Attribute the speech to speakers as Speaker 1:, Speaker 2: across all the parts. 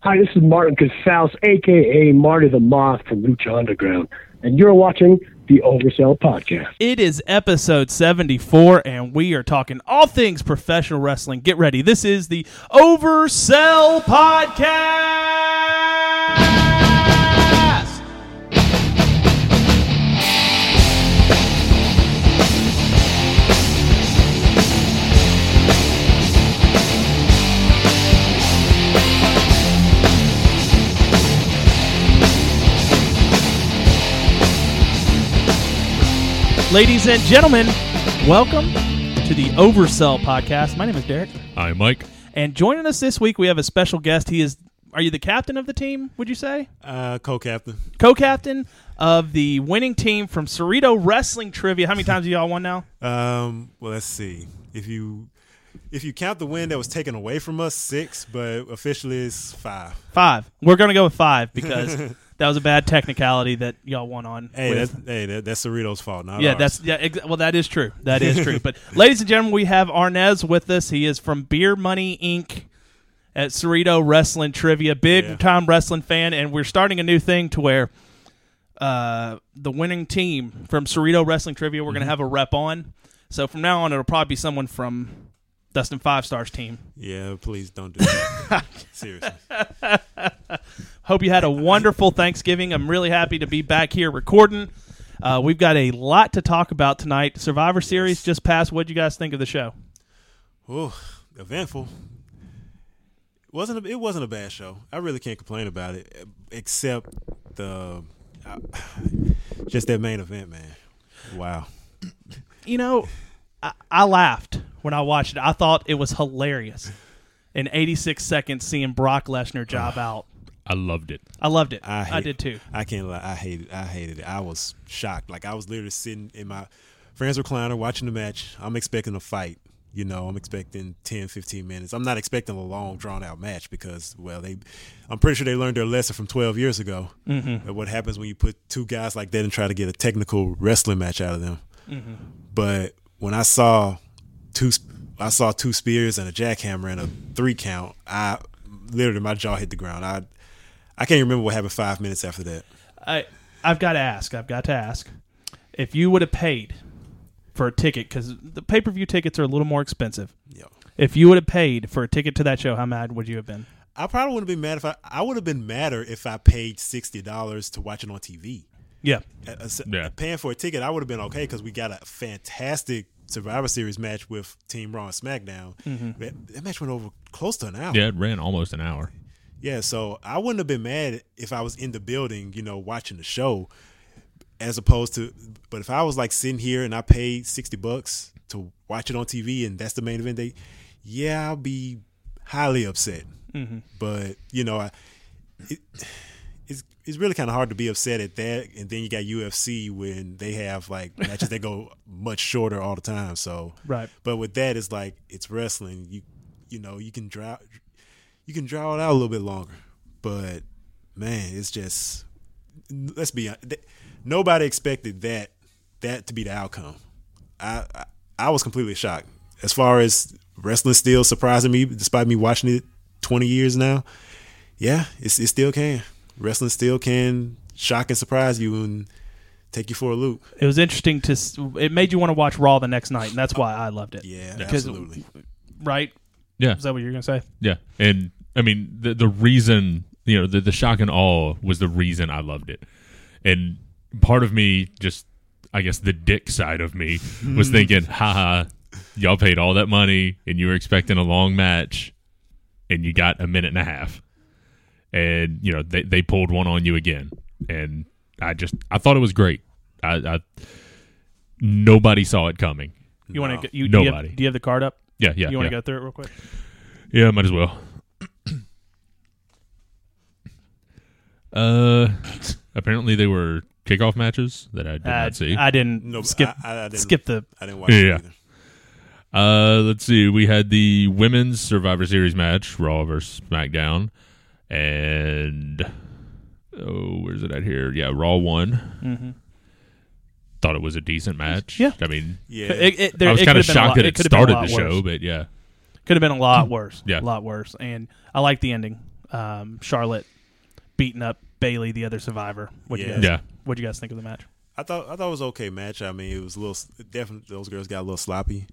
Speaker 1: Hi, this is Martin Casals, aka Marty the Moth from Lucha Underground, and you're watching the Oversell Podcast.
Speaker 2: It is episode 74, and we are talking all things professional wrestling. Get ready. This is the Oversell Podcast. Ladies and gentlemen, welcome to the Oversell Podcast. My name is Derek,
Speaker 3: Hi, Mike.
Speaker 2: and joining us this week, we have a special guest. He is, are you the captain of the team, would you say?
Speaker 4: Uh, co-captain.
Speaker 2: co-captain of the winning team from Cerrito Wrestling Trivia. How many times have y'all won now?
Speaker 4: Um, well, let's see. If you if you count the win that was taken away from us, six, but officially it's five.
Speaker 2: Five. We're gonna go with five because that was a bad technicality that y'all won on.
Speaker 4: Hey,
Speaker 2: with-
Speaker 4: that's, hey, that, that's Cerrito's fault. Not
Speaker 2: yeah,
Speaker 4: ours.
Speaker 2: that's yeah. Ex- well, that is true. That is true. But ladies and gentlemen, we have Arnez with us. He is from Beer Money Inc. at Cerrito Wrestling Trivia, big
Speaker 4: Yeah.
Speaker 2: time wrestling fan, and we're starting a new thing to where uh, the winning team from Cerrito Wrestling Trivia, we're
Speaker 4: Mm-hmm.
Speaker 2: gonna have a rep on. So from now on, it'll probably be someone from Dustin Five Stars team.
Speaker 4: yeah. Please don't do that. Seriously.
Speaker 2: Hope you had a wonderful Thanksgiving. I'm really happy to be back here recording. Uh, we've got a lot to talk about tonight. Survivor Series just passed. What would you guys think of the show?
Speaker 4: Oh, eventful. It wasn't a, it wasn't a bad show. I really can't complain about it, except the I- just that main event, man. Wow.
Speaker 2: You know, I, I laughed when I watched it. I thought it was hilarious. In 86 seconds, seeing Brock Lesnar job out.
Speaker 3: I loved it.
Speaker 2: I loved it.
Speaker 4: I,
Speaker 2: I,
Speaker 4: hate-
Speaker 2: did too.
Speaker 4: I can't lie. I hated. I hated it. I was shocked. Like I was literally sitting in my friend's recliner watching the match. I'm expecting a fight. You know, I'm expecting 10, 15 minutes. I'm not expecting a long, drawn out match because, well, they, I'm pretty sure they learned their lesson from 12 years ago. Mm-hmm. And what happens when you put two guys like that and try to get a technical wrestling match out of them. But when I saw two, I saw two spears and a jackhammer and a three count. I literally my jaw hit the ground. I, I can't remember what happened five minutes after that.
Speaker 2: I, I've got to ask. I've got to ask. If you would have paid for a ticket, because the pay per view tickets are a little more expensive.
Speaker 4: Yo.
Speaker 2: If you would have paid for a ticket to that show, how mad would you have been?
Speaker 4: I probably would have been mad if I I would have been madder if I paid sixty dollars to watch it on TV.
Speaker 2: Yeah.
Speaker 4: Uh, uh, s-
Speaker 3: Yeah.
Speaker 4: Paying for a ticket, I would have been okay because we got a fantastic Survivor Series match with Team Raw and SmackDown. That, that match went over close to an hour.
Speaker 3: Yeah, it ran almost an hour.
Speaker 4: Yeah, so I wouldn't have been mad if I was in the building, you know, watching the show, as opposed to. But if I was like sitting here and I paid sixty bucks to watch it on TV and that's the main event, they, yeah, I'll be highly upset. But you know, I, it, it's it's really kind of hard to be upset at that. And then you got UFC when they have like matches that go much shorter all the time. So
Speaker 2: Right.
Speaker 4: but with that, it's like it's wrestling. You you know you can draw you can draw it out a little bit longer. But man, it's just let's be honest. th- Nobody expected that that to be the outcome. I, I I was completely shocked as far as wrestling still surprising me despite me watching it twenty years now. Yeah, it's, it still can. Wrestling still can shock and surprise you and take you for a loop.
Speaker 2: it was interesting to s- it made you want to watch raw the next night and that's why i loved it
Speaker 4: Yeah,
Speaker 2: Because-
Speaker 4: absolutely.
Speaker 2: right
Speaker 3: Yeah,
Speaker 2: is that what you're gonna say
Speaker 3: yeah. And I mean, the the reason you know the the shock and awe was the reason I loved it, and part of me just, I guess, the dick side of me was thinking, haha, y'all paid all that money and you were expecting a long match, and you got a minute and a half, and you know they they pulled one on you again, and I just I thought it was great. I, I nobody saw it coming.
Speaker 2: you want
Speaker 4: No.
Speaker 2: to you do you,
Speaker 3: Nobody.
Speaker 2: have, do you have the card up
Speaker 3: Yeah, yeah.
Speaker 2: you want
Speaker 3: yeah.
Speaker 2: to go through it real quick
Speaker 3: Yeah, might as well. uh, apparently they were kickoff matches that I did
Speaker 2: I,
Speaker 3: not see.
Speaker 2: Uh, I didn't
Speaker 4: No,
Speaker 2: skip
Speaker 4: I, I, I didn't,
Speaker 2: skip the
Speaker 4: I didn't watch it
Speaker 3: Yeah.
Speaker 4: either.
Speaker 3: uh, let's see. We had the women's Survivor Series match, Raw versus SmackDown, and oh, where's it at here? Yeah, Raw won. Thought it was a decent match.
Speaker 2: Mm-hmm. Yeah.
Speaker 3: I mean,
Speaker 4: Yeah,
Speaker 2: it, it, there,
Speaker 3: I was
Speaker 2: it
Speaker 3: kind of
Speaker 2: could've been a
Speaker 3: shocked
Speaker 2: lot-
Speaker 3: that it,
Speaker 2: could've been a
Speaker 3: started
Speaker 2: lot
Speaker 3: the show,
Speaker 2: worse.
Speaker 3: but yeah,
Speaker 2: could have been a lot worse
Speaker 3: Yeah.
Speaker 2: a lot worse and i like the ending um, Charlotte beating up Bailey, the other survivor. What you
Speaker 4: Yeah.
Speaker 2: guys?
Speaker 3: Yeah.
Speaker 2: What you guys think of the match?
Speaker 4: I thought I thought it was okay match. I mean, it was a little definitely those girls got a little sloppy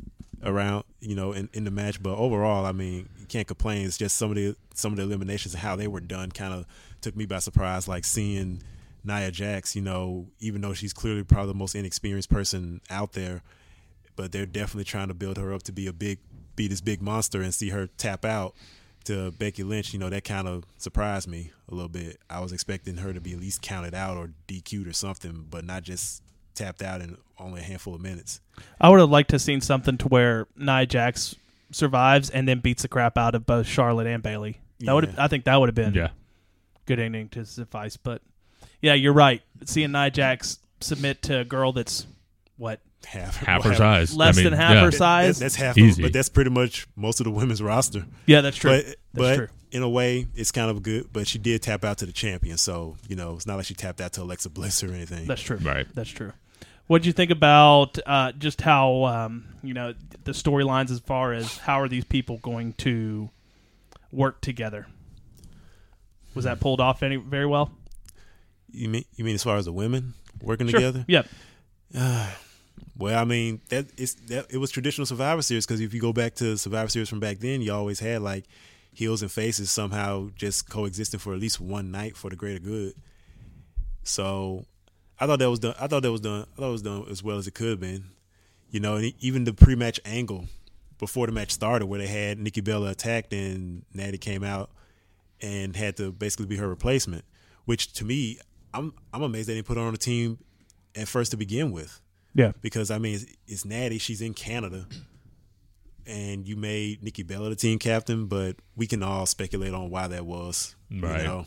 Speaker 4: around, you know, in, in the match. But overall, I mean, you can't complain. It's just some of the some of the eliminations and how they were done kind of took me by surprise. Like seeing Nia Jax, you know, even though she's clearly probably the most inexperienced person out there, but they're definitely trying to build her up to be a big be this big monster and see her tap out to Becky Lynch, you know, that kind of surprised me a little bit. I was expecting her to be at least counted out or DQ'd or something, but not just tapped out in only a handful of minutes.
Speaker 2: I would have liked to have seen something to where Nia Jax survives and then beats the crap out of both Charlotte and Bailey. That
Speaker 4: Yeah.
Speaker 2: would I think that would have been
Speaker 3: Yeah.
Speaker 2: good ending to suffice. But yeah, you're right. Seeing Nia Jax submit to a girl that's what
Speaker 4: Half,
Speaker 3: Half
Speaker 4: well,
Speaker 3: her size.
Speaker 2: less
Speaker 3: I mean,
Speaker 2: than half
Speaker 3: yeah.
Speaker 2: her size.
Speaker 4: That, that's half,
Speaker 3: Easy.
Speaker 4: Of, but that's pretty much most of the women's roster.
Speaker 2: yeah, that's true.
Speaker 4: But
Speaker 2: that's
Speaker 4: but
Speaker 2: true.
Speaker 4: in a way, it's kind of good. But she did tap out to the champion, so you know it's not like she tapped out to Alexa Bliss or anything.
Speaker 2: That's true.
Speaker 3: Right.
Speaker 2: That's true. What'd you think about uh, just how um, you know the storylines as far as how are these people going to work together? Was that pulled off any very well?
Speaker 4: You mean you mean as far as the women working together?
Speaker 2: Yep.
Speaker 4: Well, I mean that it's that it was traditional Survivor Series because if you go back to Survivor Series from back then, you always had like heels and faces somehow just coexisting for at least one night for the greater good. So I thought that was done. I thought that was done. I thought it was done as well as it could have been. You know, and even the pre-match angle before the match started, where they had Nikki Bella attacked and Natty came out and had to basically be her replacement. Which to me, I'm I'm amazed they didn't put her on the team at first to begin with
Speaker 2: Yeah.
Speaker 4: because I mean it's, it's Natty. She's in Canada, and you made Nikki Bella the team captain, but we can all speculate on why that was. you
Speaker 3: Right.
Speaker 4: know.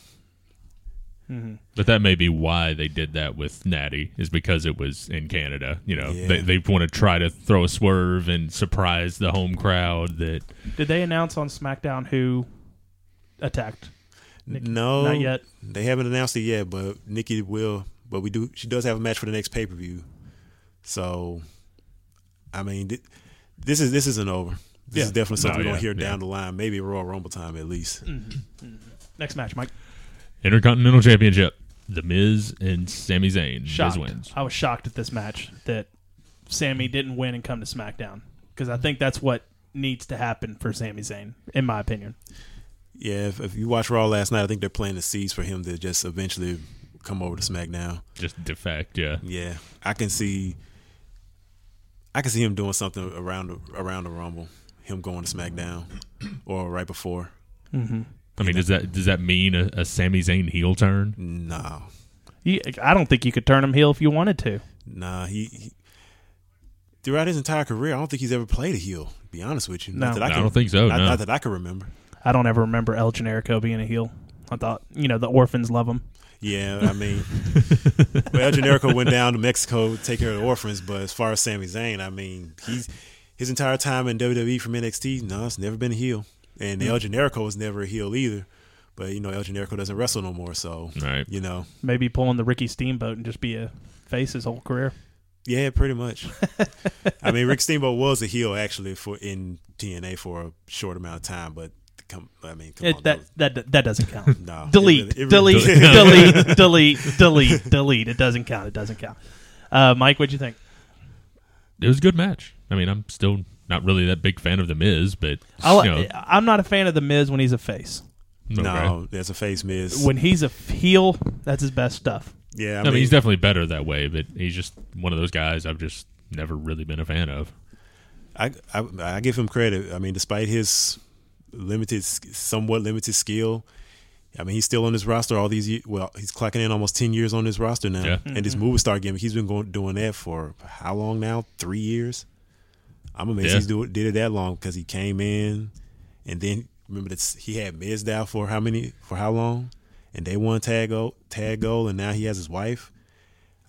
Speaker 3: But that may be why they did that with Natty is because it was in Canada. You know,
Speaker 4: Yeah.
Speaker 3: they they want to try to throw a swerve and surprise the home crowd that
Speaker 2: Did they announce on SmackDown who attacked?
Speaker 4: no,
Speaker 2: not yet.
Speaker 4: They haven't announced it yet, but Nikki will. But we do. She does have a match for the next pay per view. So, I mean, thi- this is this isn't over. This
Speaker 2: Yeah.
Speaker 4: is definitely
Speaker 3: No,
Speaker 4: something we're gonna
Speaker 3: yeah,
Speaker 4: hear
Speaker 3: yeah.
Speaker 4: down the line. Maybe Royal Rumble time at least.
Speaker 2: Mm. Next match, Mike.
Speaker 3: Intercontinental Championship, The Miz and Sami Zayn.
Speaker 2: Shocked.
Speaker 3: Miz wins.
Speaker 2: I was shocked at this match that Sammy didn't win and come to SmackDown because I think that's what needs to happen for Sami Zayn, in my opinion.
Speaker 4: Yeah, if, if you watch Raw last night, I think they're playing the seeds for him to just eventually come over to SmackDown.
Speaker 3: Just defect. Yeah.
Speaker 4: Yeah, I can see. I can see him doing something around the, around the Rumble, him going to SmackDown, or right before.
Speaker 3: I mean, does that does that mean a, a Sami Zayn heel turn?
Speaker 4: No,
Speaker 2: You, I don't think you could turn him heel if you wanted to.
Speaker 4: nah, he, he. Throughout his entire career, I don't think he's ever played a heel. to Be honest with you,
Speaker 2: No.
Speaker 4: not that I,
Speaker 3: I
Speaker 4: can,
Speaker 3: don't think so,
Speaker 4: Not,
Speaker 3: no.
Speaker 4: not that I can remember.
Speaker 2: I don't ever remember El Generico being a heel. I thought, you know, the orphans love him.
Speaker 4: Yeah, I mean, well, El Generico went down to Mexico to take care of the orphans, but as far as Sami Zayn, I mean, he's his entire time in WWE from NXT, no, it's never been a heel, and El Generico was never a heel either. But you know, El Generico doesn't wrestle no more, so
Speaker 3: Right.
Speaker 4: you know,
Speaker 2: Maybe pull in the Ricky Steamboat and just be a face his whole career.
Speaker 4: yeah, pretty much. I mean, Rick Steamboat was a heel actually for in TNA for a short amount of time, but come, I mean, come
Speaker 2: It,
Speaker 4: on,
Speaker 2: that, that that doesn't count.
Speaker 4: no,
Speaker 2: delete,
Speaker 4: It really- it really-
Speaker 2: delete, delete, delete, delete, delete. It doesn't count. It doesn't count. Uh, Mike, what'd you think?
Speaker 3: It was a good match. I mean, I'm still not really that big fan of The Miz, but
Speaker 2: I'll,
Speaker 3: you know,
Speaker 2: I'm not a fan of the Miz when he's a face.
Speaker 3: okay.
Speaker 4: No, there's a face miss.
Speaker 2: When he's a heel, that's his best stuff.
Speaker 4: yeah,
Speaker 3: I mean, he's definitely better that way, but he's just one of those guys I've just never really been a fan of.
Speaker 4: I, I I give him credit. I mean, despite his limited, somewhat limited skill, I mean, he's still on this roster all these. ye- Well, he's clocking in almost ten years on this roster now,
Speaker 3: Yeah.
Speaker 4: and this movie star gimmick, he's been going doing that for how long now? Three years. I'm amazed
Speaker 3: Yeah.
Speaker 4: he's do, did it that long because he came in, and then remember that he had Miz down for how many for how long, and they won tag goal, tag goal, and now he has his wife.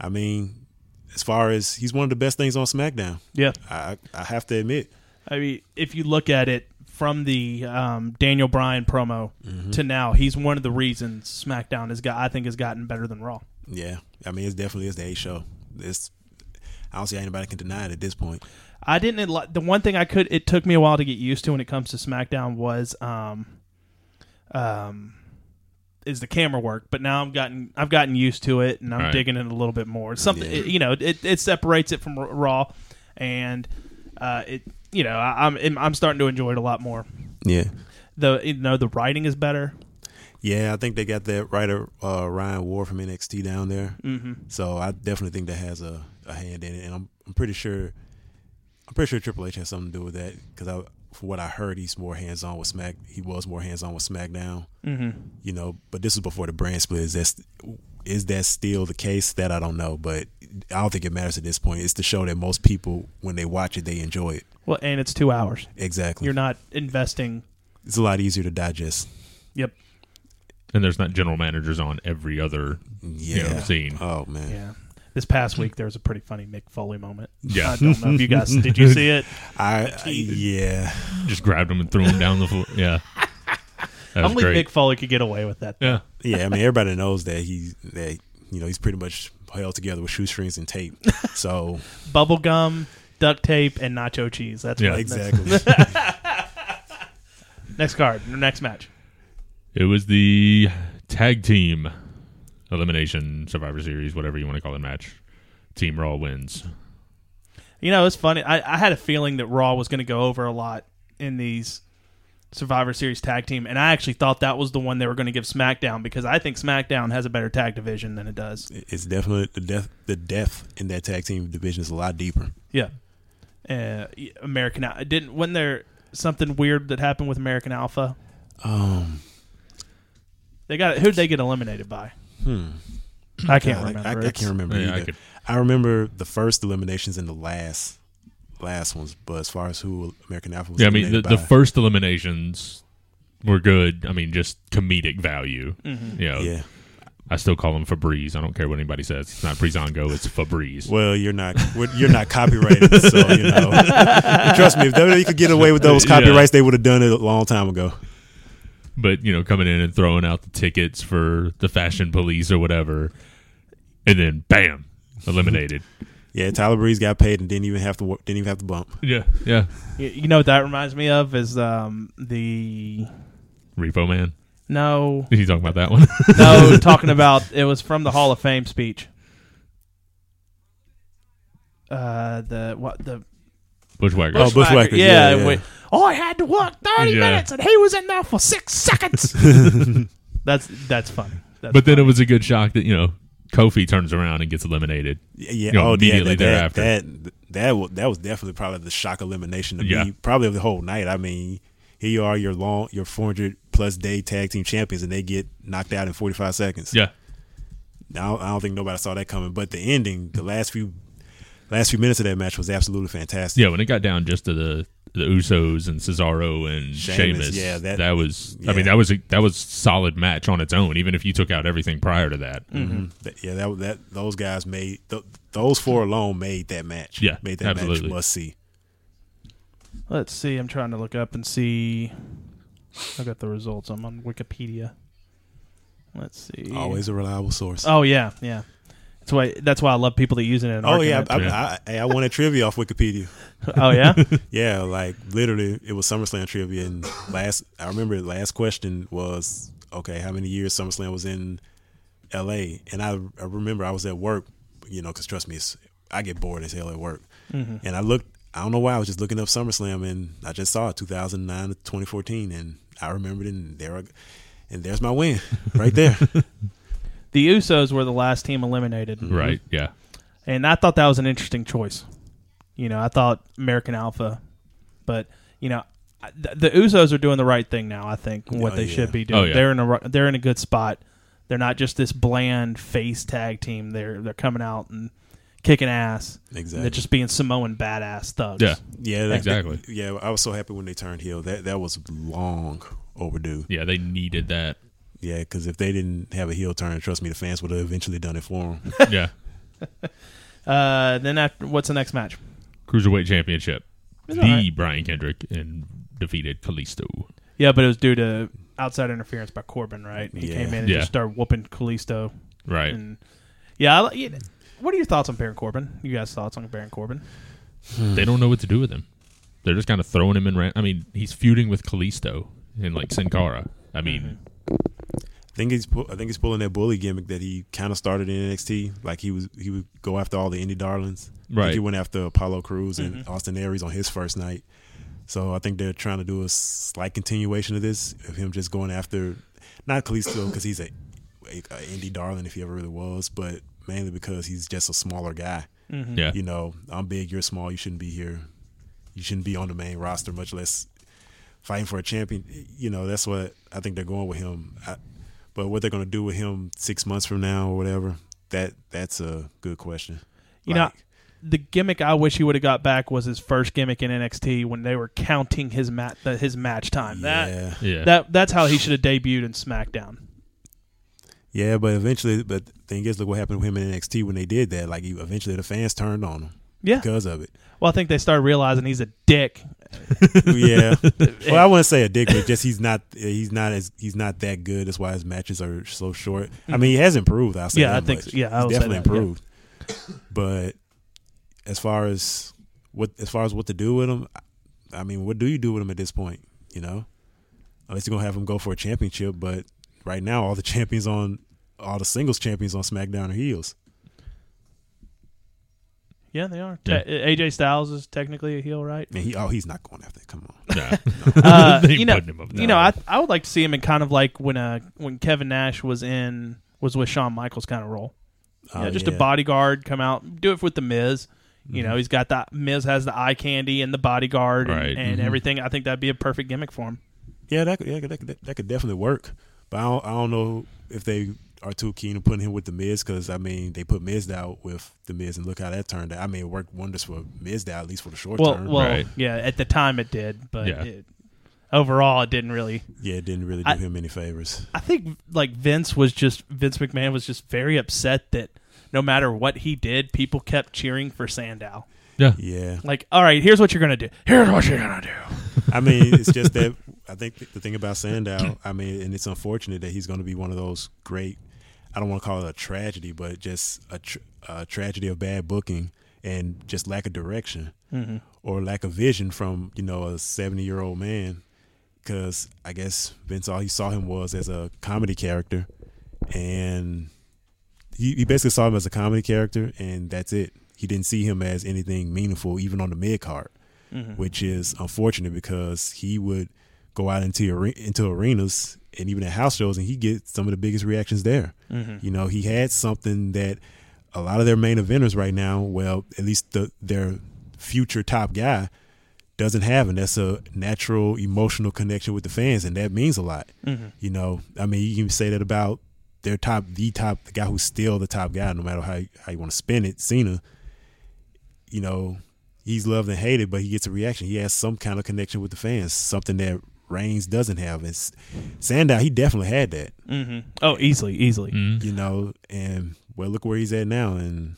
Speaker 4: I mean, as far as he's one of the best things on SmackDown,
Speaker 2: Yeah.
Speaker 4: I I have to admit.
Speaker 2: I mean, if you look at it from the um, Daniel Bryan promo
Speaker 4: Mm-hmm.
Speaker 2: to now, he's one of the reasons SmackDown has got I think has gotten better than Raw.
Speaker 4: Yeah, I mean, it definitely is the A show. It's I don't see how anybody can deny it at this point.
Speaker 2: I didn't li- the one thing I could it took me a while to get used to when it comes to SmackDown was um um is the camera work, but now I've gotten I've gotten used to it and I'm
Speaker 3: Right.
Speaker 2: digging it a little bit more. It's Something
Speaker 4: Yeah.
Speaker 2: it- you know, it, it separates it from R- Raw, and uh, it you know I, I'm I'm starting to enjoy it a lot more.
Speaker 4: Yeah.
Speaker 2: The you know the writing is better.
Speaker 4: Yeah, I think they got that writer uh, Ryan Ward from NXT down there.
Speaker 2: Mm-hmm.
Speaker 4: So I definitely think that has a, a hand in it, and I'm I'm pretty sure I'm pretty sure Triple H has something to do with that because I, from what I heard, he's more hands on with Smack. He was more hands on with SmackDown,
Speaker 2: Mm-hmm.
Speaker 4: you know. But this was before the brand split. Is that st- is that still the case? That I don't know, but I don't think it matters at this point. It's the show that most people, when they watch it, they enjoy it.
Speaker 2: Well, and it's two hours.
Speaker 4: Exactly,
Speaker 2: You're not investing.
Speaker 4: it's a lot easier to digest.
Speaker 2: Yep.
Speaker 3: and there's not general managers on every other
Speaker 4: Yeah.
Speaker 3: know, scene.
Speaker 4: Oh man.
Speaker 2: Yeah. This past week there was a pretty funny Mick Foley moment.
Speaker 3: Yeah.
Speaker 2: I don't know if you guys did you see it.
Speaker 4: I, I yeah.
Speaker 3: just grabbed him and threw him down the floor. Yeah, that was
Speaker 2: Only
Speaker 3: great.
Speaker 2: Mick Foley could get away with that.
Speaker 3: yeah,
Speaker 4: Yeah, I mean everybody knows that he that you know he's pretty much held together with shoestrings and tape. So
Speaker 2: Bubble gum, duct tape, and nacho cheese. That's
Speaker 3: Yeah.
Speaker 2: what-
Speaker 4: exactly,
Speaker 2: Next card, next match.
Speaker 3: it was the tag team elimination Survivor Series, whatever you want to call it, match. Team Raw wins.
Speaker 2: You know, it's funny. I, I had a feeling that Raw was going to go over a lot in these Survivor Series tag team, and I actually thought that was the one they were going to give SmackDown because I think SmackDown has a better tag division than it does.
Speaker 4: it's definitely the death. The depth in that tag team division is a lot deeper.
Speaker 2: Yeah, uh, y- American. Al- Didn't wasn't there something weird that happened with American Alpha?
Speaker 4: Um,
Speaker 2: They got who'd they get eliminated by?
Speaker 4: hmm.
Speaker 2: I can't
Speaker 4: God,
Speaker 2: remember.
Speaker 4: I, I,
Speaker 2: It's-
Speaker 4: can't remember
Speaker 3: Yeah, I
Speaker 4: either. I,
Speaker 3: could-
Speaker 4: remember the first eliminations and the last last ones, but as far as who American Alpha was,
Speaker 3: Yeah, I mean the,
Speaker 4: eliminated
Speaker 3: the
Speaker 4: by,
Speaker 3: first eliminations were good. I mean, just comedic value.
Speaker 2: Mm-hmm.
Speaker 3: You know,
Speaker 4: yeah.
Speaker 3: I still call him Febreze. I don't care what anybody says. It's not Breezango. It's Febreze.
Speaker 4: Well, you're not we're- you're not copyrighted, so you know. Trust me, if WWE could get away with those
Speaker 3: Yeah.
Speaker 4: copyrights, they would have done it a long time ago.
Speaker 3: but you know coming in and throwing out the tickets for the fashion police or whatever and then bam eliminated
Speaker 4: Yeah, Tyler Breeze got paid and didn't even have to wo- didn't even have to bump.
Speaker 3: yeah yeah
Speaker 2: You, you know what that reminds me of is um, the
Speaker 3: repo man
Speaker 2: no
Speaker 3: you talking about that one
Speaker 2: no talking about it was from the Hall of Fame speech. Uh, the what the
Speaker 3: bushwhacker
Speaker 4: Oh, Bushwhacker,
Speaker 2: yeah.
Speaker 4: yeah,
Speaker 2: and
Speaker 4: yeah.
Speaker 2: we- oh, I had to work thirty
Speaker 3: Yeah.
Speaker 2: minutes, and he was in there for six seconds. that's that's funny. That's
Speaker 3: but then it was a good shock that you know kofi turns around and gets eliminated
Speaker 4: Yeah, yeah.
Speaker 3: You know,
Speaker 4: oh,
Speaker 3: immediately
Speaker 4: yeah, that,
Speaker 3: thereafter.
Speaker 4: That that, that, was, that was definitely probably the shock elimination to
Speaker 3: Yeah.
Speaker 4: me, probably of the whole night. I mean, here you are, your long, your 400 plus day tag team champions, and they get knocked out in 45 seconds.
Speaker 3: yeah
Speaker 4: Now, I don't think nobody saw that coming, but the ending, the last few, last few minutes of that match was absolutely fantastic.
Speaker 3: yeah when it got down just to the the usos and cesaro and
Speaker 4: Sheamus,
Speaker 3: Sheamus,
Speaker 4: yeah, that-
Speaker 3: was i
Speaker 4: yeah.
Speaker 3: mean that was a that was solid match on its own even if you took out everything prior to that
Speaker 4: Mm-hmm. That- yeah, that that those guys made th- those four alone made that match.
Speaker 3: Yeah,
Speaker 4: made that
Speaker 3: absolutely.
Speaker 4: match must see.
Speaker 2: Let's see. I'm trying to look up and see. I got the results. I'm on Wikipedia. Let's see.
Speaker 4: Always a reliable source.
Speaker 2: Oh yeah, yeah. That's why. That's why I love people that use it. In
Speaker 4: oh yeah, I,
Speaker 2: argument.
Speaker 4: I,
Speaker 3: Yeah.
Speaker 4: I, I, I won a trivia off Wikipedia.
Speaker 2: oh yeah.
Speaker 4: Yeah, like literally, it was SummerSlam trivia, and last I remember the last question was, okay, how many years SummerSlam was in L.A. And I, I remember I was at work, you know, because trust me, it's, I get bored as hell at work, and I looked. I don't know why I was just looking up SummerSlam, and I just saw it 2009 to 2014, and I remembered it, and there, I- and there's my win right there.
Speaker 2: the Usos were the last team eliminated,
Speaker 3: right yeah
Speaker 2: and I thought that was an interesting choice. You know, I thought American Alpha, but you know, I- the, the Usos are doing the right thing now. I think what
Speaker 4: Oh,
Speaker 2: they
Speaker 4: yeah.
Speaker 2: should be doing.
Speaker 3: Oh, yeah.
Speaker 2: They're in a ri- they're in a good spot. They're not just this bland face tag team. They're they're coming out and kicking ass. And
Speaker 4: exactly.
Speaker 2: they're just being Samoan badass thugs.
Speaker 3: yeah
Speaker 4: yeah, that-
Speaker 3: Exactly.
Speaker 4: Yeah, I was so happy when they turned heel. That that was long overdue.
Speaker 3: yeah they needed that
Speaker 4: Yeah, because if they didn't have a heel turn, trust me, the fans would have eventually done it for them.
Speaker 3: yeah
Speaker 2: Uh, then after, what's the next match?
Speaker 3: Cruiserweight Championship.
Speaker 2: It's
Speaker 3: the
Speaker 2: alright.
Speaker 3: Brian Kendrick and defeated Kalisto.
Speaker 2: Yeah, but it was due to outside interference by Corbin, right? He
Speaker 4: Yeah.
Speaker 2: came in and
Speaker 3: Yeah.
Speaker 2: just started whooping Kalisto.
Speaker 3: Right.
Speaker 2: And yeah, I, li- you- what are your thoughts on Baron Corbin? You guys' thoughts on Baron Corbin?
Speaker 3: they don't know what to do with him. They're just kind of throwing him in. Ran- I mean, he's feuding with Kalisto and like Sin Cara. I mean,
Speaker 4: think he's pu- I think he's pulling that bully gimmick that he kind of started in NXT. Like he was he would go after all the indie darlings. I think
Speaker 3: Right.
Speaker 4: he went after Apollo Cruz and Austin Aries on his first night. So I think they're trying to do a slight continuation of this of him just going after not Kalisto because he's a, a, a indie darling if he ever really was, but mainly because he's just a smaller guy.
Speaker 2: Mm-hmm.
Speaker 3: Yeah.
Speaker 4: You know, I'm big, you're small, you shouldn't be here. You shouldn't be on the main roster, much less fighting for a champion. You know, that's what I think they're going with him. I, but what they're going to do with him six months from now or whatever, that that's a good question.
Speaker 2: You
Speaker 4: Like,
Speaker 2: know, the gimmick I wish he would have got back was his first gimmick in NXT when they were counting his mat the, his match time.
Speaker 4: yeah.
Speaker 2: That
Speaker 3: Yeah.
Speaker 2: that that's how he should have debuted in SmackDown.
Speaker 4: Yeah, but eventually, but the thing is, look what happened with him in NXT when they did that. Like, he- eventually the fans turned on him
Speaker 2: Yeah.
Speaker 4: because of it.
Speaker 2: Well, I think they started realizing he's a dick.
Speaker 4: yeah. Well, I wouldn't say a dick, but just he's not he's not as he's not that good. That's why his matches are so short. I mean, he has improved. I say
Speaker 2: Yeah,
Speaker 4: that
Speaker 2: I think-
Speaker 4: much.
Speaker 2: yeah, I
Speaker 4: he's
Speaker 2: would say
Speaker 4: definitely
Speaker 2: that, yeah.
Speaker 4: improved. But as far as what as far as what to do with him, I- I mean, what do you do with him at this point? You know, unless you're gonna have him go for a championship. But right now, all the champions on all the singles champions on SmackDown are heels.
Speaker 2: Yeah, they are.
Speaker 3: Yeah.
Speaker 2: Te- AJ Styles is technically a heel, right?
Speaker 4: And he oh, he's not going after. It. Come on.
Speaker 3: Nah.
Speaker 2: Uh,
Speaker 3: They
Speaker 2: you know,
Speaker 3: putting him up
Speaker 2: you
Speaker 3: there.
Speaker 2: know, I I would like to see him in kind of like when uh when Kevin Nash was in was with Shawn Michaels kind of role. You know,
Speaker 4: Oh,
Speaker 2: just a
Speaker 4: yeah.
Speaker 2: bodyguard come out, do it with the Miz. You know, he's got the Miz has the eye candy and the bodyguard and,
Speaker 3: Right.
Speaker 2: and everything. I think that'd be a perfect gimmick for him.
Speaker 4: Yeah, that could, yeah, that could, that could definitely work. But I don't, I don't know if they are too keen on putting him with the Miz because I mean they put Miz out with the Miz and look how that turned out. I mean it worked wonders for Miz at least for the short
Speaker 2: Well,
Speaker 4: term.
Speaker 2: well,
Speaker 3: Right.
Speaker 2: yeah. At the time, it did, but
Speaker 3: Yeah.
Speaker 2: it, overall, it didn't really.
Speaker 4: yeah, it didn't really do
Speaker 2: I-
Speaker 4: him any favors.
Speaker 2: I think like Vince was just Vince McMahon was just very upset that no matter what he did, people kept cheering for Sandow.
Speaker 3: yeah.
Speaker 4: Yeah,
Speaker 2: Like, all right, here's what you're gonna do. Here's what you're gonna do.
Speaker 4: I mean it's just that I think the thing about Sandow. I mean, and it's unfortunate that he's going to be one of those great. I don't want to call it a tragedy, but just a, tr- a tragedy of bad booking and just lack of direction.
Speaker 2: Mm-hmm.
Speaker 4: or lack of vision from you know a 70 year old man because i guess vince all he saw him was as a comedy character and he, he basically saw him as a comedy character and that's it he didn't see him as anything meaningful even on the mid card which is unfortunate because he would go out into are- into arenas and even at house shows and he get some of the biggest reactions there you know he had something that a lot of their main eventers right now well at least the, their future top guy doesn't have and that's a natural emotional connection with the fans and that means a lot you know i mean you can say that about their top the top the guy who's still the top guy no matter how, you- how you want to spin it cena you know he's loved and hated but he gets a reaction he has some kind of connection with the fans something that reigns doesn't have and S- sandow he definitely had that
Speaker 2: Mm-hmm. Oh, easily, easily.
Speaker 4: you know and well look where he's at now and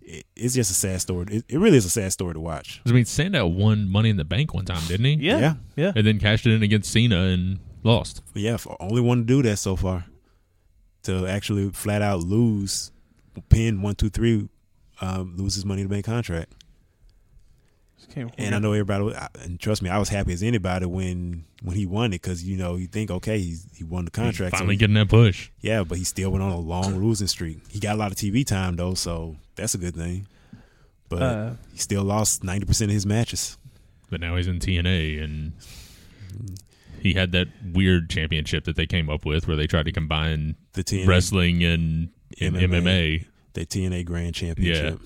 Speaker 4: it, it's just a sad story it, it really is a sad story to watch
Speaker 3: 'Cause, I mean, Sandow won Money in the Bank one time, didn't he?
Speaker 2: Yeah, yeah.
Speaker 4: Yeah.
Speaker 3: And then cashed it in against Cena and lost.
Speaker 4: But yeah, for only one to do that so far. To actually flat out lose, pin one two three, um, loses money to bank contract.
Speaker 2: Okay, we're
Speaker 4: And I know everybody, was- I- and trust me, I was happy as anybody when when he won it because you know you think okay he's, he won the contract, so
Speaker 3: Finally
Speaker 4: he-
Speaker 3: getting that push.
Speaker 4: yeah, but he still went on a long losing streak. He got a lot of TV time though, so that's a good thing. But
Speaker 2: Uh,
Speaker 4: he still lost ninety percent of his matches.
Speaker 3: But now he's in TNA and he had that weird championship that they came up with where they tried to combine
Speaker 4: The TNA,
Speaker 3: wrestling and, and
Speaker 4: MMA.
Speaker 3: MMA.
Speaker 4: the TNA Grand Championship.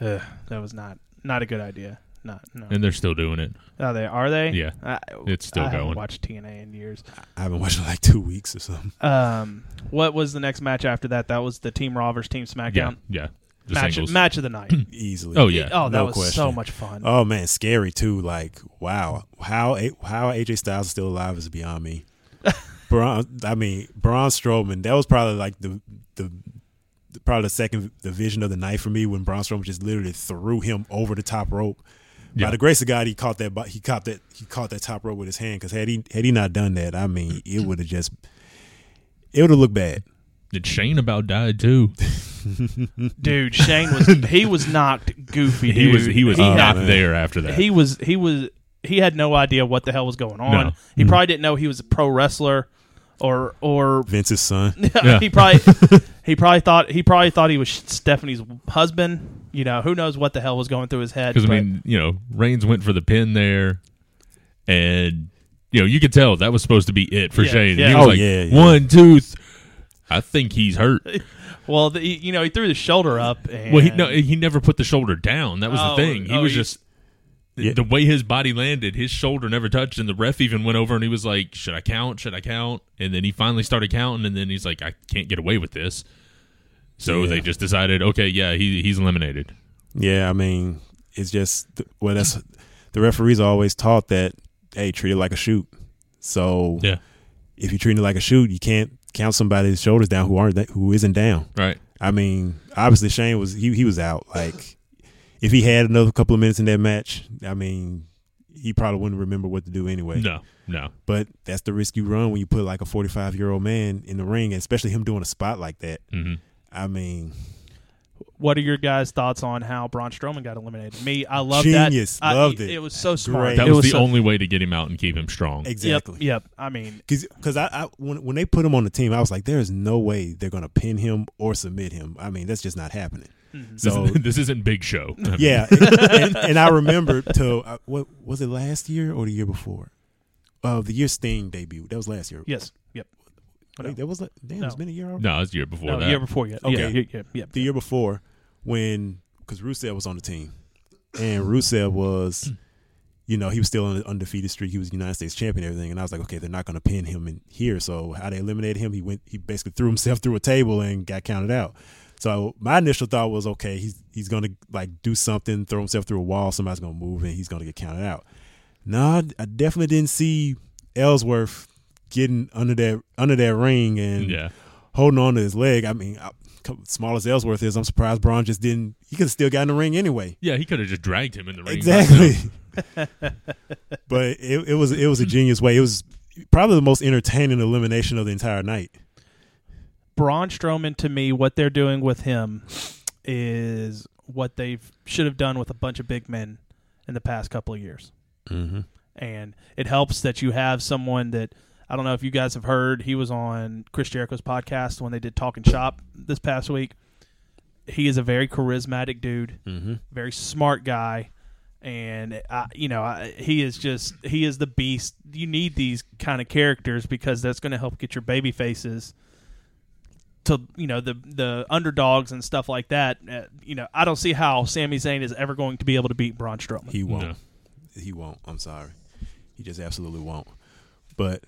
Speaker 2: Ugh, uh, that was not not a good idea. Not no.
Speaker 3: And they're still doing it.
Speaker 2: Are Oh, they? Are they?
Speaker 3: Yeah.
Speaker 2: I,
Speaker 3: It's still
Speaker 2: I haven't
Speaker 3: going.
Speaker 2: Watched TNA in years.
Speaker 4: I haven't watched it in like two weeks or something.
Speaker 2: Um, what was the next match after that? That was the Team Raw versus Team
Speaker 3: Yeah.
Speaker 2: SmackDown
Speaker 3: Yeah. The
Speaker 2: match.
Speaker 3: singles.
Speaker 2: Match of the night.
Speaker 4: Easily.
Speaker 3: oh, yeah.
Speaker 2: Oh, that
Speaker 4: No
Speaker 2: was so
Speaker 4: question.
Speaker 2: much fun.
Speaker 4: Oh man, scary too. Like wow, how A- how AJ Styles is still alive is beyond me. Braun, I mean Braun Strowman. That was probably like the the. the- Probably the second the vision of the night for me when Braun Strowman just literally threw him over the top rope.
Speaker 3: Yeah.
Speaker 4: By the grace of God, he caught that. bo- He caught that. He caught that top rope with his hand. Because had he had he not done that, I mean, it would have just it would have looked bad.
Speaker 3: Did Shane about died too?
Speaker 2: dude, Shane was he was knocked goofy.
Speaker 3: He was
Speaker 2: dude.
Speaker 3: he was
Speaker 2: had-
Speaker 3: not there after that.
Speaker 2: he was he was he had no idea what the hell was going on.
Speaker 3: No. Mm-hmm.
Speaker 2: He probably didn't know he was a pro wrestler or or
Speaker 4: Vince's son.
Speaker 3: Yeah.
Speaker 2: he probably he probably thought he probably thought he was Stephanie's husband. You know, who knows what the hell was going through his head.
Speaker 3: Because I
Speaker 2: but-
Speaker 3: mean, you know, Reigns went for the pin there, and you know, you could tell that was supposed to be it for
Speaker 2: Yeah,
Speaker 3: Shane.
Speaker 2: yeah.
Speaker 3: He was
Speaker 4: Oh,
Speaker 3: like
Speaker 4: yeah, yeah.
Speaker 3: one, two. th- I think he's hurt.
Speaker 2: well, the, he- you know, he threw the shoulder up. And,
Speaker 3: Well, he no, he never put the shoulder down. That was
Speaker 2: Oh,
Speaker 3: the thing. He
Speaker 2: oh,
Speaker 3: was
Speaker 2: he-
Speaker 3: just the-
Speaker 4: Yeah.
Speaker 3: the way his body landed. His shoulder never touched, and the ref even went over and he was like, "Should I count? Should I count?" And then he finally started counting, and then he's like, "I can't get away with this." So
Speaker 4: Yeah.
Speaker 3: they just decided, okay, yeah, he he's eliminated.
Speaker 4: Yeah, I mean, it's just well, that's the referees are always taught that hey, treat it like a shoot. So
Speaker 3: Yeah,
Speaker 4: if you treat it like a shoot, you can't count somebody's shoulders down who aren't who isn't down.
Speaker 3: right.
Speaker 4: I mean, obviously Shane was he he was out. Like if he had another couple of minutes in that match, I mean, he probably wouldn't remember what to do anyway.
Speaker 3: No, no.
Speaker 4: But that's the risk you run when you put like a 45 year old man in the ring, and especially him doing a spot like that.
Speaker 3: hmm
Speaker 4: I mean,
Speaker 2: what are your guys' thoughts on how Braun Strowman got eliminated? Me, I love
Speaker 4: Genius.
Speaker 2: that. I-
Speaker 4: Loved it.
Speaker 2: It was so smart.
Speaker 4: Great.
Speaker 3: That
Speaker 2: It
Speaker 3: was, the
Speaker 2: so-
Speaker 3: only way to get him out and keep him strong.
Speaker 4: exactly.
Speaker 2: Yep, yep. I mean,
Speaker 4: Cause, 'cause I, I when when they put him on the team, I was like, there is no way they're gonna pin him or submit him. I mean, that's just not happening.
Speaker 2: Mm-hmm.
Speaker 3: This,
Speaker 4: So
Speaker 3: this isn't Big Show.
Speaker 4: yeah, and, and I remember to uh, what was it last year or the year before? Uh, the year Sting debuted. That was last year.
Speaker 2: yes, yep.
Speaker 4: Wait, that was like, damn. It's
Speaker 2: No.
Speaker 4: been a year already.
Speaker 3: No, it was the year before
Speaker 2: No,
Speaker 3: that.
Speaker 2: year before yet. Yeah,
Speaker 4: Okay.
Speaker 2: yeah, yeah, yeah.
Speaker 4: The year before, when because Rusev was on the team, and Rusev was, you know, he was still on the undefeated streak. He was United States champion, and everything. And I was like, okay, they're not going to pin him in here. So how they eliminated him? He went. He basically threw himself through a table and got counted out. So my initial thought was, okay, he's he's going to like do something, throw himself through a wall. Somebody's going to move, and he's going to get counted out. No, I, I definitely didn't see Ellsworth getting under that under that ring and
Speaker 3: Yeah.
Speaker 4: holding on to his leg. I mean, I, come- small as Ellsworth is, I'm surprised Braun just didn't. He could have still gotten in the ring anyway.
Speaker 3: Yeah, he could have just dragged him in the ring.
Speaker 4: Exactly. but it, it was it was a genius way. It was probably the most entertaining elimination of the entire night.
Speaker 2: Braun Strowman to me, what they're doing with him is what they should have done with a bunch of big men in the past couple of years.
Speaker 4: Mm-hmm.
Speaker 2: and it helps that you have someone that I don't know if you guys have heard. He was on Chris Jericho's podcast when they did Talking Shop this past week. He is a very charismatic dude,
Speaker 4: Mm-hmm.
Speaker 2: very smart guy, and I, you know I, he is just he is the beast. You need these kind of characters because that's going to help get your baby faces to you know the the underdogs and stuff like that. Uh, you know I don't see how Sami Zayn is ever going to be able to beat Braun Strowman.
Speaker 4: He won't.
Speaker 3: No.
Speaker 4: He won't. I'm sorry. He just absolutely won't. But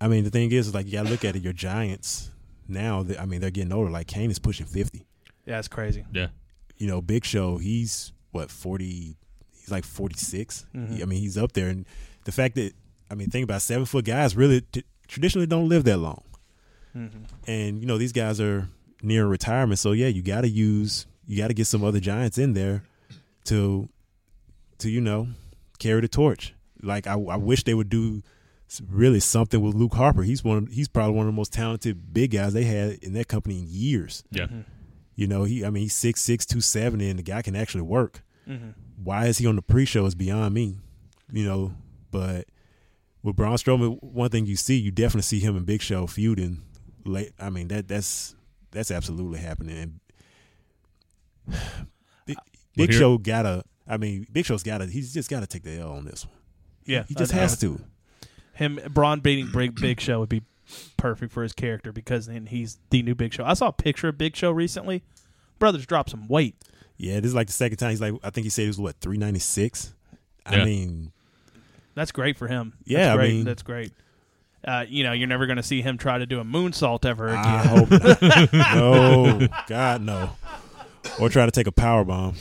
Speaker 4: I mean, the thing is, is like you got to look at it. Your Giants now. They, I mean, they're getting older. Like Kane is pushing fifty.
Speaker 2: yeah, it's crazy.
Speaker 3: Yeah.
Speaker 4: you know, Big Show, he's what forty, he's like forty
Speaker 2: Mhm.
Speaker 4: I mean, he's up there, and the fact that I mean, think about seven foot guys really t- traditionally don't live that long,
Speaker 2: hmm
Speaker 4: and you know these guys are near retirement, so yeah, you got to use, you got to get some other giants in there to, to you know, carry the torch. Like I, I wish they would do s- really something with Luke Harper. He's one, of, he's probably one of the most talented big guys they had in that company in years.
Speaker 3: Yeah.
Speaker 4: You know, he, I mean, he's six six two seventy, and the guy can actually work
Speaker 2: hmm
Speaker 4: why is he on the pre-show is beyond me, you know. But with Braun Strowman, one thing you see, you definitely see him and Big Show feuding. Late, I mean that that's that's absolutely happening. And Big, Big
Speaker 3: here-
Speaker 4: Show gotta, I mean, Big Show's gotta, he's just gotta take the L on this one.
Speaker 2: Yeah,
Speaker 4: He just
Speaker 2: I- I-
Speaker 4: has to.
Speaker 2: him Braun beating Big, Big Show would be perfect for his character because then he's the new Big Show. I saw a picture of Big Show recently. Brothers dropped some weight.
Speaker 4: Yeah, this is like the second time he's like, I think he said he was what three ninety six. I
Speaker 3: Yeah.
Speaker 4: mean,
Speaker 2: That's great for him. That's
Speaker 4: Yeah, I
Speaker 2: great.
Speaker 4: mean-
Speaker 2: that's great. Uh, you know, you're never going to see him try to do a moonsault ever again.
Speaker 4: I hope not. no, God no, or try to take a power bomb.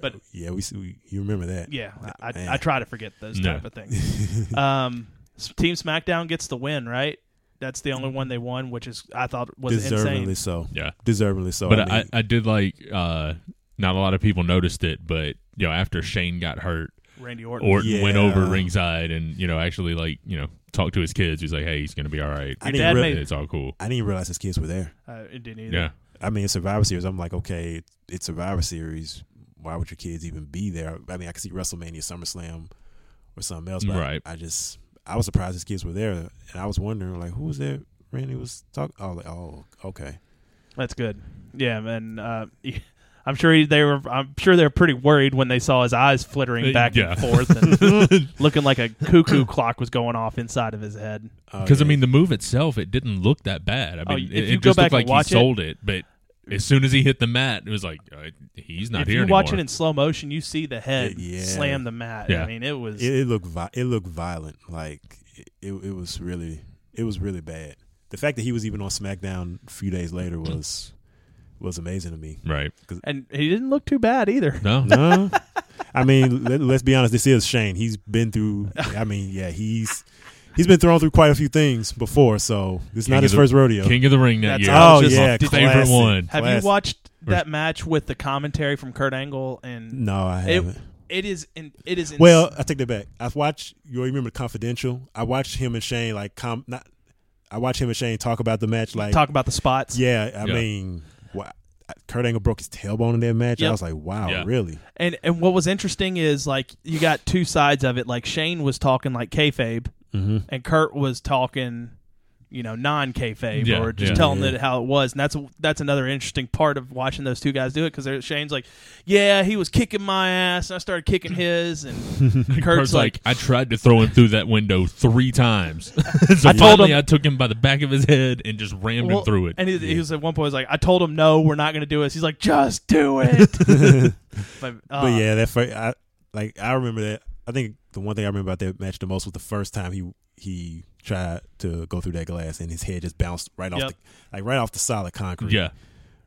Speaker 2: But-
Speaker 4: yeah, we, we you remember that?
Speaker 2: yeah, I,
Speaker 4: Man.
Speaker 2: I, I try to forget those
Speaker 3: No.
Speaker 2: type of things. um, s- Team SmackDown gets the win, right? That's the only one they won, which is I thought was
Speaker 4: deservedly
Speaker 2: insane.
Speaker 4: so.
Speaker 3: Yeah.
Speaker 4: Deservedly so.
Speaker 3: But
Speaker 4: I
Speaker 3: I,
Speaker 4: mean,
Speaker 3: I did like uh not a lot of people noticed it, but you know, after Shane got hurt,
Speaker 2: Randy Orton.
Speaker 3: Orton went over
Speaker 4: Yeah.
Speaker 3: ringside and, you know, actually like, you know, talked to his kids. He's like, Hey, he's gonna be all right.
Speaker 4: I
Speaker 2: Your
Speaker 4: didn't
Speaker 2: dad
Speaker 4: rea-
Speaker 2: made
Speaker 3: It's all cool.
Speaker 4: I didn't realize his kids were there.
Speaker 2: uh, it didn't either.
Speaker 3: Yeah.
Speaker 4: I mean, it's Survivor Series. I'm like, okay, it's Survivor Series. Why would your kids even be there? I mean, I could see WrestleMania, SummerSlam, or something else. But I-
Speaker 3: Right.
Speaker 4: I, just, I was surprised his kids were there, and I was wondering like who was there. Randy was talking. Oh, like, oh, okay.
Speaker 2: That's good. Yeah, man. Uh, I'm sure he- they were. I'm sure they were pretty worried when they saw his eyes flittering
Speaker 3: Uh,
Speaker 2: back
Speaker 3: yeah.
Speaker 2: and forth, and looking like a cuckoo clock was going off inside of his head.
Speaker 3: Because
Speaker 4: Okay.
Speaker 3: I mean, the move itself, it didn't look that bad. I
Speaker 2: Oh,
Speaker 3: mean,
Speaker 2: if
Speaker 3: it,
Speaker 2: you
Speaker 3: it
Speaker 2: go
Speaker 3: just
Speaker 2: back and
Speaker 3: looked like he
Speaker 2: watch it-
Speaker 3: sold it. But as soon as he hit the mat, it was like uh, he's not
Speaker 2: if
Speaker 3: here
Speaker 2: you
Speaker 3: anymore.
Speaker 2: watch it in slow motion, you see the head
Speaker 4: Yeah.
Speaker 2: slam the mat. I
Speaker 3: Yeah.
Speaker 2: mean, it was.
Speaker 4: it, it looked vi- it looked violent. Like it, it, it was really it was really bad. The fact that he was even on SmackDown a few days later
Speaker 3: Mm.
Speaker 4: was was amazing to me.
Speaker 3: right?
Speaker 2: and he didn't look too bad either.
Speaker 3: No,
Speaker 4: No, I mean let, let's be honest. This is Shane. He's been through. I mean, yeah, he's he's been thrown through quite a few things before. So this is
Speaker 3: King
Speaker 4: not
Speaker 3: of
Speaker 4: his
Speaker 3: the-
Speaker 4: first rodeo.
Speaker 3: King of the Ring that
Speaker 2: That's
Speaker 3: year.
Speaker 2: I
Speaker 4: oh
Speaker 2: was just-
Speaker 4: yeah,
Speaker 2: did-
Speaker 3: favorite
Speaker 4: classic.
Speaker 3: one.
Speaker 2: Have
Speaker 4: Classic.
Speaker 2: you watched that match with the commentary from Kurt Angle? And
Speaker 4: No, I
Speaker 2: It-
Speaker 4: haven't.
Speaker 2: it is. In, it is. Ins-
Speaker 4: Well, I take that back. I've watched. You remember Confidential? I watched him and Shane like com. Not. I watched him and Shane talk about the match. Like
Speaker 2: talk about the spots.
Speaker 4: Yeah, I
Speaker 3: Yeah.
Speaker 4: mean, wha- Kurt Angle broke his tailbone in that match.
Speaker 2: Yep.
Speaker 4: I was like, wow,
Speaker 3: Yeah.
Speaker 4: really?
Speaker 2: And and what was interesting is like you got two sides of it. Like Shane was talking like kayfabe,
Speaker 4: Mhm.
Speaker 2: and Kurt was talking, you know, non kayfabe
Speaker 3: Yeah,
Speaker 2: or just
Speaker 3: yeah.
Speaker 2: telling
Speaker 4: Yeah.
Speaker 2: it how it was. And that's that's another interesting part of watching those two guys do it because Shane's like, yeah, he was kicking my ass, and I started kicking his, and Kurt's
Speaker 3: Kurt's like, I tried to throw him through that window three times. so
Speaker 2: I told
Speaker 3: finally
Speaker 2: him-
Speaker 3: I took him by the back of his head and just rammed
Speaker 2: well-
Speaker 3: him through it.
Speaker 2: And he, he was at one point was like, I told him no, we're not going to do this. He's like, just do it. but, uh,
Speaker 4: but yeah, that first, I like. I remember that. I think the one thing I remember about that match the most was the first time he he tried to go through that glass and his head just bounced right off
Speaker 2: Yep.
Speaker 4: the like right off the solid concrete.
Speaker 3: yeah,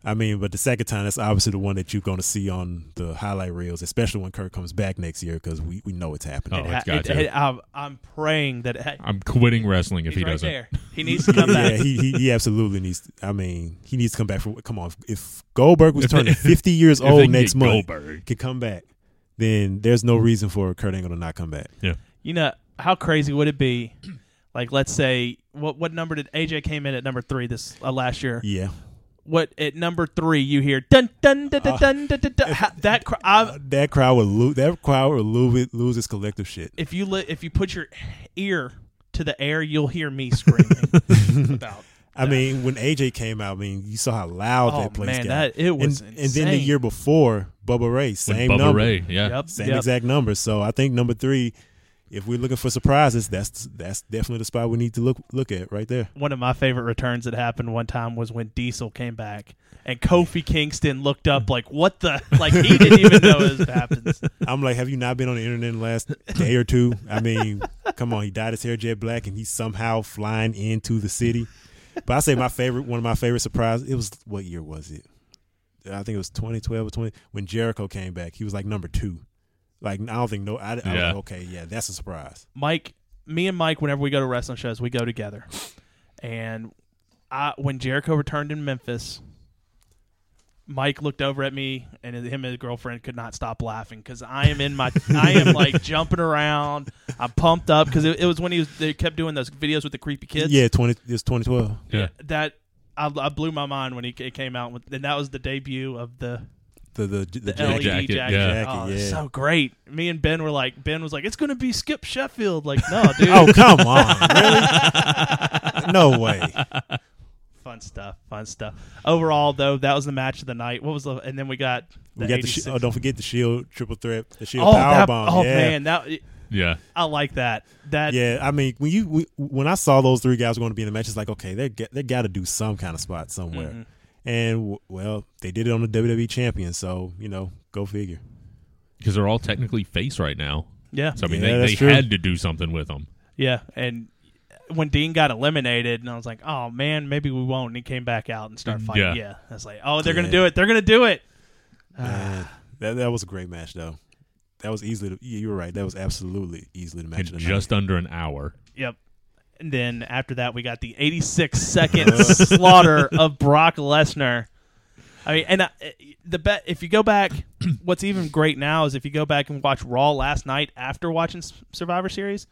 Speaker 4: I mean, but the second time that's obviously the one that you're going to see on the highlight reels, especially when Kurt comes back next year because we, we know it's happening.
Speaker 3: Oh,
Speaker 2: it
Speaker 3: it's
Speaker 2: ha-
Speaker 3: got
Speaker 2: it-
Speaker 3: to.
Speaker 2: it- I'm, I'm praying that it ha-
Speaker 3: I'm quitting wrestling if
Speaker 2: he's
Speaker 3: he
Speaker 2: right
Speaker 3: doesn't.
Speaker 2: there. He needs to come back.
Speaker 4: yeah, he, he he absolutely needs. To, I mean, he needs to come back from. Come on, if Goldberg was
Speaker 3: If they-
Speaker 4: turning fifty years
Speaker 3: If they
Speaker 4: old
Speaker 3: can
Speaker 4: next
Speaker 3: get
Speaker 4: month,
Speaker 3: Goldberg.
Speaker 4: could come back, then there's no reason for Kurt Angle to not come back.
Speaker 3: Yeah,
Speaker 2: You know, how crazy would it be? Like, let's say, what what number did AJ came in at number three this uh, last year?
Speaker 4: Yeah,
Speaker 2: What at number three you hear dun dun dun dun
Speaker 4: Uh,
Speaker 2: dun dun, dun, dun. Ha- that cr- I,
Speaker 4: that crowd would lose. That crowd would lose it, lose its collective shit.
Speaker 2: if you li- if you put your ear to the air, you'll hear me screaming about.
Speaker 4: I mean, when AJ came out, I mean, you saw how loud
Speaker 2: Oh,
Speaker 4: that place
Speaker 2: man,
Speaker 4: got.
Speaker 2: that- it was
Speaker 4: and, and then the
Speaker 2: insane.
Speaker 4: year before, Bubba Ray,
Speaker 3: with
Speaker 4: same
Speaker 3: Bubba
Speaker 4: number,
Speaker 3: Ray. Yeah,
Speaker 2: Yep,
Speaker 4: same
Speaker 2: yep.
Speaker 4: exact number. So I think number three. If we're looking for surprises, that's that's definitely the spot we need to look look at right there.
Speaker 2: one of my favorite returns that happened one time was when Diesel came back and Kofi Kingston looked up like what the like he didn't even know it was happened.
Speaker 4: I'm like, have you not been on the internet in the last day or two? I mean, come on, he dyed his hair jet black and he's somehow flying into the city. But I say my favorite, one of my favorite surprises. It was what year was it? I think it was 2012 or 20 when Jericho came back. He was like number two. Like I don't think no. I, I was
Speaker 3: Yeah.
Speaker 4: like, okay, yeah, that's a surprise.
Speaker 2: Mike, me and Mike, whenever we go to wrestling shows, we go together. And I, when Jericho returned in Memphis, Mike looked over at me, and him and his girlfriend could not stop laughing because I am in my, I am like jumping around. I'm pumped up because it, it was when he was they kept doing those videos with the creepy kids.
Speaker 4: yeah, 20. It's 2012.
Speaker 3: yeah.
Speaker 2: that I, I blew my mind when he it came out, with, and that was the debut of the
Speaker 4: The the the,
Speaker 2: the E
Speaker 4: Jericho-
Speaker 2: LED jacket.
Speaker 3: jacket, yeah.
Speaker 2: oh,
Speaker 4: Jacket,
Speaker 2: it's
Speaker 4: yeah.
Speaker 2: so great. Me and Ben were like, Ben was like, it's gonna be Skip Sheffield. Like, no, dude.
Speaker 4: Oh come on, really? No way.
Speaker 2: fun stuff, fun stuff. Overall, though, that was the match of the night. What was the? And then we got the
Speaker 4: We got the sh-
Speaker 2: 86
Speaker 4: oh, don't forget the shield triple threat, the shield
Speaker 2: Oh,
Speaker 4: power
Speaker 2: that-
Speaker 4: bomb.
Speaker 2: oh,
Speaker 4: yeah.
Speaker 2: man, that
Speaker 3: yeah.
Speaker 2: I like that. That
Speaker 4: Yeah, I mean, when you we- when I saw those three guys going to be in the match, it's like okay, they get- they got to do some kind of spot somewhere, and w- well, they did it on the WWE champion, so you know, go figure.
Speaker 3: Because they're all technically face right now.
Speaker 2: yeah,
Speaker 3: So I mean,
Speaker 4: Yeah,
Speaker 3: they,
Speaker 4: that's
Speaker 3: they
Speaker 4: true.
Speaker 3: had to do something with them.
Speaker 2: yeah. And when Dean got eliminated, and I was like, oh man, maybe we won't. And he came back out and started fighting. Yeah,
Speaker 3: Yeah.
Speaker 2: I was like, oh, they're gonna
Speaker 4: Yeah.
Speaker 2: do it. They're gonna do it.
Speaker 4: Man, that that was a great match though. That was easily. The, you were right. That was absolutely easily the match.
Speaker 3: In
Speaker 4: Of the night.
Speaker 3: just under an hour.
Speaker 2: Yep. And then after that, we got the 86 second slaughter of Brock Lesnar. I mean, and I, the bet if you go back, what's even great now is if you go back and watch Raw last night after watching S- Survivor Series.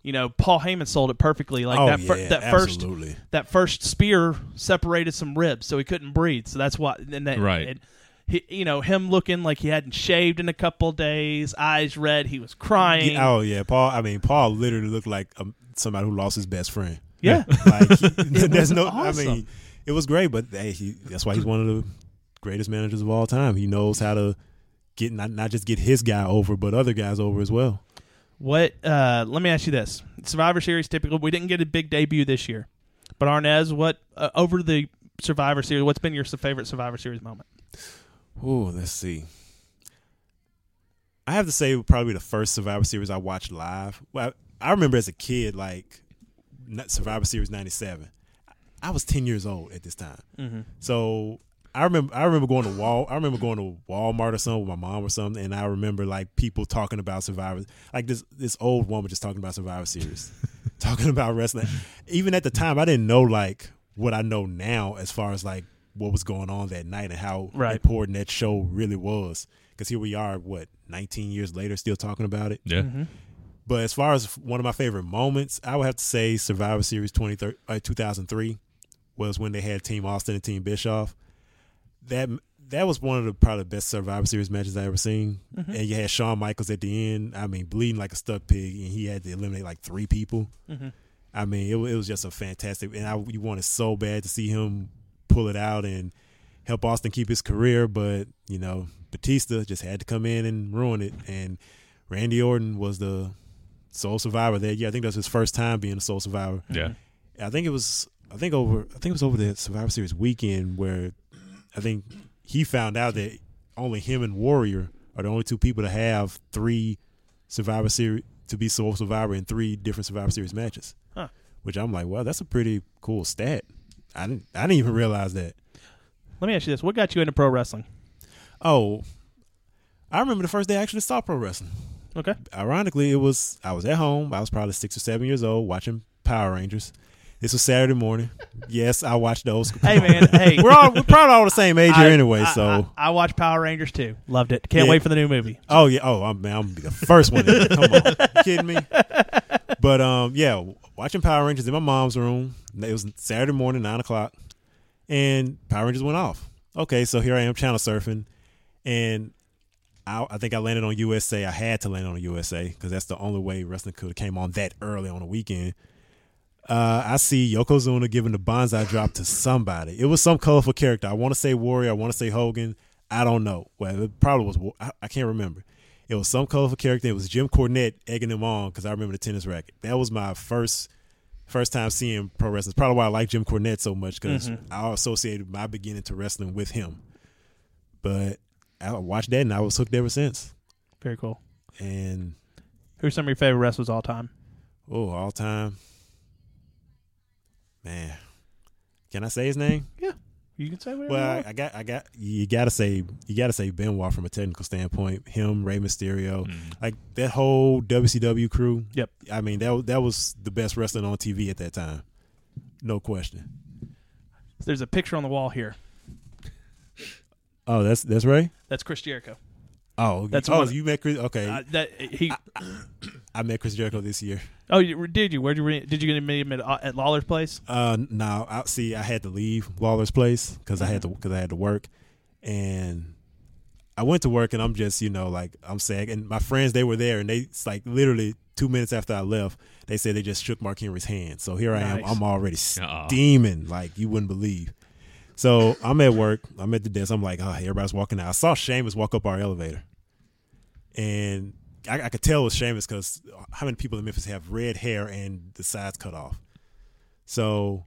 Speaker 2: You know, Paul Heyman sold it perfectly. Like
Speaker 4: oh
Speaker 2: that,
Speaker 4: yeah,
Speaker 2: fir- that first
Speaker 4: absolutely.
Speaker 2: that first spear separated some ribs, so he couldn't breathe. So that's why. And that,
Speaker 3: Right.
Speaker 2: and he, you know, him looking like he hadn't shaved in a couple days, eyes red, he was crying.
Speaker 4: Yeah, oh yeah, Paul. I mean, Paul literally looked like um, somebody who lost his best friend.
Speaker 2: Yeah.
Speaker 4: Like, there's no. I
Speaker 2: awesome.
Speaker 4: mean, it was great, but hey, he, that's why he's one of the greatest managers of all time. He knows how to get not not just get his guy over, but other guys over as well.
Speaker 2: What? Uh, let me ask you this: Survivor Series, typical. We didn't get a big debut this year, but Arnez, what uh, over the Survivor Series? What's been your s- favorite Survivor Series moment?
Speaker 4: Oh, let's see. I have to say, probably the first Survivor Series I watched live. Well, I, I remember as a kid, like n- Survivor Series '97. I was 10 years old at this time, so I remember. I remember going to Wal. I remember going to Walmart or something with my mom or something, and I remember like people talking about Survivor, like this this old woman just talking about Survivor Series, talking about wrestling. Even at the time, I didn't know like what I know now as far as like what was going on that night and how
Speaker 2: Right.
Speaker 4: important that show really was. Because here we are, what 19 years later, still talking about it.
Speaker 3: Yeah.
Speaker 2: Mm-hmm.
Speaker 4: But as far as one of my favorite moments, I would have to say Survivor Series 23, uh, 2003 was when they had Team Austin and Team Bischoff. That that was one of the probably the best Survivor Series matches I ever seen. And you had Shawn Michaels at the end. I mean, bleeding like a stuck pig, and he had to eliminate like three people. I mean, it, wa- it was just a fantastic. And I you wanted so bad to see him pull it out and help Austin keep his career, but you know Batista just had to come in and ruin it. And Randy Orton was the sole survivor there. Yeah, I think that's his first time being a sole survivor.
Speaker 3: Yeah.
Speaker 2: Mm-hmm.
Speaker 4: I think it was I think over I think it was over the Survivor Series weekend where I think he found out that only him and Warrior are the only two people to have three Survivor Series to be sole survivor in three different Survivor Series matches.
Speaker 2: Huh.
Speaker 4: Which I'm like, wow, that's a pretty cool stat. I didn't I didn't even realize that.
Speaker 2: Let me ask you this: What got you into pro wrestling?
Speaker 4: Oh, I remember the first day I actually saw pro wrestling.
Speaker 2: Okay,
Speaker 4: ironically, it was I was at home. I was probably six or seven years old watching Power Rangers. This was Saturday morning. Yes, I watched the old school.
Speaker 2: hey man, hey,
Speaker 4: we're all we're probably all the same age here anyway.
Speaker 2: I-
Speaker 4: so
Speaker 2: I, I watched Power Rangers too. Loved it. Can't
Speaker 4: Yeah.
Speaker 2: wait for the new movie.
Speaker 4: oh yeah, oh I'm, man, I'm gonna be the first one. To, come on, You kidding me? But um, yeah, w- watching Power Rangers in my mom's room. It was Saturday morning, nine o'clock, and Power Rangers went off. Okay, so here I am channel surfing, and I, I think I landed on USA. I had to land on USA because that's the only way wrestling could have came on that early on a weekend. Uh, I see Yokozuna giving the bonsai drop to somebody. It was some colorful character. I want to say Warrior. I want to say Hogan. I don't know. Well, it probably was. Wa- I, I can't remember. It was some colorful character. It was Jim Cornette egging him on because I remember the tennis racket. That was my first first time seeing pro wrestling. It's probably why I like Jim Cornette so much because I associated my beginning to wrestling with him. But I watched that and I was hooked ever since.
Speaker 2: Very cool.
Speaker 4: And
Speaker 2: Who's some of your favorite wrestlers all time?
Speaker 4: oh, all time, man. Can I say his name?
Speaker 2: Yeah, you can say whatever. you
Speaker 4: Well,
Speaker 2: want.
Speaker 4: I, I got, I got. You gotta say, you gotta say Benoit from a technical standpoint. Him, Rey Mysterio,
Speaker 2: Mm-hmm.
Speaker 4: like that whole WCW crew.
Speaker 2: Yep.
Speaker 4: I mean that wa- that was the best wrestling on TV at that time, no question.
Speaker 2: There's a picture on the wall here.
Speaker 4: Oh, that's that's Ray.
Speaker 2: That's Chris Jericho.
Speaker 4: Oh,
Speaker 2: That's
Speaker 4: oh,
Speaker 2: one-
Speaker 4: you met Chris. Okay,
Speaker 2: Uh,
Speaker 4: I,
Speaker 2: that he.
Speaker 4: met Chris Jericho this year.
Speaker 2: oh, you, did you? Where did you? re- Did you get to meet him at, at Lawler's place?
Speaker 4: Uh, no, I see. I had to leave Lawler's place because I had to because I had to work, and I went to work, and I'm just you know like I'm sad. And my friends they were there, and they it's like literally two minutes after I left, they said they just shook Mark Henry's hand. So here I am.
Speaker 2: Nice.
Speaker 4: I'm already
Speaker 3: Aw.
Speaker 4: steaming like you wouldn't believe. So I'm at work. I'm at the desk. I'm like, oh, everybody's walking out. I saw Seamus walk up our elevator, and I, I could tell it was Seamus because how many people in Memphis have red hair and the sides cut off. So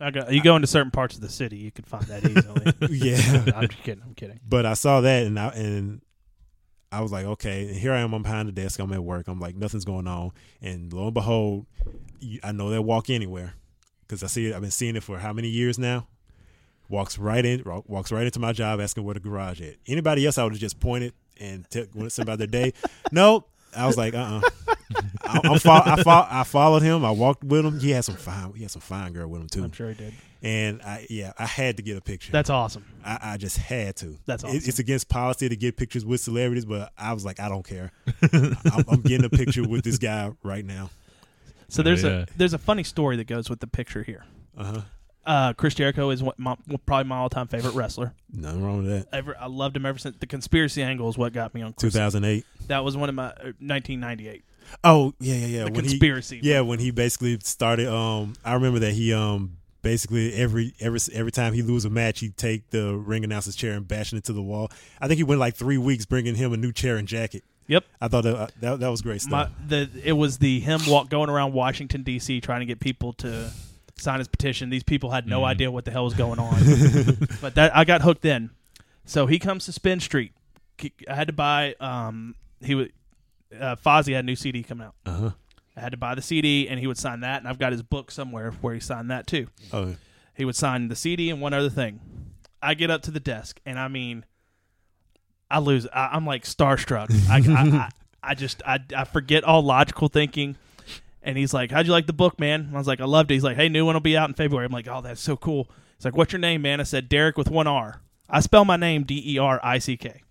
Speaker 2: I go, you go into certain parts of the city, you can find that easily.
Speaker 4: yeah,
Speaker 2: I'm just kidding. I'm kidding.
Speaker 4: but I saw that and I and I was like, okay. And here I am. I'm behind the desk. I'm at work. I'm like, nothing's going on. And lo and behold, you, I know that walk anywhere because I see it. I've been seeing it for how many years now. Walks right in. wa- Walks right into my job, asking where the garage at. Anybody else, I would have just pointed and t- went about their day. no, I was like, uh, uh I, I'm fo- I, fo- I followed him. I walked with him. He had some fine. He had some fine girl with him too.
Speaker 2: I'm sure he did.
Speaker 4: And I, yeah, I had to get a picture.
Speaker 2: That's awesome.
Speaker 4: I, I just had to.
Speaker 2: That's
Speaker 4: It-
Speaker 2: awesome.
Speaker 4: it's against policy to get pictures with celebrities, but I was like, I don't care. I'm, I'm getting a picture with this guy right now.
Speaker 2: So there's
Speaker 3: yeah.
Speaker 2: a there's a funny story that goes with the picture here.
Speaker 4: Uh huh.
Speaker 2: Uh, Chris Jericho is what my, probably my all-time favorite wrestler.
Speaker 4: Nothing wrong with that.
Speaker 2: Ever, I loved him ever since the conspiracy angle is what got me on Chris.
Speaker 4: 2008.
Speaker 2: That was one of my uh, 1998.
Speaker 4: Oh yeah, yeah, yeah.
Speaker 2: The
Speaker 4: when
Speaker 2: conspiracy.
Speaker 4: He, yeah, when he basically started. Um, I remember that he um basically every every every time he lose a match, he'd take the ring announcer's chair and bash it into the wall. I think he went like three weeks bringing him a new chair and jacket.
Speaker 2: Yep.
Speaker 4: I thought that uh, that, that was great stuff.
Speaker 2: My, the it was the him walk going around Washington D.C. trying to get people to sign his petition. These people had no idea what the hell was going on, but that I got hooked in. So he comes to Spin Street. K- I had to buy. Um, he would. Uh, Fozzy had a new CD coming out.
Speaker 4: uh huh.
Speaker 2: I had to buy the CD, and he would sign that. And I've got his book somewhere where he signed that too.
Speaker 4: Oh,
Speaker 2: He would sign the CD and one other thing. I get up to the desk, and I mean, I lose. I, I'm like starstruck. I, I, I, I just I, I forget all logical thinking. And he's like, "How'd you like the book, man?" And I was like, "I loved it." He's like, "Hey, new one will be out in February." I'm like, "Oh, that's so cool." He's like, "What's your name, man?" I said, "Derek with one R." I spell my name D E R I C K.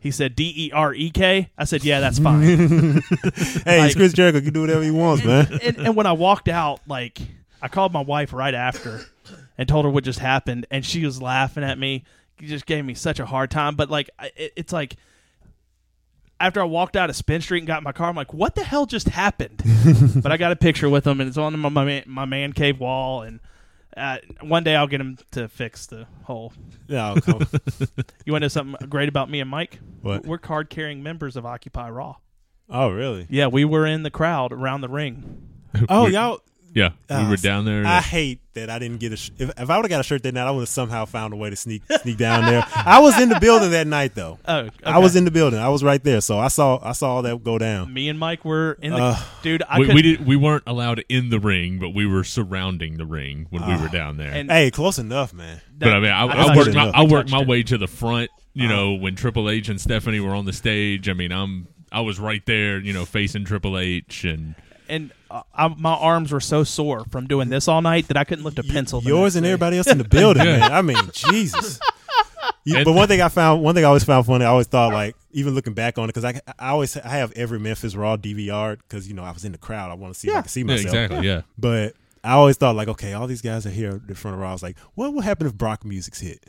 Speaker 2: He said D E R E K. I said, "Yeah, that's fine."
Speaker 4: hey,
Speaker 2: Like-
Speaker 4: it's Chris Jericho. You can do whatever he wants, man.
Speaker 2: and, and when I walked out, like I called my wife right after and told her what just happened, and she was laughing at me. She just gave me such a hard time. But like, I- it, it's like after I walked out of Spin Street and got in my car, I'm like, what the hell just happened? but I got a picture with him, and it's on my my man, my man cave wall. And uh, one day I'll get him to fix the whole.
Speaker 4: No, oh, come on.
Speaker 2: You want to know something great about me and Mike?
Speaker 4: What?
Speaker 2: We're card carrying members of Occupy Raw.
Speaker 4: oh really?
Speaker 2: Yeah, we were in the crowd around the ring.
Speaker 4: Oh
Speaker 3: We-
Speaker 4: y'all.
Speaker 3: Yeah,
Speaker 4: Oh,
Speaker 3: we were down there.
Speaker 4: I hate that I didn't get a. Sh- if, if I would have got a shirt that night, I would have somehow found a way to sneak sneak down there. I was in the building that night though.
Speaker 2: Oh, okay.
Speaker 4: I was in the building. I was right there, so I saw I saw all that go down.
Speaker 2: Me and Mike were in the
Speaker 4: Uh,
Speaker 2: dude. I
Speaker 3: we,
Speaker 2: could,
Speaker 3: we did. We weren't allowed in the ring, but we were surrounding the ring when we
Speaker 4: Ah.
Speaker 3: were down there.
Speaker 2: and-
Speaker 4: Hey, close enough, man.
Speaker 3: but I mean, I, I,
Speaker 2: touched
Speaker 3: worked
Speaker 4: it.
Speaker 3: my, I
Speaker 2: I
Speaker 3: worked my
Speaker 2: touched it.
Speaker 3: way to the front. You know, when Triple H and Stephanie were on the stage, I mean, I'm I was right there. You know, facing Triple H, and
Speaker 2: and uh, I, my arms were so sore from doing this all night that I couldn't lift a pencil. the
Speaker 4: Yours
Speaker 2: next
Speaker 4: and
Speaker 2: day.
Speaker 4: everybody else in the building,
Speaker 3: Yeah.
Speaker 4: man. I mean, Jesus. You-
Speaker 3: And-
Speaker 4: but one thing I found, one thing I always found funny, I always thought like, even looking back on it, because I, I always I have every Memphis Raw DVR because you know I was in the crowd, I want to see if I can see
Speaker 3: yeah,
Speaker 4: myself.
Speaker 3: exactly, yeah.
Speaker 4: But I always thought like, okay, all these guys are here in front of Raw. I was like, what would happen if Brock Music's hit?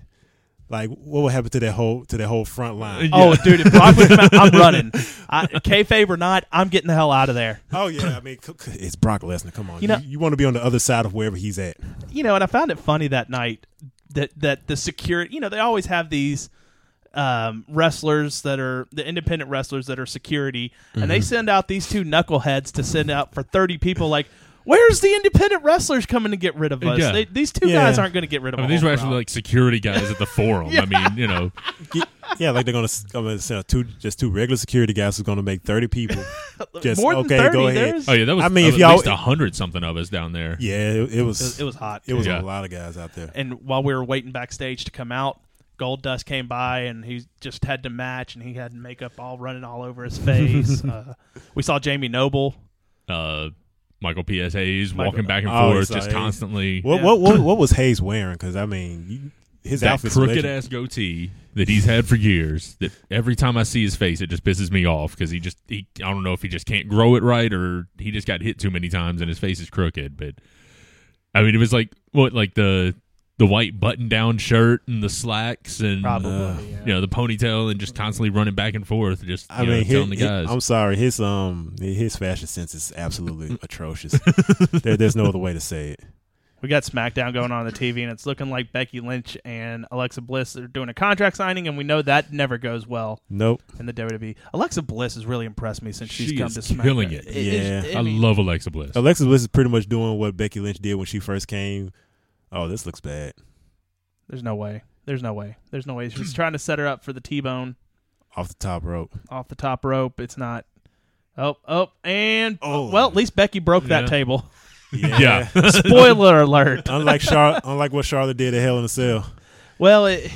Speaker 4: Like, what would happen to that whole to that whole front line?
Speaker 2: Oh, dude! If Brock would come out, I'm running. I, kayfabe or not, I'm getting the hell out of there.
Speaker 4: Oh yeah, I mean, c- c- it's Brock Lesnar. Come on,
Speaker 2: You know-
Speaker 4: you, want to be on the other side of wherever he's at.
Speaker 2: You know, and I found it funny that night that that the security. You know, they always have these um, wrestlers that are the independent wrestlers that are security, and
Speaker 3: Mm-hmm.
Speaker 2: they send out these two knuckleheads to send out for 30 people. Like, where's the independent wrestlers coming to get rid of us?
Speaker 3: Uh, Yeah.
Speaker 2: They, these two
Speaker 4: Yeah.
Speaker 2: guys aren't going to get rid of
Speaker 3: I mean,
Speaker 2: a
Speaker 3: these
Speaker 2: whole
Speaker 3: were actually
Speaker 2: crowd.
Speaker 3: like security guys at the forum. I mean, you know,
Speaker 4: Yeah, like they're gonna, s- I'm gonna send out two just two regular security guys who's gonna make thirty people. Just
Speaker 2: More than
Speaker 4: okay,
Speaker 2: 30,
Speaker 4: go ahead.
Speaker 2: there's-
Speaker 3: oh yeah, that was.
Speaker 4: I mean,
Speaker 3: at
Speaker 4: if y'all-
Speaker 3: least a hundred something of us down there.
Speaker 4: Yeah, it, it was
Speaker 2: it was hot.
Speaker 4: it was
Speaker 3: Yeah.
Speaker 4: a lot of guys out there.
Speaker 2: and while we were waiting backstage to come out, Gold Dust came by and he just had to match and he had makeup all running all over his face. uh, we saw Jamie Noble.
Speaker 3: Uh, Michael P.S. Hayes
Speaker 2: Michael-
Speaker 3: walking back and
Speaker 4: Oh,
Speaker 3: forth,
Speaker 4: so
Speaker 3: just
Speaker 4: Hayes.
Speaker 3: constantly.
Speaker 4: What,
Speaker 2: Yeah.
Speaker 4: what what what was Hayes wearing? Because I mean, you, his
Speaker 3: that
Speaker 4: outfit's
Speaker 3: crooked
Speaker 4: legend-
Speaker 3: ass goatee that he's had for years. That every time I see his face, it just pisses me off because he just he I don't know if he just can't grow it right or he just got hit too many times and his face is crooked. But I mean, it was like what like the the white button down shirt and the slacks and
Speaker 2: Probably,
Speaker 3: uh,
Speaker 2: yeah.
Speaker 3: you know the ponytail and just constantly running back and forth, just you
Speaker 4: I
Speaker 3: know,
Speaker 4: mean,
Speaker 3: telling
Speaker 4: his,
Speaker 3: the guys.
Speaker 4: I'm sorry, his um his fashion sense is absolutely atrocious. There, there's no other way to say it.
Speaker 2: We got SmackDown going on on the TV and it's looking like Becky Lynch and Alexa Bliss are doing a contract signing and we know that never goes well
Speaker 4: Nope.
Speaker 2: in the WWE. Alexa Bliss has really impressed me since she's
Speaker 3: She
Speaker 2: come
Speaker 3: is
Speaker 2: to SmackDown.
Speaker 3: killing it.
Speaker 2: is-
Speaker 3: I
Speaker 2: mean,
Speaker 3: love Alexa Bliss.
Speaker 4: Alexa Bliss is pretty much doing what Becky Lynch did when she first came. Oh, this looks bad.
Speaker 2: There's no way. There's no way. There's no way. She's trying to set her up for the T-bone
Speaker 4: Off the top rope.
Speaker 2: off the top rope. It's not. Oh, oh, and
Speaker 4: Oh.
Speaker 2: well, at least Becky broke
Speaker 3: Yeah.
Speaker 2: that table.
Speaker 3: Yeah,
Speaker 2: Spoiler alert.
Speaker 4: unlike Char- unlike what Charlotte did at Hell in a Cell.
Speaker 2: Well, it,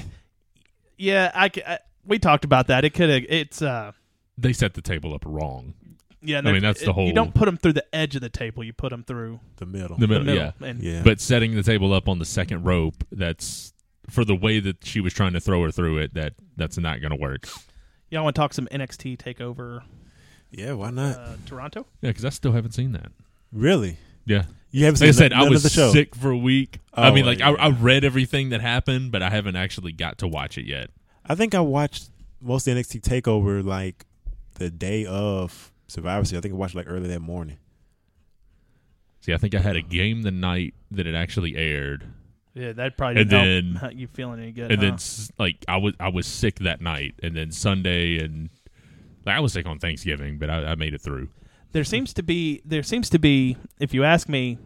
Speaker 2: yeah, I, c- I- we talked about that. It could have. It's uh,
Speaker 3: they set the table up wrong.
Speaker 2: yeah.
Speaker 3: mean, that's the whole-
Speaker 2: You don't put them through the edge of the table. You put them through
Speaker 4: The middle.
Speaker 2: the
Speaker 3: The middle,
Speaker 2: middle.
Speaker 3: yeah.
Speaker 2: And
Speaker 4: yeah.
Speaker 3: but setting the table up on the second rope that's for the way that she was trying to throw her through it that that's not going to work
Speaker 2: y'all want to talk some NXT Takeover
Speaker 4: yeah, why not?
Speaker 2: uh, Toronto?
Speaker 3: yeah because i still haven't seen that
Speaker 4: Really?
Speaker 3: yeah
Speaker 4: You haven't seen
Speaker 3: Like I said,
Speaker 4: none,
Speaker 3: I
Speaker 4: none
Speaker 3: was
Speaker 4: of the show.
Speaker 3: sick for a week. I
Speaker 4: Oh,
Speaker 3: mean, like
Speaker 4: yeah.
Speaker 3: I, I read everything that happened, but I haven't actually got to watch it yet.
Speaker 4: I think I watched most of NXT Takeover like the day of Survivor Series. I think I watched like early that morning.
Speaker 3: See, I think I had a game the night that it actually aired,
Speaker 2: Yeah, that probably
Speaker 3: And
Speaker 2: didn't
Speaker 3: then-
Speaker 2: help you feeling any good.
Speaker 3: and then
Speaker 4: Uh-huh.
Speaker 2: huh?
Speaker 3: s- like I was I was sick that night, and then Sunday, and like, I was sick on Thanksgiving, but I, I made it through.
Speaker 2: there seems to be there seems to be, if you ask me,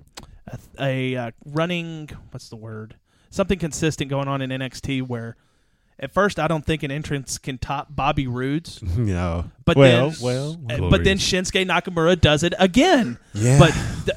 Speaker 2: a, a uh, running what's the word something consistent going on in NXT where. At first, I don't think an entrance can top Bobby Roode's,
Speaker 4: no,
Speaker 2: but
Speaker 4: well,
Speaker 2: then,
Speaker 4: well,
Speaker 2: uh,
Speaker 4: well.
Speaker 2: but then Shinsuke Nakamura does it again.
Speaker 4: Yeah.
Speaker 2: But the,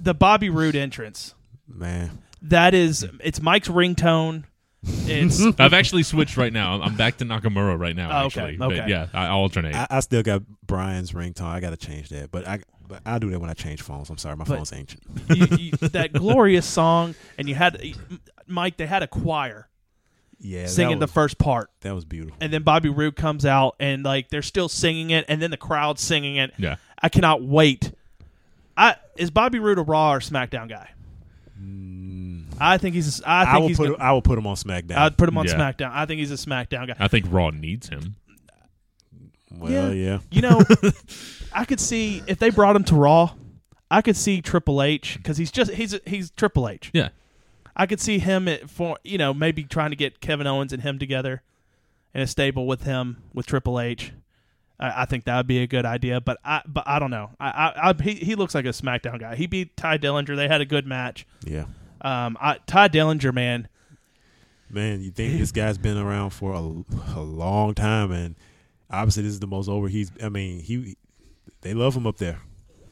Speaker 2: the Bobby Roode entrance,
Speaker 4: man,
Speaker 2: that is, it's Mike's ringtone. It's
Speaker 3: I've actually switched right now. I'm- I'm back to Nakamura right now.
Speaker 2: Oh, okay,
Speaker 3: actually,
Speaker 2: okay.
Speaker 3: But yeah, I alternate.
Speaker 4: I, I still got Brian's ringtone. I got to change that, but I but I do that when I change phones. I'm sorry, my
Speaker 2: But-
Speaker 4: phone's ancient.
Speaker 2: you, you, that glorious song, and you had Mike. They had a choir
Speaker 4: Yeah, that
Speaker 2: singing the
Speaker 4: was-
Speaker 2: first part,
Speaker 4: that was beautiful.
Speaker 2: and then Bobby Roode comes out, and like they're still singing it, and then the crowd singing it.
Speaker 3: yeah,
Speaker 2: I cannot wait. I is Bobby Roode a Raw or SmackDown guy? I think he's. A, I think
Speaker 4: Mm. I, will
Speaker 2: he's.
Speaker 4: put
Speaker 2: gonna- Uh,
Speaker 4: I will put him on SmackDown.
Speaker 2: I'd put him on
Speaker 3: Yeah.
Speaker 2: SmackDown. I think he's a SmackDown guy.
Speaker 3: I think Raw needs him.
Speaker 4: well, yeah.
Speaker 2: You know, I could see if they brought him to Raw. I could see Triple H because he's just he's he's Triple H.
Speaker 3: Yeah,
Speaker 2: I could see him at for you know maybe trying to get Kevin Owens and him together in a stable with him with Triple H. I, I think that would be a good idea, but I but I don't know. I, I, I he, he looks like a SmackDown guy. He beat Ty Dillinger. They had a good match.
Speaker 4: Yeah.
Speaker 2: Um, I, Ty Dillinger, man,
Speaker 4: Man, you think this guy's been around for a, a long time, and obviously this is the most over. He's, I mean, he, they love him up there.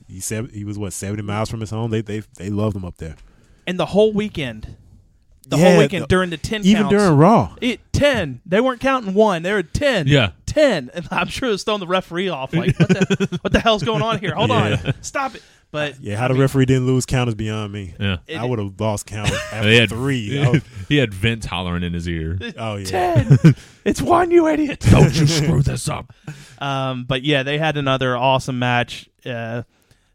Speaker 4: He said he was what seventy miles from his home. They they they loved him up there.
Speaker 2: and the whole weekend, the
Speaker 4: Yeah,
Speaker 2: whole weekend
Speaker 4: the-
Speaker 2: during the ten,
Speaker 4: Even
Speaker 2: counts,
Speaker 4: during Raw,
Speaker 2: it ten, they weren't counting one. They were ten.
Speaker 3: Yeah.
Speaker 2: ten, and I'm sure it was throwing the referee off. Like, what the, what the hell's going on here? Hold
Speaker 4: Yeah.
Speaker 2: on, stop it. But
Speaker 4: yeah. How the referee didn't lose count is beyond me.
Speaker 3: yeah.
Speaker 2: It-
Speaker 4: I would have lost count after
Speaker 3: They had
Speaker 4: three. Oh. I would-
Speaker 3: he had Vince hollering in his ear.
Speaker 4: oh yeah,
Speaker 2: ten. it's one, you idiot.
Speaker 3: Don't you screw this up?
Speaker 2: Um, but yeah, they had another awesome match. Uh,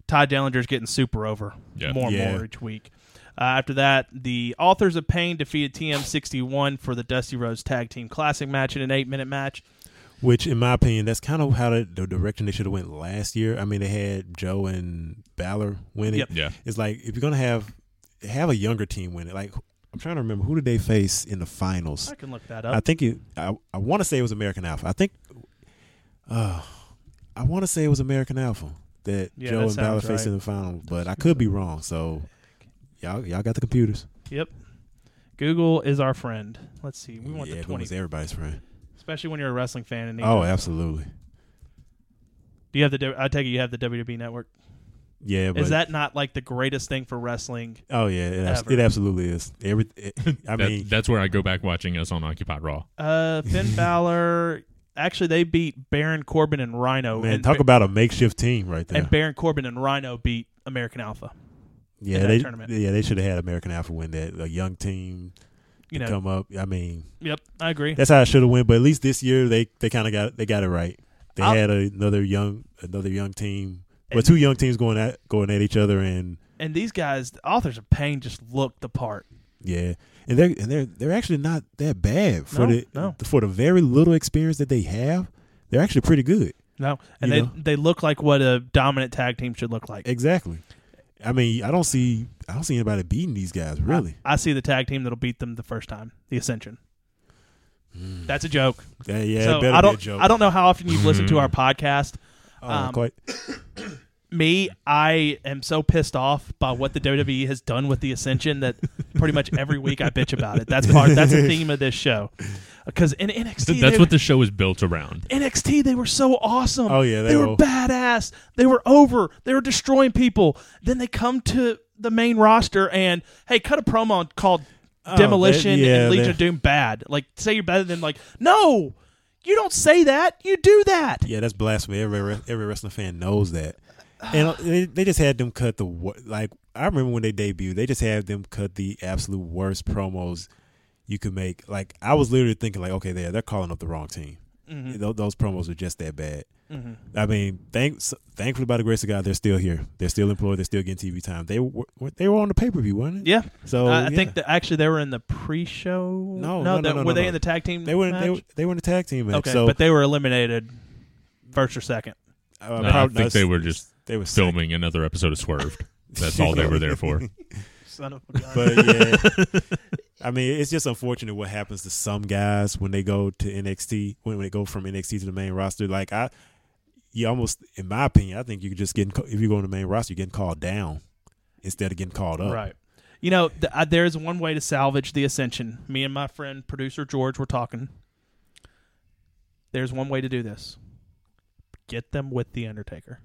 Speaker 2: Ty Dillinger's getting super over
Speaker 3: Yeah.
Speaker 2: more and
Speaker 4: Yeah.
Speaker 2: more each week. Uh, after that, the Authors of Pain defeated TM61 for the Dusty Rhodes Tag Team Classic match in an eight-minute match.
Speaker 4: which in my opinion, that's kind of how the, the direction they should have went last year. I mean, they had Joe and Balor win it.
Speaker 2: Yep.
Speaker 3: Yeah,
Speaker 4: It's like if you're gonna have have a younger team win it. Like I'm trying to remember who did they face in the finals.
Speaker 2: I can look that
Speaker 4: I
Speaker 2: up.
Speaker 4: think it, I I want to say it was American Alpha. I think uh, I want to say it was American Alpha that
Speaker 2: Yeah,
Speaker 4: Joe
Speaker 2: that
Speaker 4: and Balor
Speaker 2: sounds
Speaker 4: faced in the final, but I could be wrong. So y'all y'all got the computers.
Speaker 2: Yep. Google is our friend. Let's see. We want
Speaker 4: yeah,
Speaker 2: the
Speaker 4: it
Speaker 2: 20,
Speaker 4: was everybody's friend.
Speaker 2: especially when you're a wrestling fan. And
Speaker 4: Oh, absolutely.
Speaker 2: do you have the? W- I take it you have the WWE Network.
Speaker 4: Yeah, but
Speaker 2: Is that not like the greatest thing for wrestling?
Speaker 4: oh yeah, it, abs-
Speaker 2: Ever.
Speaker 4: it absolutely is. Every it- I
Speaker 3: That-
Speaker 4: mean,
Speaker 3: that's where I go back watching us on Occupy Raw.
Speaker 2: Uh, Finn Balor. Actually, they beat Baron Corbin and Rhino.
Speaker 4: man,
Speaker 2: and
Speaker 4: talk
Speaker 2: Ba-
Speaker 4: about a makeshift team right there.
Speaker 2: and Baron Corbin and Rhino beat American Alpha.
Speaker 4: yeah,
Speaker 2: that
Speaker 4: they
Speaker 2: tournament.
Speaker 4: yeah they should have had American Alpha win that. A young team
Speaker 2: You know.
Speaker 4: come up. I mean,
Speaker 2: Yep, I agree.
Speaker 4: That's how I should have went. But at least this year they they kind of got they got it right. They
Speaker 2: I'll-
Speaker 4: had a, another young another young team. Well,
Speaker 2: And-
Speaker 4: two young teams going at going at each other, and
Speaker 2: And these guys, the authors of pain, just looked the part.
Speaker 4: yeah, and they're and they're they're actually not that bad for
Speaker 2: No,
Speaker 4: the
Speaker 2: no.
Speaker 4: for the very little experience that they have. They're actually pretty good.
Speaker 2: No, and
Speaker 4: You
Speaker 2: they
Speaker 4: know.
Speaker 2: they look like what a dominant tag team should look like.
Speaker 4: Exactly. I mean, I don't see I don't see anybody beating these guys really.
Speaker 2: I see the tag team that'll beat them the first time, the Ascension. That's a joke.
Speaker 4: Yeah, Hmm. yeah,
Speaker 2: so
Speaker 4: it better
Speaker 2: I don't
Speaker 4: be a joke. Hmm.
Speaker 2: I don't know how often you've listened to our podcast.
Speaker 4: Oh,
Speaker 2: um,
Speaker 4: quite.
Speaker 2: me, I am so pissed off by what the WWE has done with the Ascension that pretty much every week I bitch about it. That's part. That's a theme of this show. Because in NXT,
Speaker 3: Th-
Speaker 2: they
Speaker 3: That's
Speaker 2: were-
Speaker 3: what the show is built around.
Speaker 2: NXT, they were so awesome.
Speaker 4: Oh, yeah,
Speaker 2: they,
Speaker 4: they
Speaker 2: were
Speaker 4: were-
Speaker 2: badass. They were over. They were destroying people. Then they come to the main roster and hey, cut a promo called Demolition
Speaker 4: that- yeah,
Speaker 2: and Legion
Speaker 4: they-
Speaker 2: of Doom bad. Like say you're better than like no, you don't say that. You do that.
Speaker 4: Yeah, that's blasphemy. Every every wrestling fan knows that. And uh, they, they just had them cut the wor- like I remember when they debuted, they just had them cut the absolute worst promos you could make. Like I was literally thinking like, okay, there they're calling up the wrong team.
Speaker 2: Mm. Mm-hmm,
Speaker 4: Tho- those promos are just that bad. I mean, thanks, thankfully, by the grace of God, they're still here. They're still employed. They're still getting TV time. They were were- they were on the pay per view, wasn't it?
Speaker 2: Yeah.
Speaker 4: So,
Speaker 2: I, I
Speaker 4: Oh, yeah.
Speaker 2: think that actually they were in the pre-show.
Speaker 4: No, no, no,
Speaker 2: that-
Speaker 4: no,
Speaker 2: were
Speaker 4: no,
Speaker 2: they
Speaker 4: no.
Speaker 2: in the tag team?
Speaker 4: they were in,
Speaker 2: match?
Speaker 4: they were they were in the tag team match.
Speaker 2: okay,
Speaker 4: so,
Speaker 2: but they were eliminated first or second.
Speaker 4: uh,
Speaker 3: I
Speaker 4: prob-
Speaker 3: think they were just
Speaker 4: they were sick.
Speaker 3: filming another episode of Swerved. That's all they were there for.
Speaker 2: Son of a gun.
Speaker 4: But yeah, I mean, it's just unfortunate what happens to some guys when they go to NXT, when, when they go from NXT to the main roster. Like I, you almost, in my opinion, I think you're just getting ca- if you go on the main roster, you're getting called down instead of getting called up.
Speaker 2: Right. You know, th- I, there is one way to salvage the ascension. Me and my friend, producer George, were talking. There's one way to do this get them with The Undertaker,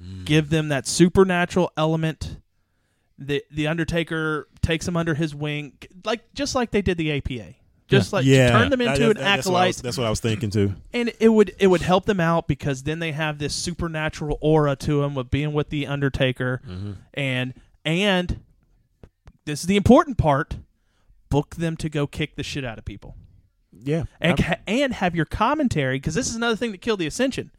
Speaker 4: Mm.
Speaker 2: give them that supernatural element. The, the Undertaker takes them under his wing, c- like just like they did the APA. Just like
Speaker 4: Yeah,
Speaker 2: turn them
Speaker 4: That-
Speaker 2: into
Speaker 4: that-
Speaker 2: an
Speaker 4: that- that's what I was-
Speaker 2: acolyte,
Speaker 4: That's what I was thinking too.
Speaker 2: and it would it would help them out because then they have this supernatural aura to them with being with the Undertaker,
Speaker 4: Mm-hmm.
Speaker 2: and and this is the important part: book them to go kick the shit out of people,
Speaker 4: Yeah,
Speaker 2: and
Speaker 4: I'm
Speaker 2: ca- and have your commentary because this is another thing that killed the Ascension.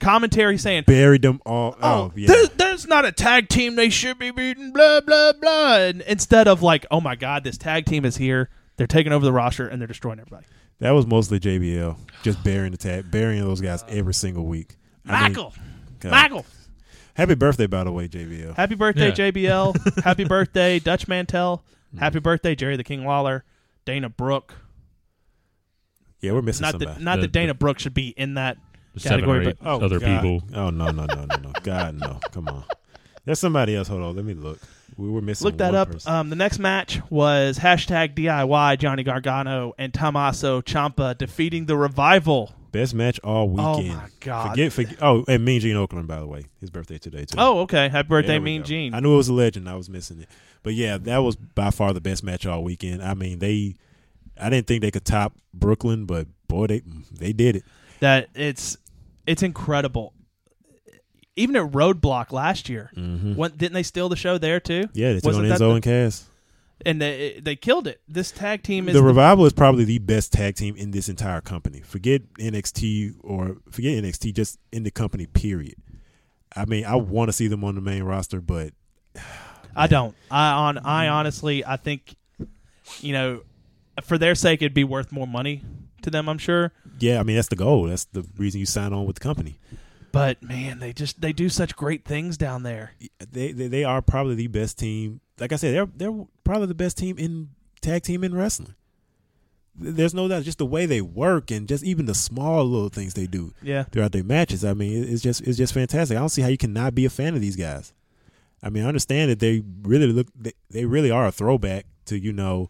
Speaker 2: Commentary saying,
Speaker 4: buried them all. Oh,
Speaker 2: "Oh,
Speaker 4: yeah.
Speaker 2: there- there's not a tag team they should be beating," blah blah blah, and instead of like, "Oh my god, this tag team is here." They're taking over the roster and they're destroying everybody.
Speaker 4: That was mostly JBL just burying the tag, burying those guys every single week. I mean,
Speaker 2: Michael,
Speaker 4: God.
Speaker 2: Michael,
Speaker 4: happy birthday by the way, JBL.
Speaker 2: Happy birthday,
Speaker 3: Yeah.
Speaker 2: JBL. Happy birthday, Dutch Mantel. Happy birthday, Jerry the King Lawler. Dana Brooke.
Speaker 4: Yeah, we're missing
Speaker 2: Not
Speaker 4: somebody.
Speaker 2: that not
Speaker 3: The-
Speaker 2: that Dana Brooke should be in that
Speaker 3: Seven or
Speaker 2: category,
Speaker 3: eight
Speaker 2: but
Speaker 3: other
Speaker 4: God.
Speaker 3: people.
Speaker 4: Oh no no no no no God no! Come on, there's somebody else. Hold on, let me look. We were missing.
Speaker 2: look that
Speaker 4: one
Speaker 2: up.
Speaker 4: person.
Speaker 2: Um, the next match was hashtag DIY Johnny Gargano and Tommaso Ciampa defeating the revival.
Speaker 4: Best match all
Speaker 2: Oh,
Speaker 4: weekend.
Speaker 2: my God.
Speaker 4: Forget forget. Oh, and Mean Gene Oakland by the way, his birthday today too.
Speaker 2: Oh, okay. Happy
Speaker 4: There
Speaker 2: birthday,
Speaker 4: we
Speaker 2: Mean
Speaker 4: go.
Speaker 2: Gene.
Speaker 4: I knew it was a legend. I was missing it, but yeah, that was by far the best match all weekend. I mean, they. I didn't think they could top Brooklyn, but boy, they they did it.
Speaker 2: That it's it's incredible. Even at Roadblock last year, when- didn't they steal the show there too?
Speaker 4: Mm-hmm. Yeah, they took
Speaker 2: Wasn't
Speaker 4: on
Speaker 2: that
Speaker 4: Enzo
Speaker 2: the-
Speaker 4: and Cass.
Speaker 2: and they they killed it. This tag team is
Speaker 4: the revival is probably the best tag team in this entire company. Forget NXT or forget NXT, just in the company. Period. I mean, I want to see them on the main roster, but
Speaker 2: I don't. I on I
Speaker 4: Mm-hmm.
Speaker 2: honestly I think you know for their sake it'd be worth more money to them, I'm sure.
Speaker 4: yeah, I mean that's the goal. That's the reason you sign on with the company.
Speaker 2: But man, they just they do such great things down there.
Speaker 4: They they, they are probably the best team. Like I said, they're they're probably the best team in tag team in wrestling. There's no doubt. Just the way they work and just even the small little things they do.
Speaker 2: Yeah.
Speaker 4: throughout their matches. I mean, it- it's just it's just fantastic. I don't see how you cannot be a fan of these guys. I mean, I understand that they really look they, they really are a throwback to you know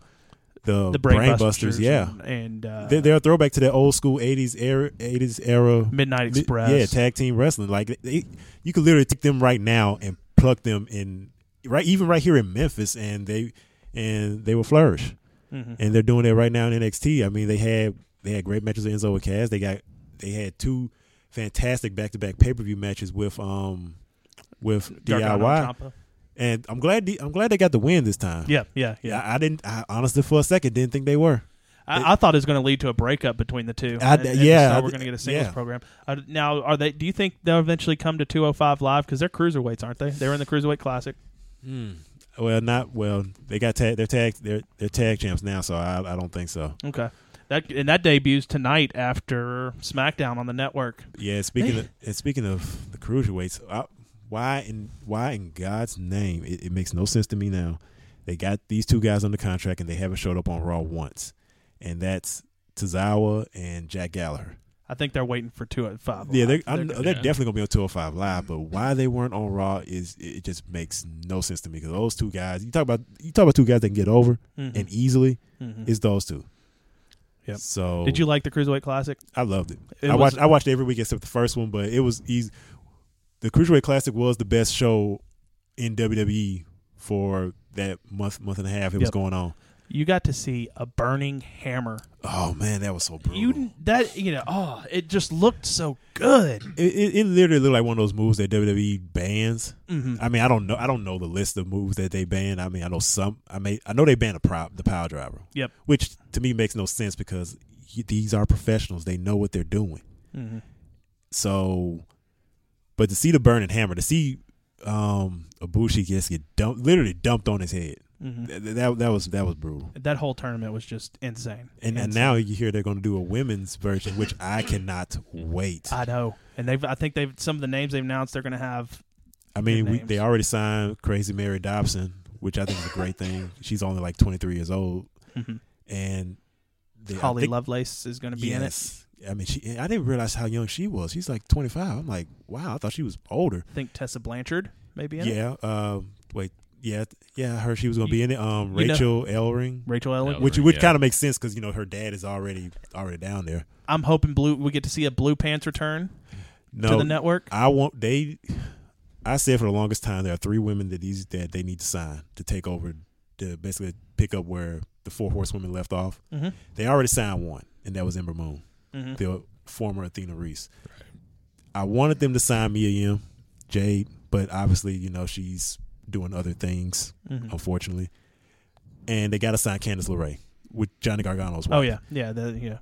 Speaker 4: the,
Speaker 2: The Brain,
Speaker 4: Busters. Yeah,
Speaker 2: And, and, uh,
Speaker 4: they're, they're a throwback to that old school '80s era '80s era
Speaker 2: Midnight
Speaker 4: mi-
Speaker 2: Express.
Speaker 4: Yeah, tag team wrestling. Like they, you could literally take them right now and pluck them in right even right here in Memphis, and they and they will flourish.
Speaker 2: Mm-hmm.
Speaker 4: And they're doing it right now in NXT. I mean, they had they had great matches with Enzo and Cass. They got they had two fantastic back to back pay per view matches with um with
Speaker 2: Gargano,
Speaker 4: DIY.
Speaker 2: Ciampa.
Speaker 4: And I'm glad the, I'm glad they got the win this time.
Speaker 2: Yeah, yeah, yeah.
Speaker 4: I, I didn't. I honestly, for a second, didn't think they were.
Speaker 2: I, I thought it was going to lead to a breakup between the two.
Speaker 4: I-
Speaker 2: and, and
Speaker 4: yeah,
Speaker 2: so
Speaker 4: I-
Speaker 2: we're going to get a singles
Speaker 4: yeah.
Speaker 2: program. Uh, now, are they? Do you think they'll eventually come to 205 live because they're cruiserweights, aren't they? They were in the cruiserweight classic.
Speaker 4: Well, not well. They got tag. They're tag. They're they're tag champs now. So I I don't think so.
Speaker 2: Okay. That and that debuts tonight after SmackDown on the network.
Speaker 4: Yeah, speaking of, and speaking of the cruiserweights, I, why in why in God's name it, it makes no sense to me now. They got these two guys under contract and they haven't showed up on Raw once, and that's Tozawa and Jack Gallagher.
Speaker 2: I think they're waiting for two at five.
Speaker 4: Yeah, they're
Speaker 2: Live.
Speaker 4: I'm, uh,
Speaker 3: yeah.
Speaker 4: they're definitely gonna be on 205 Live, but why they weren't on Raw is it just makes no sense to me because those two guys you talk about you talk about two guys that can get over
Speaker 2: Mhm.
Speaker 4: and easily
Speaker 2: Mhm.
Speaker 4: it's those two.
Speaker 2: Yep.
Speaker 4: So
Speaker 2: Did you like the cruiserweight classic?
Speaker 4: I loved it.
Speaker 2: It
Speaker 4: I
Speaker 2: was-
Speaker 4: watched I watched it every week except the first one, but it was easy. The Cruiserweight Classic was the best show in WWE for that month month and a half it was
Speaker 2: Yep.
Speaker 4: going on.
Speaker 2: You got to see a burning hammer.
Speaker 4: Oh man, that was so brutal.
Speaker 2: You that you know, oh, it just looked so good.
Speaker 4: it, it, it literally looked like one of those moves that WWE bans. I mean, I don't know. I don't know the list of moves that they ban. I mean, I know some. I mean, I know they banned a prop, the power driver.
Speaker 2: Yep.
Speaker 4: Which to me makes no sense because y- these are professionals. They know what they're doing.
Speaker 2: Mm-hmm.
Speaker 4: So, but to see the burning hammer, to see um Ibushi just get dumped, literally dumped on his head. Th- th- that that was that was brutal.
Speaker 2: Mm-hmm. That whole tournament was just insane.
Speaker 4: And, and now you hear they're going to do a women's version, which I cannot wait.
Speaker 2: I know, and they've. I think they've some of the names they've announced they're going to have.
Speaker 4: I mean,
Speaker 2: Good
Speaker 4: we,
Speaker 2: names.
Speaker 4: they already signed Crazy Mary Dobson, which I think is a great thing. She's only like 23 years old, and they, I
Speaker 2: Mm-hmm. Holly
Speaker 4: think-
Speaker 2: Lovelace is going to be in it.
Speaker 4: yes. I mean, she. I didn't realize how young she was. She's like 25. I'm like, wow, I thought she was older.
Speaker 2: I think Tessa Blanchard maybe in it.
Speaker 4: Yeah. Um. Wait. Yeah. Yeah. I heard she was going to be in it. Um.
Speaker 2: You know-
Speaker 4: Rachel Elring,
Speaker 2: Rachel Elling.
Speaker 3: Elling.
Speaker 4: which which
Speaker 3: Yeah.
Speaker 4: kind of makes sense because you know her dad is already already down there.
Speaker 2: I'm hoping blue. We get to see a Blue Pants return
Speaker 4: No,
Speaker 2: to the network.
Speaker 4: I want they. I said for the longest time there are three women that these that they need to sign to take over to basically pick up where the four horsewomen left off.
Speaker 2: Mhm.
Speaker 4: They already signed one, and that was Ember Moon,
Speaker 2: Mhm.
Speaker 4: the former Athena Reese. I wanted them to sign Mia Yim, Jade, but obviously you know she's doing other things,
Speaker 2: Mm-hmm. Mm.
Speaker 4: unfortunately, and they got to sign Candice LeRae with Johnny Gargano's wife.
Speaker 2: Oh yeah, yeah, the, yeah.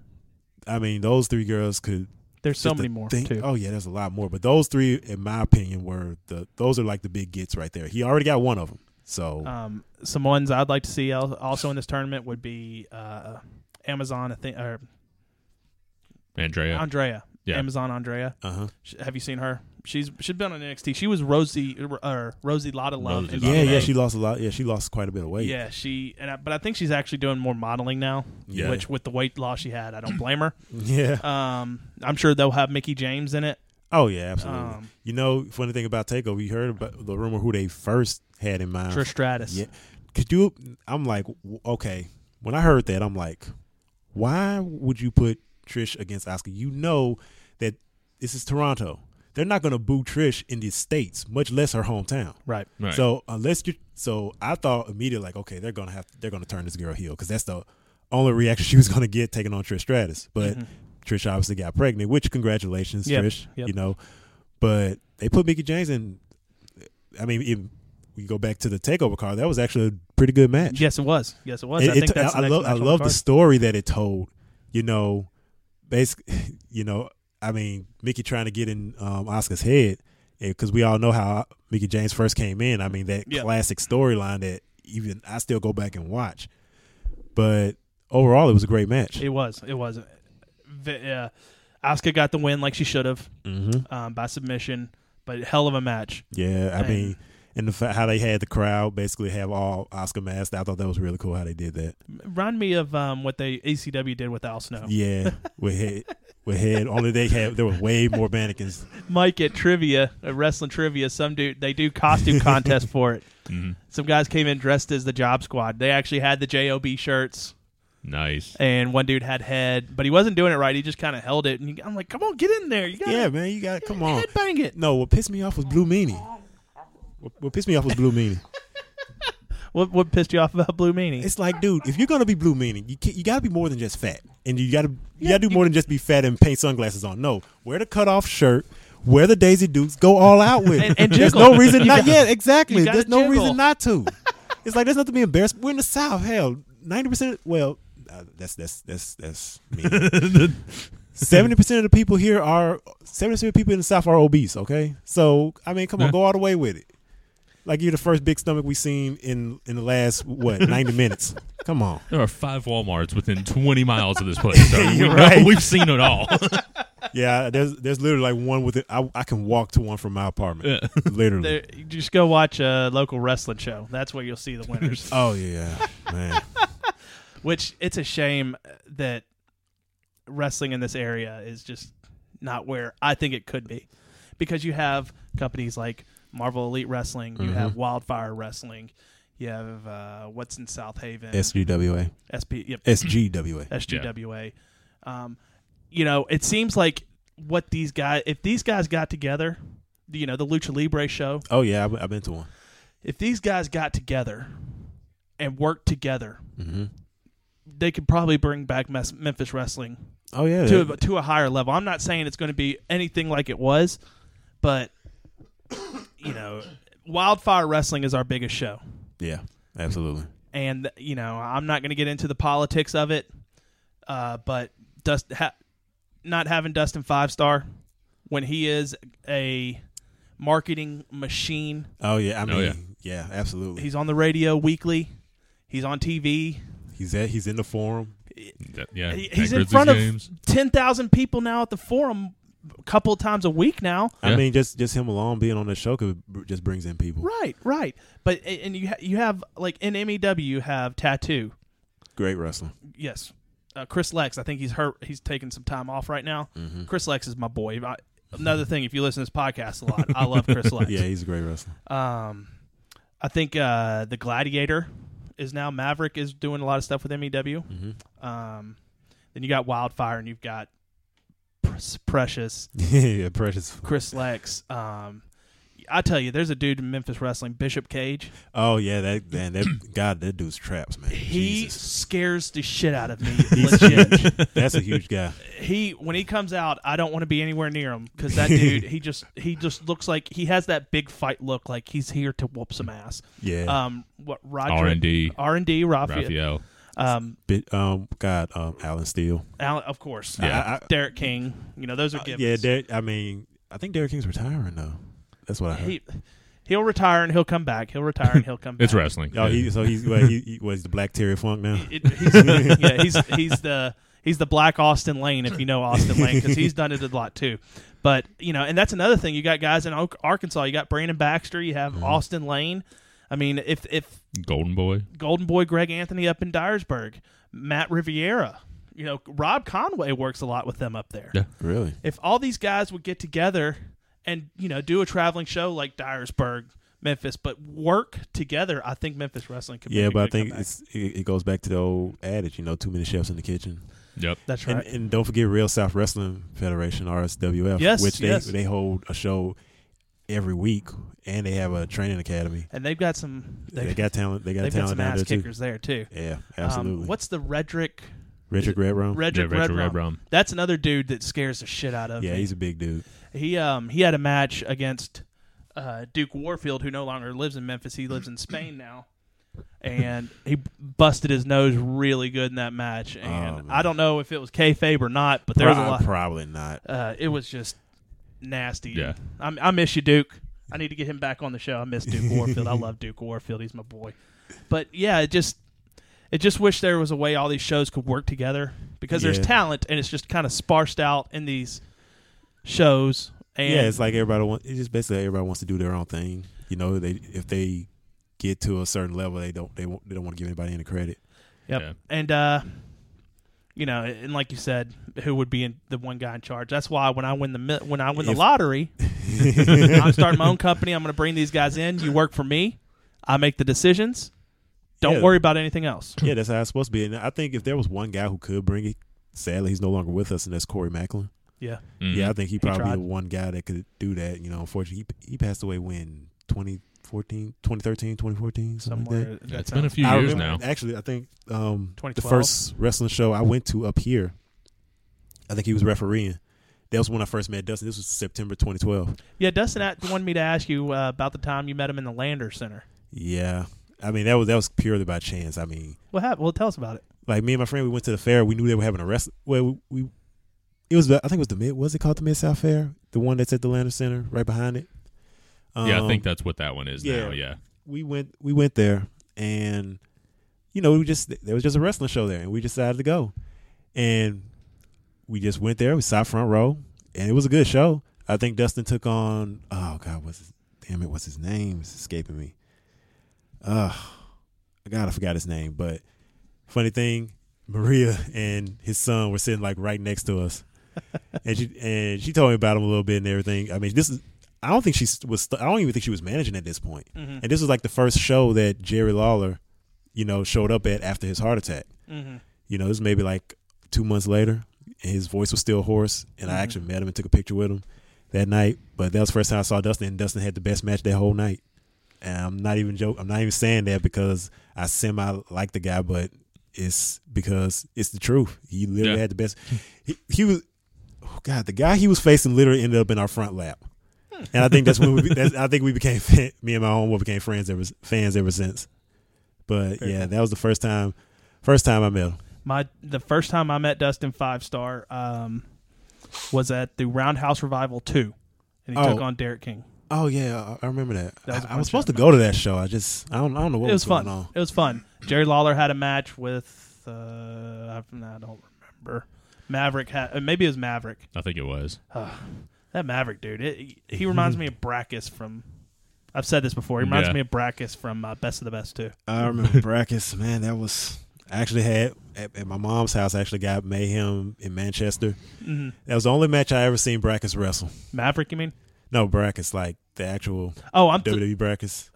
Speaker 4: I mean those three girls could
Speaker 2: There's so
Speaker 4: just
Speaker 2: many
Speaker 4: the
Speaker 2: more
Speaker 4: thing-
Speaker 2: too.
Speaker 4: Oh yeah, there's a lot more. But those three, in my opinion, were the those are like the big gets right there. He already got one of them. So
Speaker 2: Um, some ones I'd like to see al- also in this tournament would be uh, Amazon. I think or
Speaker 3: Andrea.
Speaker 2: Andrea.
Speaker 3: Yeah.
Speaker 2: Amazon Andrea.
Speaker 4: uh huh.
Speaker 2: Sh- Have you seen her? She's she's been on NXT. She was Rosie er, or Rosie Lotta Love.
Speaker 3: Rosie
Speaker 2: in
Speaker 3: Lotta
Speaker 4: Yeah,
Speaker 2: TNA.
Speaker 4: yeah,
Speaker 3: Love.
Speaker 4: she lost a lot. Yeah, she lost quite a bit of weight.
Speaker 2: Yeah, she and I, but I think she's actually doing more modeling now.
Speaker 4: Yeah.
Speaker 2: Which with the weight loss she had, I don't blame her.
Speaker 4: Yeah.
Speaker 2: Um, I'm sure they'll have Mickey James in it.
Speaker 4: oh yeah, absolutely.
Speaker 2: um,
Speaker 4: you know, funny thing about Takeover, you heard about the rumor who they first had in mind.
Speaker 2: Trish Stratus.
Speaker 4: Uh, Yeah. Could you? I'm like, w- okay. When I heard that, I'm like, why would you put Trish against Oscar? You know that this is Toronto. They're not going to boo Trish in the states, much less her hometown.
Speaker 2: Right.
Speaker 3: Right.
Speaker 4: So unless you, so I thought immediately like, okay, they're gonna have, they're gonna turn this girl heel because that's the only reaction she was gonna get taking on Trish Stratus. But Trish obviously got pregnant, which congratulations,
Speaker 2: Mm-hmm. Yep,
Speaker 4: Trish.
Speaker 2: yep.
Speaker 4: You know, but they put Mickey James in. I mean, if we go back to the takeover card, that was actually a pretty good match.
Speaker 2: Yes, it was. Yes, it was.
Speaker 4: It-
Speaker 2: I
Speaker 4: it
Speaker 2: think
Speaker 4: to-
Speaker 2: that's.
Speaker 4: I
Speaker 2: the next
Speaker 4: love I
Speaker 2: match on
Speaker 4: love
Speaker 2: the
Speaker 4: the,
Speaker 2: card.
Speaker 4: story that it told. You know, basically, you know, I mean, Mickey trying to get in um, Oscar's head because we all know how Mickey James first came in. I mean, that
Speaker 2: Yeah.
Speaker 4: classic storyline that even I still go back and watch. But overall, it was a great match.
Speaker 2: It was. It was. V- uh, Asuka got the win like she should have
Speaker 4: mm-hmm.
Speaker 2: um, by submission, but hell of a match.
Speaker 4: Yeah, I
Speaker 2: Dang.
Speaker 4: mean, and the fact how they had the crowd basically have all Oscar masked. I thought that was really cool how they did that.
Speaker 2: Remind me of um, what they ECW did with Al Snow.
Speaker 4: Yeah, with head, with head. Only they had there were way more mannequins.
Speaker 2: Mike at trivia, at wrestling trivia, some dude they do costume contest for it.
Speaker 4: Mm-hmm.
Speaker 2: Some guys came in dressed as the Job Squad. They actually had the job shirts,
Speaker 3: nice.
Speaker 2: and one dude had head, but he wasn't doing it right. He just kind of held it, and he- I'm like, "Come on, get in there! You got
Speaker 4: Yeah, man, you got come on.
Speaker 2: head bang it."
Speaker 4: No, what pissed me off was Blue Meanie. What, what pissed me off was Blue Meanie.
Speaker 2: What what pissed you off about Blue Meanie?
Speaker 4: It's like, dude, if you're gonna be Blue Meanie, you can, you gotta be more than just fat, and you gotta you gotta do more than just be fat and paint sunglasses on. No, wear the cutoff shirt, wear the Daisy Dukes, go all out with.
Speaker 2: And-
Speaker 4: it.
Speaker 2: and
Speaker 4: there's
Speaker 2: jiggle.
Speaker 4: no reason
Speaker 2: You
Speaker 4: not.
Speaker 2: gotta-
Speaker 4: Yeah, exactly.
Speaker 2: you gotta
Speaker 4: There's no
Speaker 2: jiggle.
Speaker 4: reason not to. It's like there's nothing to be embarrassed. We're in the South. Hell, ninety percent. Well, uh, that's that's that's that's me. Seventy percent of the people here are seventy percent of people in the South are obese. Okay, so I mean, come on, go all the way with it. Like you're the first big stomach we've seen in in the last what ninety minutes. Come on,
Speaker 3: There are five WalMarts within 20 miles of this place. So we
Speaker 4: You're right.
Speaker 3: know, we've seen it all.
Speaker 4: yeah. There's there's literally like one with it. I I can walk to one from my apartment. Literally.
Speaker 2: There, you just go watch a local wrestling show. That's where you'll see the winners.
Speaker 4: oh yeah, man.
Speaker 2: Which it's a shame that wrestling in this area is just not where I think it could be, because you have companies like Marvel Elite Wrestling, you have Wildfire Wrestling, you have uh, what's in South Haven,
Speaker 4: SGWA,
Speaker 2: SP, yep,
Speaker 4: SGWA.
Speaker 2: SGWA. Um, you know, it seems like what these guys, if these guys got together, you know, the Lucha Libre show,
Speaker 4: Oh yeah, I've, I've been to one.
Speaker 2: if these guys got together and worked together, they could probably bring back mes- Memphis wrestling
Speaker 4: Oh yeah,
Speaker 2: to a, to a higher level. I'm not saying it's going to be anything like it was, but you know, Wildfire Wrestling is our biggest show,
Speaker 4: yeah, absolutely.
Speaker 2: and you know, I'm not going to get into the politics of it, uh, but Dust ha- not having Dustin five star when he is a marketing machine.
Speaker 4: Oh yeah, I mean,
Speaker 3: Oh,
Speaker 4: yeah. absolutely.
Speaker 2: He's on the radio weekly. He's on TV.
Speaker 4: He's at, he's in the forum.
Speaker 3: That- yeah,
Speaker 2: He-
Speaker 3: that
Speaker 2: He's in
Speaker 3: Grizzlies
Speaker 2: front
Speaker 3: games.
Speaker 2: of ten thousand people now at the forum a couple of times a week now.
Speaker 4: I
Speaker 3: Yeah.
Speaker 4: mean, just just him alone being on the show could br- just brings in people.
Speaker 2: Right, right. But a- and you ha- you have like in MEW you have tattoo.
Speaker 4: Great wrestler.
Speaker 2: Yes, uh, Chris Lex. I think he's hurt. He's taking some time off right now. Chris Lex is my boy. I, another thing, if you listen to this podcast a lot, I love Chris Lex.
Speaker 4: Yeah, he's a great wrestler.
Speaker 2: Um, I think uh, the Gladiator is now Maverick is doing a lot of stuff with E MEW. Um, then you got Wildfire and you've got Pr- Precious,
Speaker 4: yeah, precious.
Speaker 2: Chris Lex. Um, I tell you, there's a dude in Memphis wrestling, Bishop Cage.
Speaker 4: Oh yeah, that man, that God, that dude's traps, man.
Speaker 2: He
Speaker 4: Jesus.
Speaker 2: scares the shit out of me.
Speaker 4: He's
Speaker 2: legit.
Speaker 4: huge. That's a huge guy.
Speaker 2: he when he comes out, I don't want to be anywhere near him because that dude, he just he just looks like he has that big fight look, like he's here to whoop some ass.
Speaker 4: Yeah.
Speaker 2: Um, what Roger
Speaker 3: R&D,
Speaker 2: R and D Raphael.
Speaker 3: Raphael.
Speaker 2: Um,
Speaker 4: Bit- Um, God, um, Alan Steele.
Speaker 2: Alan, of course.
Speaker 4: Yeah.
Speaker 2: Uh,
Speaker 4: I- I-
Speaker 2: Derek King. You know those are givens.
Speaker 4: Yeah, Derek, I mean, I think Derek King's retiring though. That's what I heard.
Speaker 2: he he'll retire and he'll come back. He'll retire and he'll come back.
Speaker 3: It's wrestling.
Speaker 4: oh, he so he's what, he, he was the Black Terry Funk now.
Speaker 2: It- he's, yeah, he's he's the he's the black Austin Lane if you know Austin Lane because he's done it a lot too. But you know, and that's another thing. You got guys in Oak- Arkansas. You got Brandon Baxter. You have Austin Lane. I mean, if if
Speaker 3: Golden Boy.
Speaker 2: Golden Boy Greg Anthony up in Dyersburg, Matt Riviera. You know, Rob Conway works a lot with them up there.
Speaker 3: Yeah.
Speaker 4: Really?
Speaker 2: if all these guys would get together and you know do a traveling show like Dyersburg, Memphis, but work together, I think Memphis wrestling could.
Speaker 4: Yeah,
Speaker 2: make a
Speaker 4: but I
Speaker 2: good
Speaker 4: think
Speaker 2: comeback.
Speaker 4: it's it, it goes back to the old adage, you know, too many chefs in the kitchen.
Speaker 3: Yep.
Speaker 2: that's
Speaker 4: And,
Speaker 2: right.
Speaker 4: and don't forget Real South Wrestling Federation (RSWF),
Speaker 2: Yes,
Speaker 4: which they
Speaker 2: yes.
Speaker 4: they hold a show every week, and they have a training academy.
Speaker 2: And they've got some.
Speaker 4: They,
Speaker 2: They've,
Speaker 4: got talent. They got
Speaker 2: they've got
Speaker 4: talent
Speaker 2: some
Speaker 4: down
Speaker 2: ass
Speaker 4: there
Speaker 2: kickers there too.
Speaker 4: too. Yeah,
Speaker 2: Um,
Speaker 4: absolutely.
Speaker 2: what's the Redrick?
Speaker 4: Richard Redrum?
Speaker 3: Yeah,
Speaker 2: Redrick
Speaker 3: Rachel
Speaker 2: Redrum.
Speaker 3: Redrum.
Speaker 2: That's another dude that scares the shit out of
Speaker 4: yeah,
Speaker 2: me.
Speaker 4: he's a big dude.
Speaker 2: he um he had a match against uh, Duke Warfield, who no longer lives in Memphis. He lives in Spain now, and he busted his nose really good in that match. And
Speaker 4: man.
Speaker 2: I don't know if it was kayfabe or not, but there was a
Speaker 4: Pro-
Speaker 2: lot.
Speaker 4: Probably not.
Speaker 2: Uh, it was just nasty.
Speaker 3: Yeah.
Speaker 2: I'm, I miss you, Duke. I need to get him back on the show. I miss Duke Warfield. I love Duke Warfield. He's my boy. But yeah, it just it just wish there was a way all these shows could work together because there's
Speaker 4: Yeah.
Speaker 2: talent and it's just kind of sparsed out in these shows. And
Speaker 4: yeah, it's like everybody wants. It's just basically everybody wants to do their own thing. You know, they if they get to a certain level, they don't they won't, they don't want to give anybody any credit.
Speaker 2: Yep.
Speaker 3: Yeah.
Speaker 2: And uh you know, and like you said, who would be in the one guy in charge? That's why when I win the mi- when I win the
Speaker 4: If-
Speaker 2: lottery, I'm starting my own company. I'm going to bring these guys in. You work for me. I make the decisions. Don't
Speaker 4: Yeah.
Speaker 2: worry about anything else.
Speaker 4: Yeah, that's how it's supposed to be. And I think if there was one guy who could bring it, sadly he's no longer with us, and that's Corey Macklin.
Speaker 2: Yeah.
Speaker 3: Mhm.
Speaker 4: Yeah, I think he probably
Speaker 2: tried.
Speaker 4: the one guy that could do that. You know, unfortunately, he, he passed away when 2014, 2013, 2014, something like that.
Speaker 2: Somewhere. that
Speaker 3: It's been a
Speaker 2: sounds-
Speaker 3: few
Speaker 4: I
Speaker 3: years now.
Speaker 4: remember- Actually, I think um, the
Speaker 2: 2012?
Speaker 4: first wrestling show I went to up here, I think he was refereeing. That was when I first met Dustin. This was September 2012.
Speaker 2: Yeah, Dustin at- wanted me to ask you uh, about the time you met him in the Lander Center.
Speaker 4: Yeah, I mean that was that was purely by chance. I mean,
Speaker 2: What happened? Well, tell us about it.
Speaker 4: like me and my friend, we went to the fair. We knew they were having a wrestling. Well, we, we it was the, I think it was the mid. Was it called the Mid South Fair? The one that's at the Lander Center, right behind it.
Speaker 3: yeah, I
Speaker 4: Um,
Speaker 3: think that's what that one is
Speaker 4: yeah.
Speaker 3: now. Yeah.
Speaker 4: we went we went there and you know we just there was just a wrestling show there and we decided to go and we just went there we saw front row and it was a good show i think dustin took on oh god what's his damn it what's his name it's escaping me uh god i forgot his name but funny thing maria and his son were sitting like right next to us and she and she told me about him a little bit and everything i mean this is i don't think she was i don't even think she was managing at this point
Speaker 2: Mm-hmm.
Speaker 4: and this was like the first show that Jerry Lawler, you know, showed up at after his heart attack.
Speaker 2: Mm-hmm.
Speaker 4: You know, this was maybe like two months later. And his voice was still hoarse. And I actually met him and took a picture with him that night. But that was the first time I saw Dustin. And Dustin had the best match that whole night. And I'm not even joke. I'm not even saying that because I semi like the guy, but it's because it's the truth. He literally
Speaker 3: Yeah.
Speaker 4: had the best. He, he was, oh god, the guy he was facing literally ended up in our front lap. And I think that's when we. That's, I think we became fan- me and my homeboy became friends ever fans ever since. But yeah, that was the first time, first time I met him.
Speaker 2: my the first time I met Dustin Five Star um, was at the Roundhouse Revival two, and he
Speaker 4: Oh.
Speaker 2: took on Derek King.
Speaker 4: Oh yeah, I I remember that.
Speaker 2: That was a
Speaker 4: I, I was
Speaker 2: punch-out
Speaker 4: supposed to go to that show. I just I don't I don't know what
Speaker 2: it was
Speaker 4: was,
Speaker 2: fun.
Speaker 4: going on.
Speaker 2: It was fun. Jerry Lawler had a match with uh, I I don't remember. Maverick had uh, maybe it was Maverick.
Speaker 3: I think it was.
Speaker 2: That Maverick dude, it, he reminds me of Brackus from. I've said this before. He reminds
Speaker 3: Yeah.
Speaker 2: me of Brackus from uh, Best of the Best too.
Speaker 4: I remember Brackus, man. That was I actually had at, at my mom's house. I actually got Mayhem in Manchester.
Speaker 2: Mm-hmm.
Speaker 4: That was the only match I ever seen Brackus wrestle.
Speaker 2: Maverick, you mean?
Speaker 4: No, Brackus, like the actual
Speaker 2: Oh, I'm th-
Speaker 4: WWE Brackus.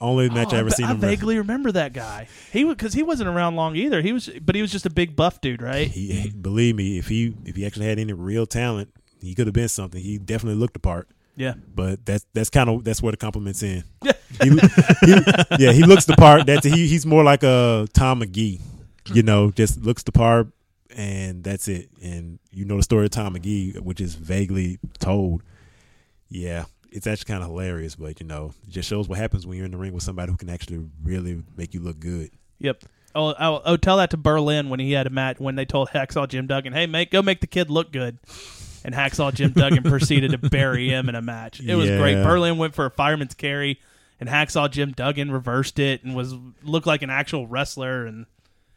Speaker 4: Only match
Speaker 2: Oh,
Speaker 4: I ever
Speaker 2: ba-
Speaker 4: seen
Speaker 2: I
Speaker 4: him wrestle.
Speaker 2: vaguely remember that guy. He because he wasn't around long either. He was, but he was just a big buff dude, right?
Speaker 4: He, he- believe me, if he if he actually had any real talent, he could have been something. He definitely looked the part.
Speaker 2: Yeah.
Speaker 4: But that's that's kind of that's where the compliments in. he, he- yeah, he looks the part. That's he, he's more like a Tom McGee, you know, just looks the part, and that's it. And you know the story of Tom McGee, which is vaguely told. Yeah, it's actually kind of hilarious, but you know, it just shows what happens when you're in the ring with somebody who can actually really make you look good.
Speaker 2: Yep. Oh, oh, oh, tell that to Berlin when he had a match when they told Hacksaw Jim Duggan, "Hey, mate, go make the kid look good." And Hacksaw Jim Duggan proceeded to bury him in a match. It was great.
Speaker 4: Yeah.
Speaker 2: Berlin went for a fireman's carry, and Hacksaw Jim Duggan reversed it and was looked like an actual wrestler. And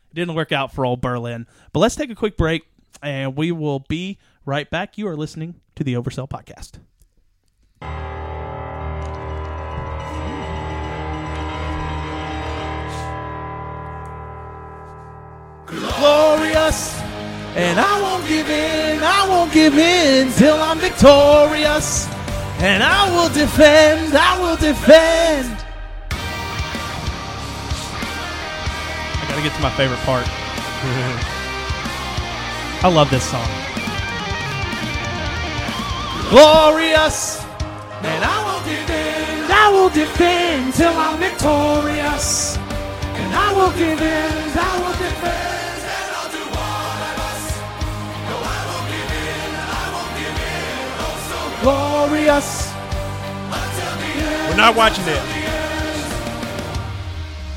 Speaker 2: it didn't work out for old Berlin. But let's take a quick break, and we will be right back. You are listening to the Oversell Podcast. glorious. And I won't give in, I won't give in till I'm victorious. And I will defend, I will defend. I gotta get to my favorite part. I love this song. Glorious. And I will defend, I will defend till I'm victorious. And I will give in, I will defend, and I'll do all I must. No, I won't give in, I won't give in, oh, so glorious. Until the end,
Speaker 4: We're not watching that.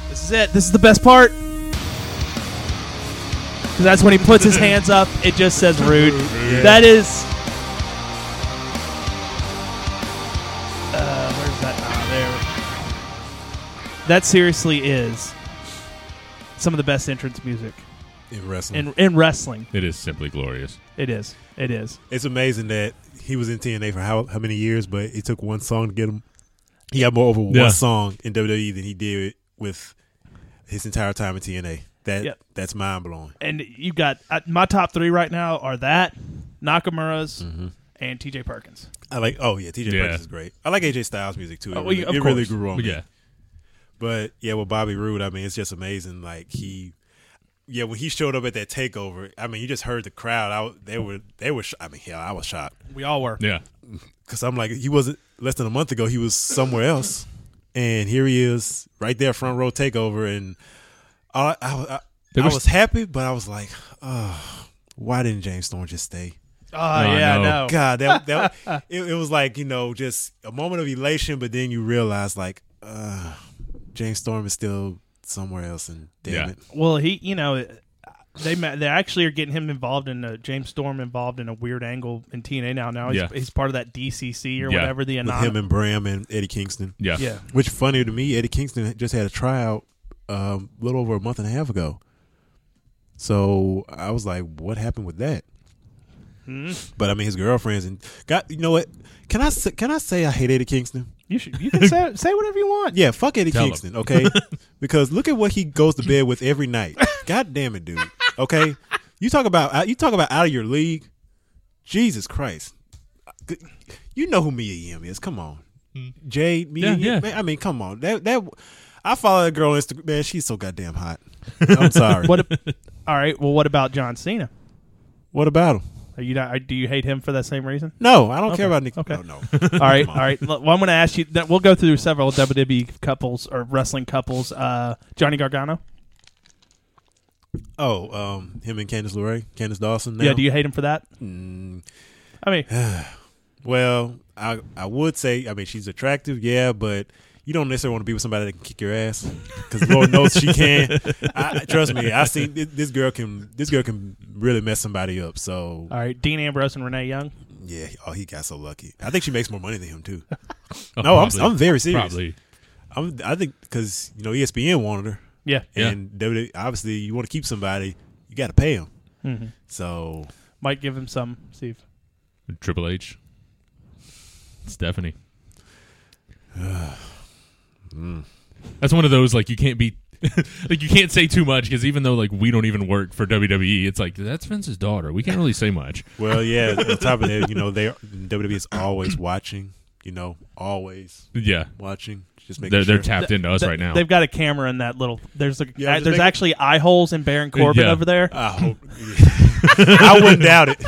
Speaker 2: This is it. This is the best part. 'Cause That's when he puts his hands up. It just says rude. That is. Uh, where's that? Ah, there. That seriously is some of the best entrance music
Speaker 4: In wrestling,
Speaker 2: in in wrestling.
Speaker 3: It is simply glorious.
Speaker 2: It is. It is.
Speaker 4: it's amazing that he was in TNA for how how many years, but it took one song to get him. He got more over
Speaker 3: Yeah.
Speaker 4: one song in WWE than he did with his entire time in TNA. That
Speaker 2: Yep.
Speaker 4: that's mind blowing.
Speaker 2: And you got uh, my top three right now are that Nakamura's and T.J. Perkins.
Speaker 4: I like. Oh yeah, TJ
Speaker 3: Yeah.
Speaker 4: Perkins is great. I like AJ Styles' music too. It,
Speaker 2: Oh, well,
Speaker 4: really,
Speaker 2: yeah, of
Speaker 4: it really
Speaker 2: course.
Speaker 4: grew on me.
Speaker 3: yeah.
Speaker 4: But yeah, with Bobby Roode, I mean, it's just amazing. Like he, yeah, when he showed up at that takeover, I mean, you just heard the crowd. I w- they were they were. Sh- I mean, hell, I was shocked.
Speaker 2: We all were.
Speaker 3: Yeah.
Speaker 4: because I'm like, he wasn't less than a month ago. He was somewhere else, and here he is, right there, front row takeover. And I, I, I,
Speaker 3: They
Speaker 4: I
Speaker 3: were-
Speaker 4: was happy, but I was like, oh, why didn't James Storm just stay?
Speaker 2: Oh,
Speaker 3: I
Speaker 2: yeah, I
Speaker 3: know.
Speaker 2: know.
Speaker 4: God, that that it, it was like you know just a moment of elation, but then you realize like, uh, James Storm is still somewhere else, and damn
Speaker 3: Yeah.
Speaker 4: it,
Speaker 2: Well, he, you know, they ma- they actually are getting him involved in a, James Storm involved in a weird angle in TNA now. Now he's,
Speaker 3: Yeah.
Speaker 2: he's part of that DCC or
Speaker 3: Yeah.
Speaker 2: whatever the
Speaker 4: with
Speaker 2: anonymous.
Speaker 4: him and Bram and Eddie Kingston.
Speaker 3: Yeah.
Speaker 2: yeah,
Speaker 4: Which funny to me, Eddie Kingston just had a tryout um, a little over a month and a half ago. So I was like, what happened with that? But I mean, his girlfriend's and God, you know what? Can I say, can I say I hate Eddie Kingston?
Speaker 2: you should you can say, say whatever you want.
Speaker 4: Yeah, fuck Eddie
Speaker 3: Tell him.
Speaker 4: Kingston, okay? because look at what he goes to bed with every night. God damn it, dude. Okay, you talk about uh, you talk about out of your league. Jesus Christ, you know who Mia Yim is. Come on,
Speaker 2: Hmm.
Speaker 4: Jade. Mia
Speaker 3: Yeah,
Speaker 4: Yim.
Speaker 3: yeah.
Speaker 4: Man, I mean, come on. That that I follow that girl on Instagram. Man, she's so goddamn hot. I'm sorry.
Speaker 2: What?
Speaker 4: what?
Speaker 2: a- all right. Well, what about John Cena?
Speaker 4: What about him?
Speaker 2: Are you not, are, do you hate him for that same reason?
Speaker 4: No, I don't care about Nick.
Speaker 2: okay.
Speaker 4: No, no.
Speaker 2: All right, all right. Well, I'm going to ask you. That we'll go through several WWE couples or wrestling couples. Uh, Johnny Gargano.
Speaker 4: Oh, um, him and Candice LeRae, Candice Dawson. Now.
Speaker 2: Yeah. Do you hate him for that?
Speaker 3: Mm.
Speaker 2: I mean,
Speaker 4: Well, I I would say I mean she's attractive, yeah, but you don't necessarily want to be with somebody that can kick your ass because Lord knows she can. I, trust me, I see thi- this girl can. This girl can really mess somebody up. So
Speaker 2: All right, Dean Ambrose and Renee Young.
Speaker 4: yeah, oh, he got so lucky. I think she makes more money than him too.
Speaker 3: Oh,
Speaker 4: No, I'm-
Speaker 3: probably.
Speaker 4: I'm very serious.
Speaker 3: Probably.
Speaker 4: I'm, I think because you know E ESPN wanted her,
Speaker 2: Yeah,
Speaker 3: Yeah.
Speaker 4: and WWE, obviously you want to keep somebody, you got to pay him.
Speaker 3: Mm-hmm.
Speaker 2: Mhm.
Speaker 4: So
Speaker 2: might give him some. See if
Speaker 3: Triple H. Stephanie. That's one of those like you can't be like you can't say too much because even though like we don't even work for WWE, it's like that's Vince's daughter. We can't really say much.
Speaker 4: well, yeah. on top of that, you know they WWE E is always watching. You know, always
Speaker 3: Yeah,
Speaker 4: watching. Just making
Speaker 3: they're
Speaker 4: sure.
Speaker 3: they're tapped into us
Speaker 2: Th-
Speaker 3: right now.
Speaker 2: They've got a camera in that little. There's a,
Speaker 4: Yeah, I was
Speaker 2: there's
Speaker 4: thinking-
Speaker 2: actually eye holes in Baron Corbin
Speaker 3: Yeah.
Speaker 2: over there.
Speaker 4: I hope. I wouldn't doubt it.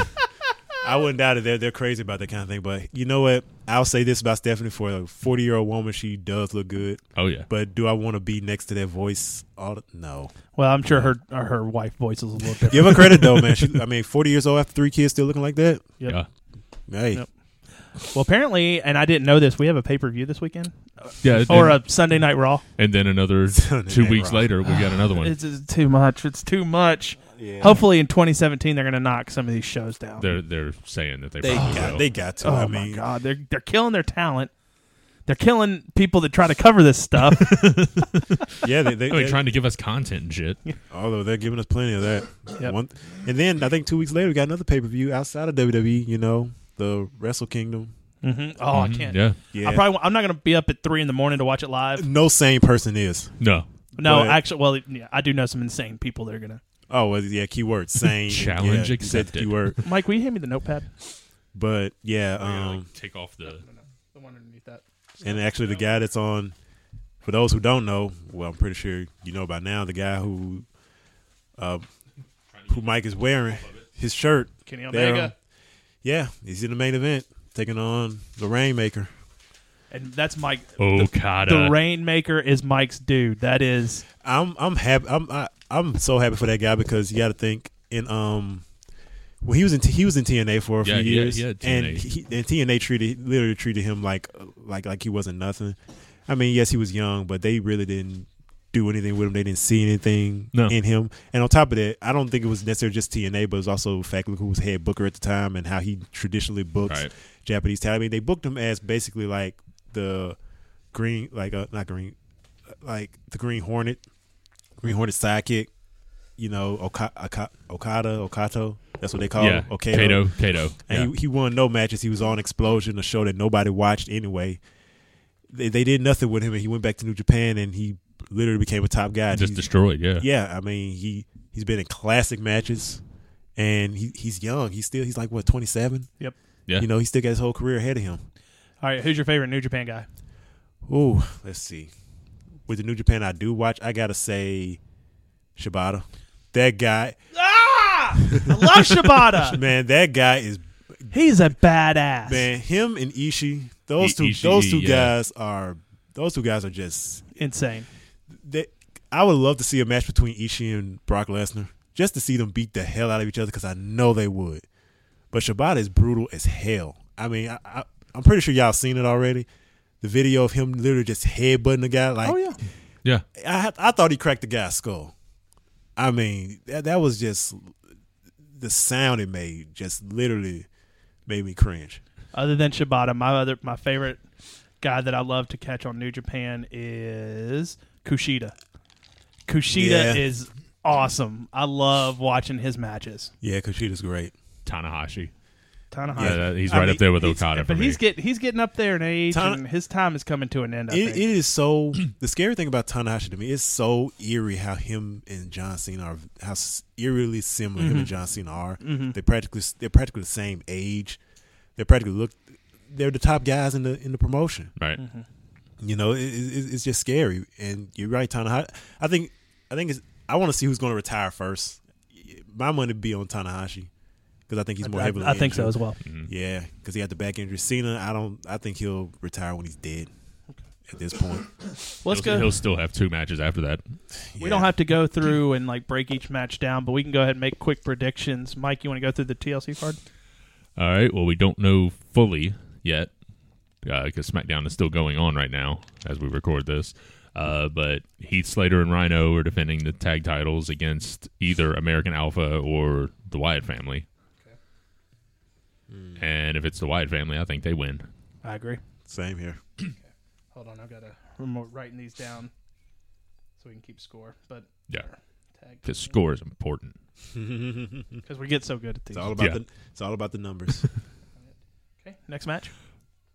Speaker 4: I wouldn't doubt it. They're they're crazy about that kind of thing. But you know what? I'll say this about Stephanie: for a forty year old woman, she does look good.
Speaker 3: Oh yeah,
Speaker 4: But do I want to be next to that voice? All the, no.
Speaker 2: Well, I'm sure her uh, her wife voice is a little different.
Speaker 4: Give her credit though, man. She, I mean, forty years old after three kids, still looking like that.
Speaker 2: Yep.
Speaker 3: yeah,
Speaker 4: Hey,
Speaker 2: Yep. Well, apparently, and I didn't know this. We have a pay per view this weekend
Speaker 3: yeah. and-
Speaker 4: uh,
Speaker 2: or a Sunday Night Raw.
Speaker 3: and then another
Speaker 4: Sunday
Speaker 3: two
Speaker 4: Night
Speaker 3: weeks
Speaker 4: Raw.
Speaker 3: later, we got another one.
Speaker 2: It's, it's too much. It's too much. Hopefully, in 2017, they're going to knock some of these shows down.
Speaker 3: They're they're saying that they,
Speaker 4: they
Speaker 3: probably
Speaker 4: got
Speaker 3: will.
Speaker 4: they got to.
Speaker 2: oh
Speaker 4: I
Speaker 2: my
Speaker 4: mean,
Speaker 2: god, they're they're killing their talent. They're killing people that try to cover this stuff.
Speaker 4: yeah, they,
Speaker 2: Oh,
Speaker 4: they,
Speaker 3: I mean,
Speaker 4: they-
Speaker 3: Oh, trying to give us content and shit.
Speaker 4: although they're giving us plenty of that.
Speaker 2: Yep.
Speaker 4: One, and then I think two weeks later we got another pay per view outside of WWE. You know, the Wrestle Kingdom.
Speaker 2: hmm Oh, I
Speaker 3: Mhm,
Speaker 2: can't.
Speaker 3: Yeah,
Speaker 4: Yeah,
Speaker 2: I probably I'm not going to be up at three in the morning to watch it live.
Speaker 4: no sane person is.
Speaker 3: no,
Speaker 2: No,
Speaker 4: But-
Speaker 2: actually, well, yeah, I do know some insane people that are going to.
Speaker 4: Oh, well, yeah, keyword sane.
Speaker 3: Challenge
Speaker 4: yeah, you said the
Speaker 3: accepted.
Speaker 4: Keyword,
Speaker 2: Mike, will you hand me the notepad?
Speaker 4: but yeah,
Speaker 3: I gotta,
Speaker 4: um,
Speaker 3: like, take off the
Speaker 2: The one underneath that.
Speaker 4: and actually the guy that's on. For those who don't know, well, I'm pretty sure you know by now. The guy who, uh, who Mike is wearing his shirt.
Speaker 2: Kenny
Speaker 4: there,
Speaker 2: Omega.
Speaker 4: um, yeah, he's in the main event taking on the Rainmaker.
Speaker 2: and that's Mike.
Speaker 3: Oh, Okada.
Speaker 2: The Rainmaker is Mike's dude. That is.
Speaker 4: I'm I'm happy. I'm I, I'm so happy for that guy because you got to think in um when he was in T- he was in TNA for a
Speaker 3: Yeah,
Speaker 4: few
Speaker 3: yeah,
Speaker 4: years
Speaker 3: yeah,
Speaker 4: and
Speaker 3: TNA.
Speaker 4: he, and TNA treated literally treated him like like like he wasn't nothing. I mean, yes, he was young, but they really didn't do anything with him. They didn't see anything
Speaker 3: No.
Speaker 4: in him. And on top of that, I don't think it was necessarily just TNA, but it was also the fact look who was head booker at the time and how he traditionally books
Speaker 3: Right.
Speaker 4: Japanese talent. I mean, they booked him as basically like the green, like uh, not green, like the Green Hornet, Green Hornet sidekick. You know, Oka- Oka- Okada, Okato. That's what they call
Speaker 3: yeah,
Speaker 4: him. Okato.
Speaker 3: Kato, Kato.
Speaker 4: Oh, And he, he won no matches. He was on Explosion, a show that nobody watched anyway. They, they did nothing with him, and he went back to New Japan, and he literally became a top guy. And
Speaker 3: just
Speaker 4: he's-
Speaker 3: destroyed. Yeah,
Speaker 4: yeah, I mean he he's been in classic matches, and he he's young. He's still he's like what twenty seven.
Speaker 2: Yep.
Speaker 3: Yeah.
Speaker 4: You know he still got his whole career ahead of him.
Speaker 2: All right. Who's your favorite New Japan guy?
Speaker 4: Ooh, let's see. With the New Japan I do watch, I gotta say Shibata. That guy,
Speaker 2: Ah! I love Shibata.
Speaker 4: man, that guy is
Speaker 2: He's a badass.
Speaker 4: man. Him and Ishii, those
Speaker 3: I-
Speaker 4: two,
Speaker 3: Ishii,
Speaker 4: those two
Speaker 3: yeah.
Speaker 4: guys are those two guys are just.
Speaker 2: Insane.
Speaker 4: They, I would love to see a match between Ishii and Brock Lesnar, just to see them beat the hell out of each other because I know they would. But Shibata is brutal as hell. I mean, I, I, I'm pretty sure y'all seen it already. The video of him literally just headbutting the guy like.
Speaker 2: Oh yeah.
Speaker 3: yeah.
Speaker 4: I had- I thought he cracked the guy's skull. I mean, that, that was just the sound it made. Just literally made me cringe.
Speaker 2: Other than Shibata, my other my favorite guy that I love to catch on New Japan is Kushida. Kushida
Speaker 4: Yeah.
Speaker 2: is awesome. I love watching his matches.
Speaker 4: Yeah, Kushida's great.
Speaker 3: Tanahashi.
Speaker 2: Tanahashi.
Speaker 3: Yeah, that- he's
Speaker 4: I
Speaker 3: right
Speaker 4: mean,
Speaker 3: up there with
Speaker 4: he's-
Speaker 3: Okada for
Speaker 2: But
Speaker 3: me.
Speaker 2: he's get he's getting up there in age,
Speaker 4: Tana-
Speaker 2: and his time is coming to an end. I
Speaker 4: It,
Speaker 2: think.
Speaker 4: it is so. the scary thing about Tanahashi to me is so eerie how him and John Cena are how s- eerily similar him
Speaker 2: Mm-hmm.
Speaker 4: and John Cena are. They practically they're practically the same age. They're practically look. They're the top guys in the in the promotion.
Speaker 3: right.
Speaker 2: Mm-hmm.
Speaker 4: You know, it, it, it's just scary. And you're right, Tanahashi. I think I think it's, I want to see who's going to retire first. My money would be on Tanahashi because I think he's more
Speaker 2: I,
Speaker 4: heavily.
Speaker 2: I think so
Speaker 4: injured.
Speaker 2: as well.
Speaker 3: Mm.
Speaker 4: Yeah, because he had the back injury. Cena, I don't. I think he'll retire when he's dead. At this point,
Speaker 2: Let's
Speaker 3: he'll,
Speaker 2: go.
Speaker 3: he'll still have two matches after that.
Speaker 2: We don't have to go through and like break each match down, but we can go ahead and make quick predictions. Mike, you want to go through the TLC card?
Speaker 3: All right. Well, we don't know fully yet because SmackDown is still going on right now as we record this. Uh, but Heath Slater and Rhino are defending the tag titles against either American Alpha or the Wyatt family. And if it's the Wyatt family, I think they win.
Speaker 2: I agree.
Speaker 4: Same here.
Speaker 2: Hold on, I've got to remote writing these down so we can keep score. But
Speaker 3: Yeah,
Speaker 2: tag
Speaker 3: because score is important.
Speaker 2: because we get so good at these.
Speaker 4: It's all about
Speaker 3: Yeah.
Speaker 4: the it's all about the numbers.
Speaker 2: Okay, next match.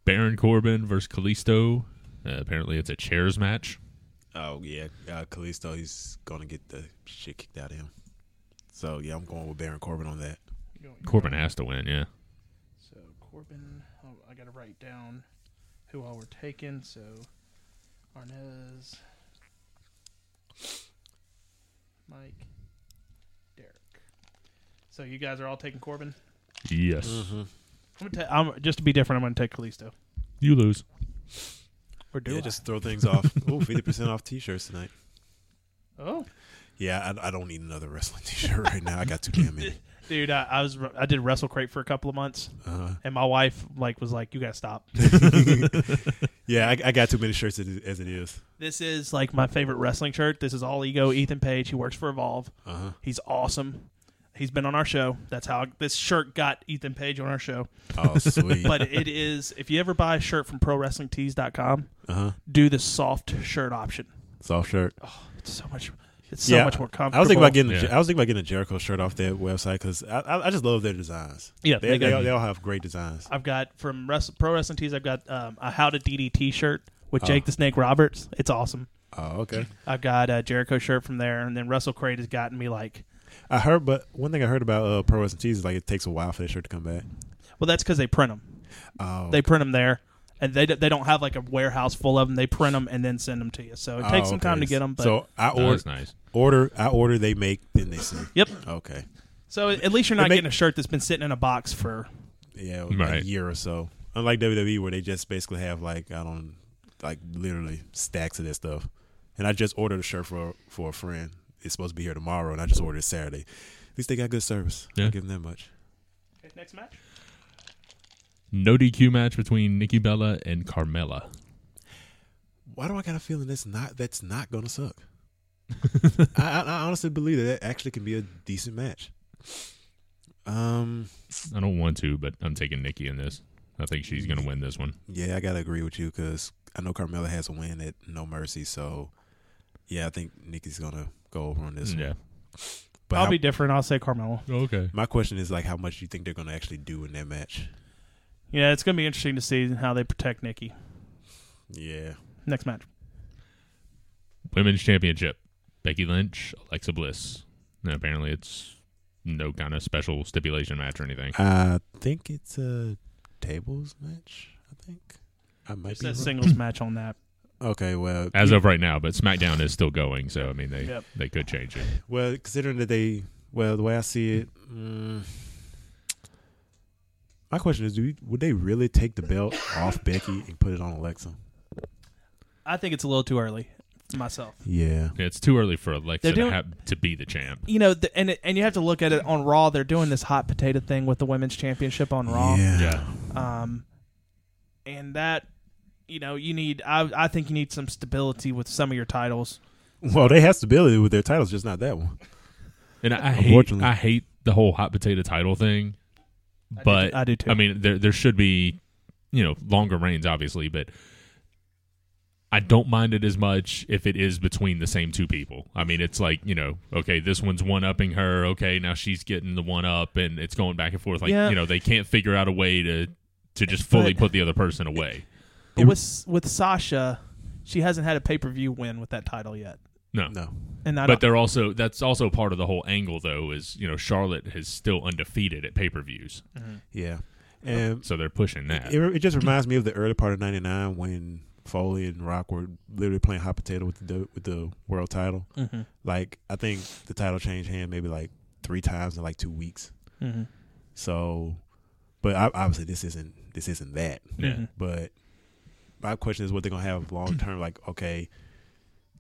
Speaker 3: Baron Corbin versus Kalisto. Uh, apparently, it's a chairs match.
Speaker 4: oh yeah, uh, Kalisto, he's gonna get the shit kicked out of him. So yeah, I'm going with Baron Corbin on that.
Speaker 3: Corbin has to win. Yeah,
Speaker 2: So Corbin, oh, I got to write down who all were taken. So Arnez, Mike, Derek. So you guys are all taking Corbin.
Speaker 3: yes,
Speaker 2: I'm gonna ta- I'm, just to be different. I'm going to take Kalisto.
Speaker 3: you lose.
Speaker 2: Or do
Speaker 4: yeah,
Speaker 2: I?
Speaker 4: just throw things off. Ooh, fifty percent off T-shirts tonight.
Speaker 2: oh,
Speaker 4: Yeah, I, I don't need another wrestling T-shirt right now. I got too damn many.
Speaker 2: dude, I, I was I did Wrestle Crate for a couple of months,
Speaker 4: Uh,
Speaker 2: and my wife like was like, "You got to stop."
Speaker 4: yeah, I, I got too many shirts as, as it is.
Speaker 2: This is like my favorite wrestling shirt. This is all ego. Ethan Page. He works for Evolve.
Speaker 4: Uh-huh.
Speaker 2: He's awesome. He's been on our show. That's how this shirt got Ethan Page on our show.
Speaker 4: Oh sweet.
Speaker 2: But it is if you ever buy a shirt from ProWrestlingTees.com,
Speaker 4: uh-huh.
Speaker 2: do the soft shirt option.
Speaker 4: Soft shirt.
Speaker 2: It's so much. It's so much more comfortable.
Speaker 4: I was thinking about getting. a Jer-
Speaker 3: Yeah.
Speaker 4: I was thinking about getting a Jericho shirt off their website because I, I, I just love their designs.
Speaker 2: Yeah,
Speaker 4: they,
Speaker 2: they
Speaker 4: they,
Speaker 2: got-
Speaker 4: all, they all have great designs.
Speaker 2: I've got from Wrest- Pro Wrestling Tees. I've got um, a How to DDT shirt with Jake the Snake Roberts. It's awesome.
Speaker 4: Oh, okay.
Speaker 2: I've got a Jericho shirt from there, and then Russell Crate has gotten me like.
Speaker 4: I heard, but one thing I heard about uh, Pro Wrestling Tees is like it takes a while for their shirt to come back.
Speaker 2: Well, that's because they print them.
Speaker 4: Oh,
Speaker 2: They print them there, and they d- they don't have like a warehouse full of them. They print them and then send them to you. So it takes some time to get them. But
Speaker 4: Oh, so I
Speaker 3: Oh,
Speaker 4: order,
Speaker 3: that's nice.
Speaker 4: order, I order, they make, then they send.
Speaker 2: yep.
Speaker 4: Okay,
Speaker 2: So at least you're not
Speaker 4: make-
Speaker 2: getting a shirt that's been sitting in a box for.
Speaker 4: yeah, a
Speaker 3: Right.
Speaker 4: year or so. Unlike WWE, where they just basically have like I don't like literally stacks of this stuff. And I just ordered a shirt for for a friend. It's supposed to be here tomorrow, and I just ordered it Saturday. At least they got good service. I'll
Speaker 3: Yeah.
Speaker 4: give them that much.
Speaker 2: Next match.
Speaker 3: No DQ match between Nikki Bella and Carmella.
Speaker 4: why do I got a feeling that's not that's not gonna suck? I, I, I honestly believe that that actually can be a decent match. Um,
Speaker 3: I don't want to, but I'm taking Nikki in this. I think she's going to win this one.
Speaker 4: yeah, I gotta agree with you because I know Carmella has a win at No Mercy, so yeah, I think Nikki's gonna go over on this. one.
Speaker 3: Yeah.
Speaker 4: But
Speaker 2: I'll
Speaker 4: how-
Speaker 2: be different. I'll say Carmelo.
Speaker 3: Okay.
Speaker 4: my question is like, how much do you think they're gonna actually do in that match?
Speaker 2: Yeah, it's gonna be interesting to see how they protect Nikki.
Speaker 4: Yeah,
Speaker 2: Next match.
Speaker 3: Women's Championship. Becky Lynch, Alexa Bliss. And apparently, it's no kind of special stipulation match or anything.
Speaker 4: I think it's a tables match. I think I might
Speaker 2: It's
Speaker 4: be
Speaker 2: a
Speaker 4: wrong.
Speaker 2: singles match on that.
Speaker 4: okay. Well,
Speaker 3: As of right now, but SmackDown is still going, so I mean they
Speaker 2: Yep.
Speaker 3: they could change it.
Speaker 4: Well, considering that they, well, the way I see it, mm, my question is, do you, would they really take the belt off Becky and put it on Alexa?
Speaker 2: I think it's a little too early. Myself.
Speaker 4: Yeah,
Speaker 3: It's too early for Alexa
Speaker 2: They're doing-
Speaker 3: to, have, to be the champ.
Speaker 2: You know, the, and it- and you have to look at it on Raw. They're doing this hot potato thing with the women's championship on Raw.
Speaker 4: yeah,
Speaker 3: Yeah.
Speaker 2: Um, and that, you know, you need. I I think you need some stability with some of your titles.
Speaker 4: Well, they have stability with their titles, just not that one.
Speaker 3: And I, I hate
Speaker 4: Unfortunately.
Speaker 3: I hate the whole hot potato title thing.
Speaker 2: do
Speaker 3: But
Speaker 2: too- I do too.
Speaker 3: I mean, there there should be, you know, longer reigns, obviously, but I don't mind it as much if it is between the same two people. I mean, it's like you know, okay, this one's one upping her. Okay, now she's getting the one up, and it's going back and forth. Like
Speaker 2: Yeah.
Speaker 3: you know, they can't figure out a way to to just fully
Speaker 2: But-
Speaker 3: put the other person away.
Speaker 2: But with with Sasha, she hasn't had a pay per view win with that title yet,
Speaker 3: No,
Speaker 4: No,
Speaker 2: and I
Speaker 3: but
Speaker 2: don't,
Speaker 3: they're also that's also part of the whole angle, though. Is you know, Charlotte is still undefeated at pay per views,
Speaker 4: yeah, and
Speaker 3: so they're pushing that.
Speaker 4: it, it just reminds me of the early part of '99 when Foley and Rock were literally playing hot potato with the with the world title.
Speaker 2: Mhm.
Speaker 4: Like, I think the title changed hand maybe like three times in like two weeks.
Speaker 2: Mhm.
Speaker 4: So, but ob- obviously this isn't this isn't that.
Speaker 3: yeah.
Speaker 2: mm-hmm.
Speaker 4: But my question is what they're gonna have long term. Like, okay,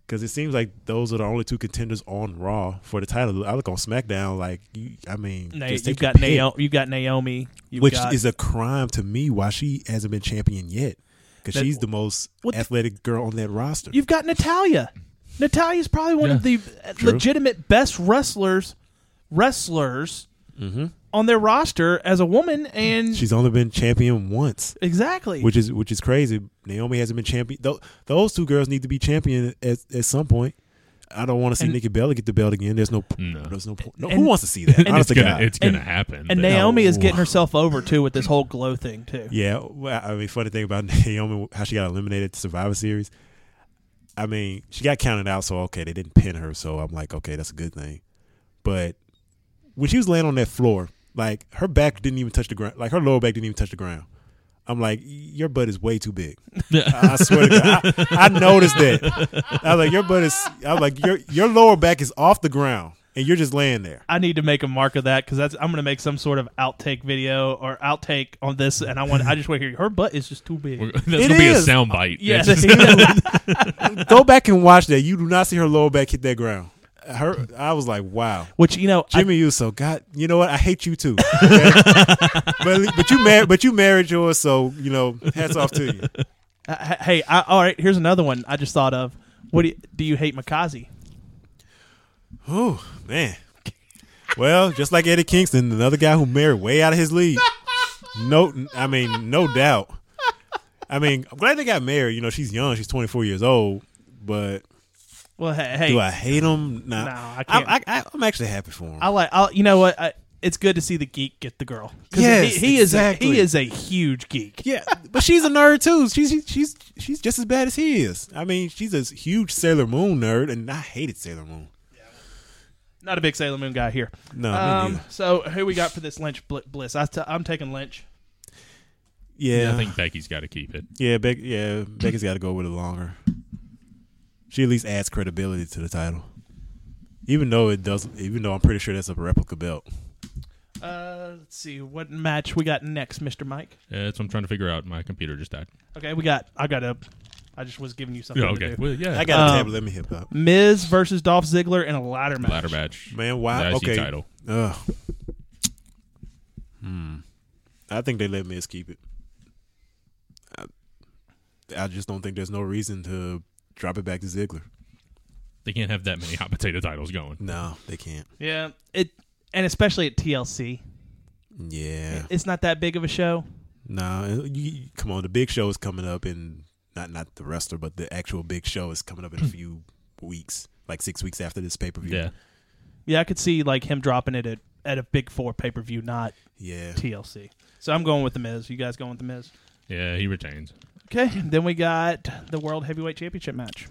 Speaker 4: because it seems like those are the only two contenders on Raw for the title. I look on SmackDown. Like, you, I mean,
Speaker 2: Na-
Speaker 4: just
Speaker 2: you've
Speaker 4: take your
Speaker 2: got
Speaker 4: pick,
Speaker 2: Naomi, you've got Naomi, you've
Speaker 4: which
Speaker 2: got,
Speaker 4: is a crime to me. Why she hasn't been champion yet? because
Speaker 2: That-
Speaker 4: she's the most
Speaker 2: What the-
Speaker 4: athletic girl on that roster.
Speaker 2: You've got Natalia. Natalia's probably one of
Speaker 3: Yeah,
Speaker 2: the legitimate best wrestlers wrestlers on their roster as a woman, and
Speaker 4: Mm-hmm. she's only been champion once,
Speaker 2: exactly.
Speaker 4: which is which is crazy. Naomi hasn't been champion. Tho- those two girls need to be champion at, at some point. I don't want to see
Speaker 2: And-
Speaker 4: Nikki Bella get the belt again. There's no,
Speaker 3: No.
Speaker 4: there's no point. No,
Speaker 2: And-
Speaker 4: who wants to see that?
Speaker 3: And it's
Speaker 4: Honest to
Speaker 3: gonna
Speaker 4: God.
Speaker 3: it's gonna
Speaker 2: And-
Speaker 3: happen.
Speaker 2: and
Speaker 3: but-
Speaker 2: Naomi is
Speaker 4: No.
Speaker 2: getting herself over too with this whole glow thing too.
Speaker 4: Yeah, well, I mean, funny thing about Naomi, how she got eliminated at the Survivor Series. I mean, she got counted out, so okay, they didn't pin her, so I'm like, okay, that's a good thing. But when she was laying on that floor, like her back didn't even touch the ground, like her lower back didn't even touch the ground. I'm like, your butt is way too big. I swear to God, I, I noticed that. I was like, your butt is. I was like, your your lower back is off the ground, and you're just laying there.
Speaker 2: I need to make a mark of that because that's I'm going to make some sort of outtake video or outtake on this, and I want I just want to hear her butt is just too
Speaker 3: We're-
Speaker 2: big.
Speaker 3: that's
Speaker 4: It
Speaker 3: gonna be a
Speaker 4: is.
Speaker 3: soundbite.
Speaker 2: Yeah,
Speaker 3: That's-
Speaker 4: Go back and watch that. You do not see her lower back hit that ground. Her, I was like, wow.
Speaker 2: which you know, I,
Speaker 4: Jimmy Uso, God, you know what? I hate you too. okay? but but you married, but you married yours, so you know, hats off to you.
Speaker 2: I- I- hey, I, all right, here's another one I just thought of. What do you, do you hate Makazi?
Speaker 4: Oh man. Well, just like Eddie Kingston, another guy who married way out of his league. No, I mean, no doubt. I mean, I'm glad they got married. You know, she's young; she's 24 years old. But
Speaker 2: Well, hey, hey
Speaker 4: do I hate him? Nah.
Speaker 2: No, I can't.
Speaker 4: I, I, I'm actually happy for him.
Speaker 2: I like. I'll, you know what? I, it's good to see the geek get the girl. 'Cause
Speaker 4: Yes,
Speaker 2: he, he
Speaker 4: exactly.
Speaker 2: is. A, he is a huge geek.
Speaker 4: Yeah, but she's a nerd too. She's she's- she's she's just as bad as he is. I mean, she's a huge Sailor Moon nerd, and I hated Sailor Moon.
Speaker 2: Not a big Sailor Moon guy here.
Speaker 4: No, me
Speaker 2: Um,
Speaker 4: neither.
Speaker 2: so who we got for this Lynch bl- Bliss? I t- I'm taking Lynch.
Speaker 4: yeah,
Speaker 3: I think Becky's got to keep it.
Speaker 4: yeah, Beck, yeah. Becky's got to go with it longer. She at least adds credibility to the title, even though it doesn't. Even though I'm pretty sure that's a replica belt.
Speaker 2: Uh, let's see what match we got next, Mister Mike.
Speaker 3: Uh, that's what I'm trying to figure out. My computer just died.
Speaker 2: Okay, we got. I got a. I just was giving you something.
Speaker 3: Yeah,
Speaker 2: To
Speaker 3: okay.
Speaker 2: do.
Speaker 3: Well, yeah.
Speaker 4: I got a
Speaker 2: Um,
Speaker 4: tab. Let me hip up,
Speaker 2: Miz versus Dolph Ziggler in a ladder match.
Speaker 3: ladder match.
Speaker 4: man. Why?
Speaker 3: The IC
Speaker 4: Okay.
Speaker 3: title.
Speaker 4: Ugh. Hmm. I think they let Miz keep it. I, I just don't think there's no reason to drop it back to Ziggler.
Speaker 3: They can't have that many hot potato titles going.
Speaker 4: No, they can't.
Speaker 2: Yeah, it and especially at TLC,
Speaker 4: Yeah.
Speaker 2: it's not that big of a show.
Speaker 4: No, and you, come on. The big show is coming up in not not the wrestler, but the actual big show is coming up in a few weeks, like six weeks after this pay per view.
Speaker 3: Yeah.
Speaker 2: Yeah, I could see like him dropping it at, at a big four pay per view, not
Speaker 4: Yeah.
Speaker 2: TLC. So I'm going with the Miz. You guys going with the Miz?
Speaker 3: Yeah, he retains.
Speaker 2: Okay. Then we got the World Heavyweight Championship match.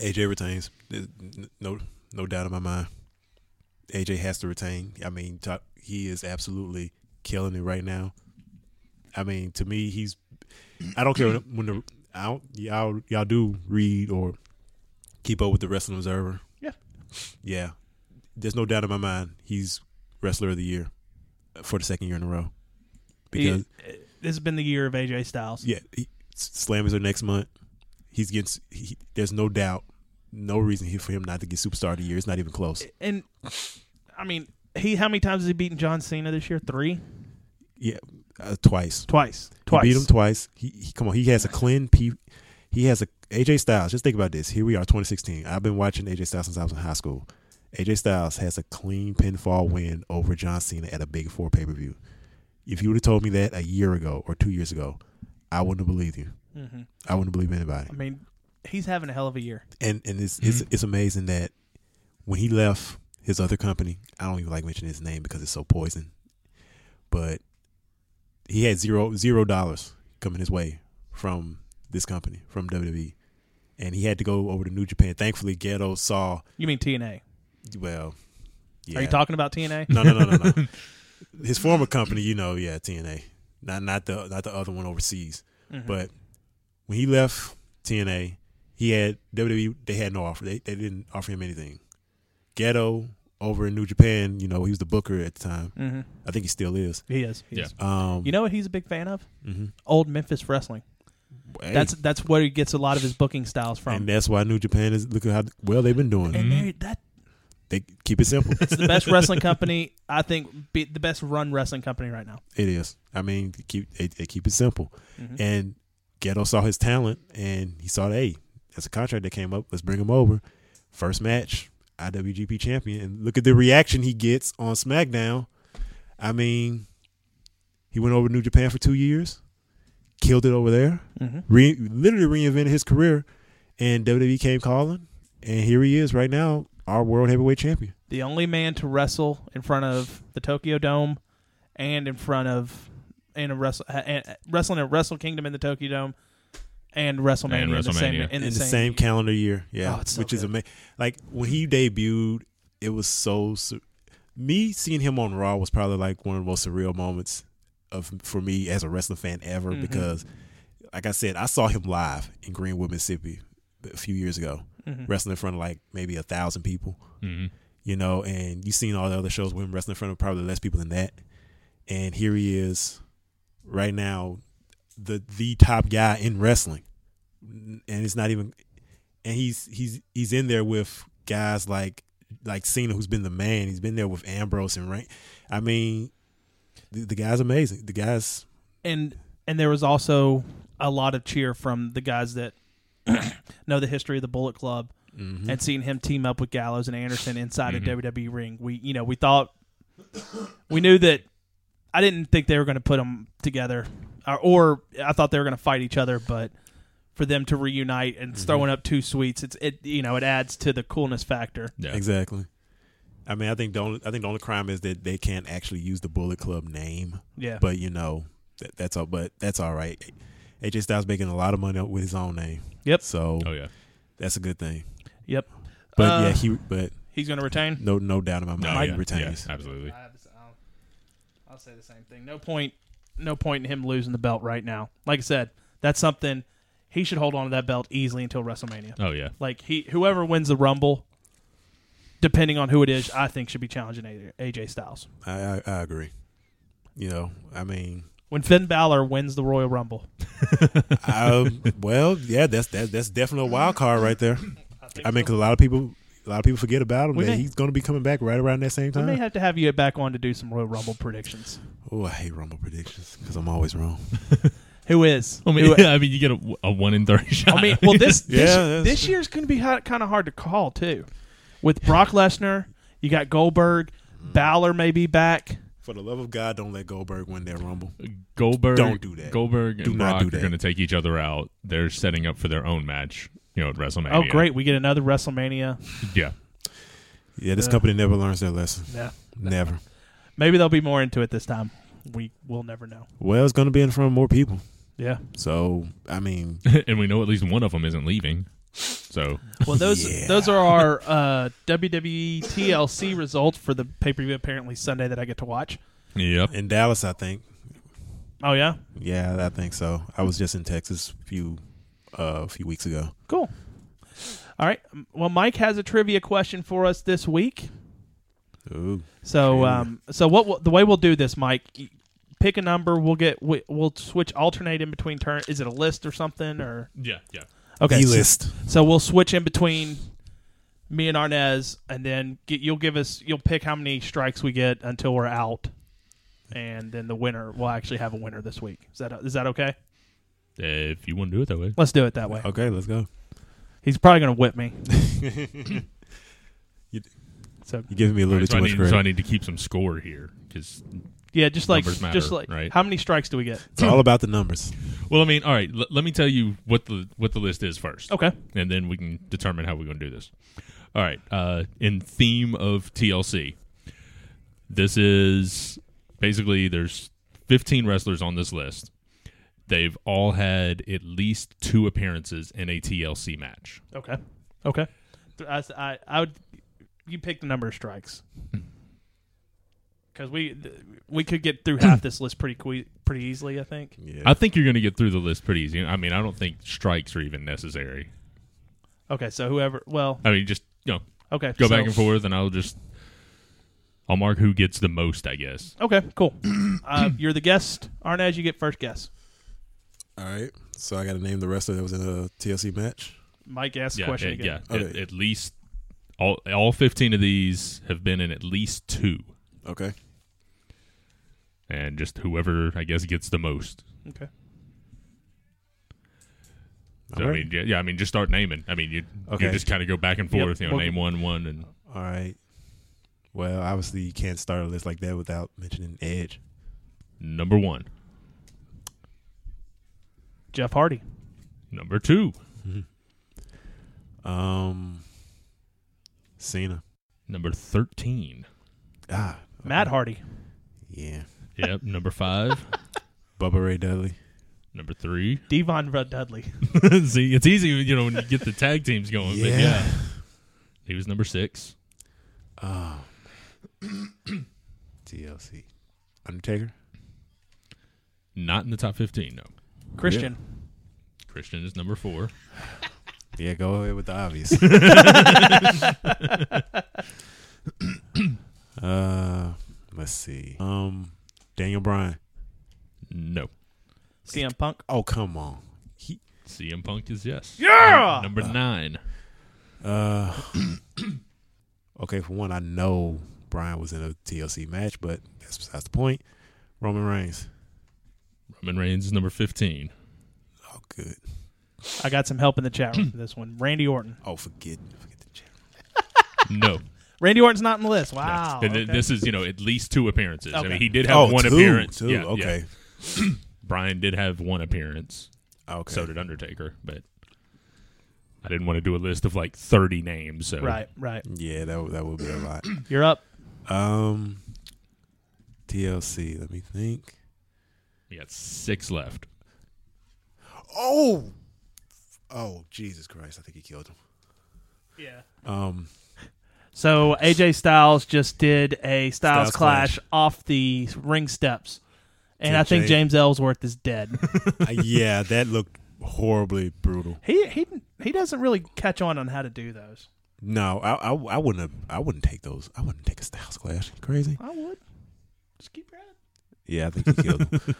Speaker 4: AJ retains. There's n- No, no doubt in my mind. AJ has to retain. I mean, top, he is absolutely killing it right now. I mean, to me, he's. I don't care when the I don't, y'all y'all do read or keep up with the Wrestling Observer.
Speaker 2: Yeah.
Speaker 4: Yeah, there's no doubt in my mind. He's Wrestler of the Year for the second year in a row. Because
Speaker 2: He- this has been the year of AJ Styles.
Speaker 4: yeah, he, S- Slammers are next month. He's getting. s- He, there's no doubt, no reason here for him not to get Superstar of the Year. It's not even close.
Speaker 2: And I mean, he how many times has he beaten John Cena this year? Three,
Speaker 4: Yeah, uh, twice.
Speaker 2: twice, twice.
Speaker 4: He beat him twice. He, he come on. He has a clean P. He has a AJ Styles. Just think about this. Here we are, 2016. I've been watching AJ Styles since I was in high school. AJ Styles has a clean pinfall win over John Cena at a Big Four pay per view. If you would have told me that a year ago or two years ago, I wouldn't have believed you.
Speaker 2: hmm
Speaker 4: I wouldn't believe anybody.
Speaker 2: I mean, he's having a hell of a year.
Speaker 4: and and it's
Speaker 2: Mm-hmm.
Speaker 4: it's it's amazing that when he left his other company, I don't even like mentioning his name because it's so poison. But he had zero zero dollars coming his way from this company from WWE, and he had to go over to New Japan. Thankfully, Ghetto saw
Speaker 2: You mean TNA?
Speaker 4: well. Yeah.
Speaker 2: Are you talking about TNA?
Speaker 4: No, no, no, no, no. his former company, you know, yeah, TNA, not not the not the other one overseas.
Speaker 2: Mhm.
Speaker 4: But when he left TNA, he had WWE. They had no offer. They they didn't offer him anything. Ghetto over in New Japan, you know, he was the booker at the time.
Speaker 2: hmm
Speaker 4: I think he still is.
Speaker 2: He is. He
Speaker 3: Yeah.
Speaker 2: is.
Speaker 4: Um,
Speaker 2: You know what he's a big fan of?
Speaker 4: mhm.
Speaker 2: Old Memphis wrestling.
Speaker 4: mm-hmm. Hey,
Speaker 2: That's that's where he gets a lot of his booking styles from.
Speaker 4: and that's why New Japan is look at how well they've been doing.
Speaker 2: And they- that
Speaker 4: They keep it simple.
Speaker 2: it's the best wrestling company I think, be the best run wrestling company right now.
Speaker 4: It is. I mean, they keep they, they keep it simple,
Speaker 2: Mhm.
Speaker 4: and Ghetto saw his talent and he saw, hey, that's a contract that came up. Let's bring him over. First match, IWGP champion. And look at the reaction he gets on SmackDown. I mean, he went over to New Japan for two years, killed it over there, re- literally reinvented his career, and WWE came calling. And here he is right now, our world heavyweight champion.
Speaker 2: the only man to wrestle in front of the Tokyo Dome and in front of and a wrestle ha- and wrestling at Wrestle Kingdom in the Tokyo Dome and WrestleMania, In, the same,
Speaker 3: WrestleMania.
Speaker 2: in, the
Speaker 4: in the
Speaker 2: same,
Speaker 4: same calendar year. Yeah,
Speaker 2: Oh, it's so
Speaker 4: which is
Speaker 2: good.
Speaker 4: amazing. Like when he debuted, it was so. Sur- me seeing him on Raw was probably like one of the most surreal moments of for me as a wrestling fan ever
Speaker 2: Mm-hmm.
Speaker 4: because, like I said, I saw him live in Greenwood, Mississippi, a few years ago,
Speaker 2: Mm-hmm.
Speaker 4: wrestling in front of like maybe a thousand people.
Speaker 3: Mhm.
Speaker 4: You know, and you seen all the other shows with him wrestling in front of probably less people than that, and here he is, right now, the the top guy in wrestling and it's not even and he's he's he's in there with guys like like Cena who's been the man. He's been there with Ambrose and Rain. I mean, the, the guy's amazing. The guy's
Speaker 2: and and there was also a lot of cheer from the guys that know the history of the Bullet Club and seeing him team up with Gallows and Anderson inside a WWE ring. We you know we thought we knew that I didn't think they were going to put them together, or, or I thought they were going to fight each other, but for them to reunite and throwing up two sweets, it's it you know it adds to the coolness factor.
Speaker 3: Yeah.
Speaker 4: exactly. I mean, I think the only I think the only crime is that they can't actually use the Bullet Club name.
Speaker 2: Yeah,
Speaker 4: But you know, that, that's all. But that's all right. AJ Styles making a lot of money with his own name.
Speaker 2: Yep.
Speaker 4: So
Speaker 3: Oh yeah.
Speaker 4: that's a good thing.
Speaker 2: yep.
Speaker 4: But
Speaker 2: Uh,
Speaker 4: yeah, he. But
Speaker 2: He's going to retain.
Speaker 4: no, no doubt in my
Speaker 3: No,
Speaker 4: mind, he
Speaker 3: Oh, yeah.
Speaker 4: retains.
Speaker 3: Yeah, absolutely.
Speaker 2: I have this- I'll, I'll say the same thing. No point. No point in him losing the belt right now. Like I said, that's something he should hold on to that belt easily until WrestleMania.
Speaker 3: Oh yeah.
Speaker 2: Like he, whoever wins the Rumble, depending on who it is, I think should be challenging AJ, AJ Styles.
Speaker 4: I, I, I agree. You know, I mean,
Speaker 2: When Finn Balor wins the Royal Rumble,
Speaker 4: um, well, yeah, that's that, that's definitely a wild card right there. I mean, because a lot of people, a lot of people forget about him.
Speaker 2: We
Speaker 4: That
Speaker 2: may-
Speaker 4: he's going to be coming back right around that same
Speaker 2: we may
Speaker 4: time.
Speaker 2: have to have you back on to do some Royal Rumble predictions.
Speaker 4: Oh, I hate Rumble predictions because I'm always wrong.
Speaker 2: Who is?
Speaker 3: I mean,
Speaker 2: Who-
Speaker 3: I mean, you get a, a one in thirty shot.
Speaker 2: I mean, well, this
Speaker 4: Yeah,
Speaker 2: this,
Speaker 4: that's-
Speaker 2: this year's going to be kind of hard to call too. With Brock Lesnar, you got Goldberg, Balor may be back.
Speaker 4: For the love of God, don't let Goldberg win that Rumble.
Speaker 3: Uh, Goldberg.
Speaker 4: Don't do that.
Speaker 3: Goldberg and
Speaker 4: Do not
Speaker 3: Brock
Speaker 4: do
Speaker 3: are
Speaker 4: that.
Speaker 3: going to take each other out. They're setting up for their own match. You know, at WrestleMania.
Speaker 2: Oh, great! We get another WrestleMania.
Speaker 3: Yeah.
Speaker 4: Yeah, this company never learns their lesson.
Speaker 2: Yeah.
Speaker 4: Never.
Speaker 2: Maybe they'll be more into it this time. We will never know.
Speaker 4: Well, it's going to be in front of more people.
Speaker 2: Yeah.
Speaker 4: So, I mean,
Speaker 3: and we know at least one of them isn't leaving. So
Speaker 2: Well, those
Speaker 4: Yeah.
Speaker 2: those are our uh, WWE TLC results for the pay per view. Apparently Sunday that I get to watch.
Speaker 3: yep.
Speaker 4: in Dallas, I think.
Speaker 2: Oh yeah,
Speaker 4: Yeah, I think so. I was just in Texas a few, uh, a few weeks ago.
Speaker 2: cool. All right. Well, Mike has a trivia question for us this week.
Speaker 4: Ooh.
Speaker 2: So,
Speaker 4: Trivia.
Speaker 2: um, so what we'll, the way we'll do this, Mike? y- Pick a number. We'll get we, we'll switch alternate in between turn. Is it a list or something or
Speaker 3: Yeah. Yeah.
Speaker 2: okay? so-
Speaker 4: E-list.
Speaker 2: So we'll switch in between me and Arnez, and then get, you'll give us you'll pick how many strikes we get until we're out, and then the winner we'll actually have a winner this week. Is that is that okay?
Speaker 3: Eh, If you want to do it that way.
Speaker 2: Let's do it that way.
Speaker 4: Okay, let's go.
Speaker 2: He's probably gonna whip me.
Speaker 4: You-
Speaker 2: so
Speaker 4: You're giving me a little bit
Speaker 3: So
Speaker 4: too
Speaker 3: I,
Speaker 4: much
Speaker 3: need,
Speaker 4: credit.
Speaker 3: so I need to keep some score here because
Speaker 2: yeah, just like
Speaker 3: Numbers matter,
Speaker 2: just like
Speaker 3: right?
Speaker 2: how many strikes do we get?
Speaker 4: It's all about the numbers.
Speaker 3: well, I mean, all right. L- let me tell you what the what the list is first.
Speaker 2: Okay,
Speaker 3: and then we can determine how we're going to do this. All right. Uh, in theme of TLC, this is basically there's 15 wrestlers on this list. They've all had at least two appearances in a TLC match.
Speaker 2: okay, okay. Th- I, I, I would you pick the number of strikes because we th- we could get through half this list pretty que- pretty easily. I think.
Speaker 4: Yeah.
Speaker 3: I think you're going to get through the list pretty easy. I mean, I don't think strikes are even necessary.
Speaker 2: Okay, so whoever well
Speaker 3: I mean, just you know,
Speaker 2: Okay.
Speaker 3: go
Speaker 2: so-
Speaker 3: back and forth, and I'll just I'll mark who gets the most, I guess.
Speaker 2: Okay, cool. Uh, you're the guest. Arnaz, you get first guess.
Speaker 4: All right. So I got to name the wrestler that was in a TLC match.
Speaker 2: Mike asked the
Speaker 3: yeah,
Speaker 2: question
Speaker 3: at-
Speaker 2: again.
Speaker 3: yeah. At,
Speaker 4: Okay.
Speaker 3: at least all all fifteen of these have been in at least two,
Speaker 4: Okay.
Speaker 3: and just whoever I guess gets the most.
Speaker 2: Okay.
Speaker 3: So, I mean, yeah, yeah, I mean, just start naming. I mean, you you
Speaker 4: Okay.
Speaker 3: just kind of go back and
Speaker 2: Yep.
Speaker 3: forth. You know,
Speaker 2: Well-
Speaker 3: name one, one, and
Speaker 4: All right. Well, obviously you can't start a list like that without mentioning Edge.
Speaker 3: number one,
Speaker 2: Jeff Hardy.
Speaker 3: number two,
Speaker 4: Um, Cena.
Speaker 3: number thirteen.
Speaker 4: Ah,
Speaker 2: Matt Hardy.
Speaker 4: yeah.
Speaker 3: Yep, number five,
Speaker 4: Bubba Ray Dudley.
Speaker 3: number three.
Speaker 2: Devon Rudd Dudley.
Speaker 3: See, it's easy, you know, when you get the tag teams going. But
Speaker 4: Yeah.
Speaker 3: yeah, he was number six.
Speaker 4: Oh. TLC. Undertaker.
Speaker 3: Not in the top fifteen. No,
Speaker 2: Christian.
Speaker 3: Christian is number four.
Speaker 4: Yeah, go ahead with the obvious. uh, let's see. Um, Daniel Bryan.
Speaker 3: No,
Speaker 2: CM Punk.
Speaker 4: Oh, come on. He.
Speaker 3: CM Punk is yes.
Speaker 2: Yeah!
Speaker 3: number nine.
Speaker 4: Uh. okay, for one, I know Bryan was in a TLC match, but that's besides the point. Roman Reigns.
Speaker 3: Roman Reigns is number fifteen.
Speaker 4: Oh, good.
Speaker 2: I got some help in the chat room for this one. Randy Orton.
Speaker 4: Oh, forget, forget the channel.
Speaker 3: No.
Speaker 2: Randy Orton's not in the list.
Speaker 4: Oh,
Speaker 2: Wow.
Speaker 3: and th-
Speaker 2: okay.
Speaker 3: this is you know at least two appearances. I
Speaker 2: Okay.
Speaker 3: mean, he did have one
Speaker 4: two,
Speaker 3: appearance.
Speaker 4: Two.
Speaker 3: Yeah, yeah.
Speaker 4: okay.
Speaker 3: Brian did have one appearance.
Speaker 4: Okay.
Speaker 3: So did Undertaker, but I didn't want to do a list of like thirty names. So
Speaker 2: right, right.
Speaker 4: yeah, that would- that would be a lot.
Speaker 2: You're up.
Speaker 4: Um, TLC. Let me think.
Speaker 3: we got six left.
Speaker 4: Oh, oh, Jesus Christ! I think he killed him.
Speaker 2: Yeah.
Speaker 4: Um,
Speaker 2: So AJ Styles just did a Styles,
Speaker 4: Styles
Speaker 2: clash,
Speaker 4: Clash.
Speaker 2: off the ring steps, and
Speaker 4: To
Speaker 2: I think
Speaker 4: Jay-
Speaker 2: James Ellsworth is dead.
Speaker 4: uh, yeah, that looked horribly brutal.
Speaker 2: he he he doesn't really catch on on how to do those.
Speaker 4: No, I, I, I wouldn't have. I wouldn't take those. I wouldn't take a Styles Clash. You crazy?
Speaker 2: I would just keep your head.
Speaker 4: Yeah, I think he killed him.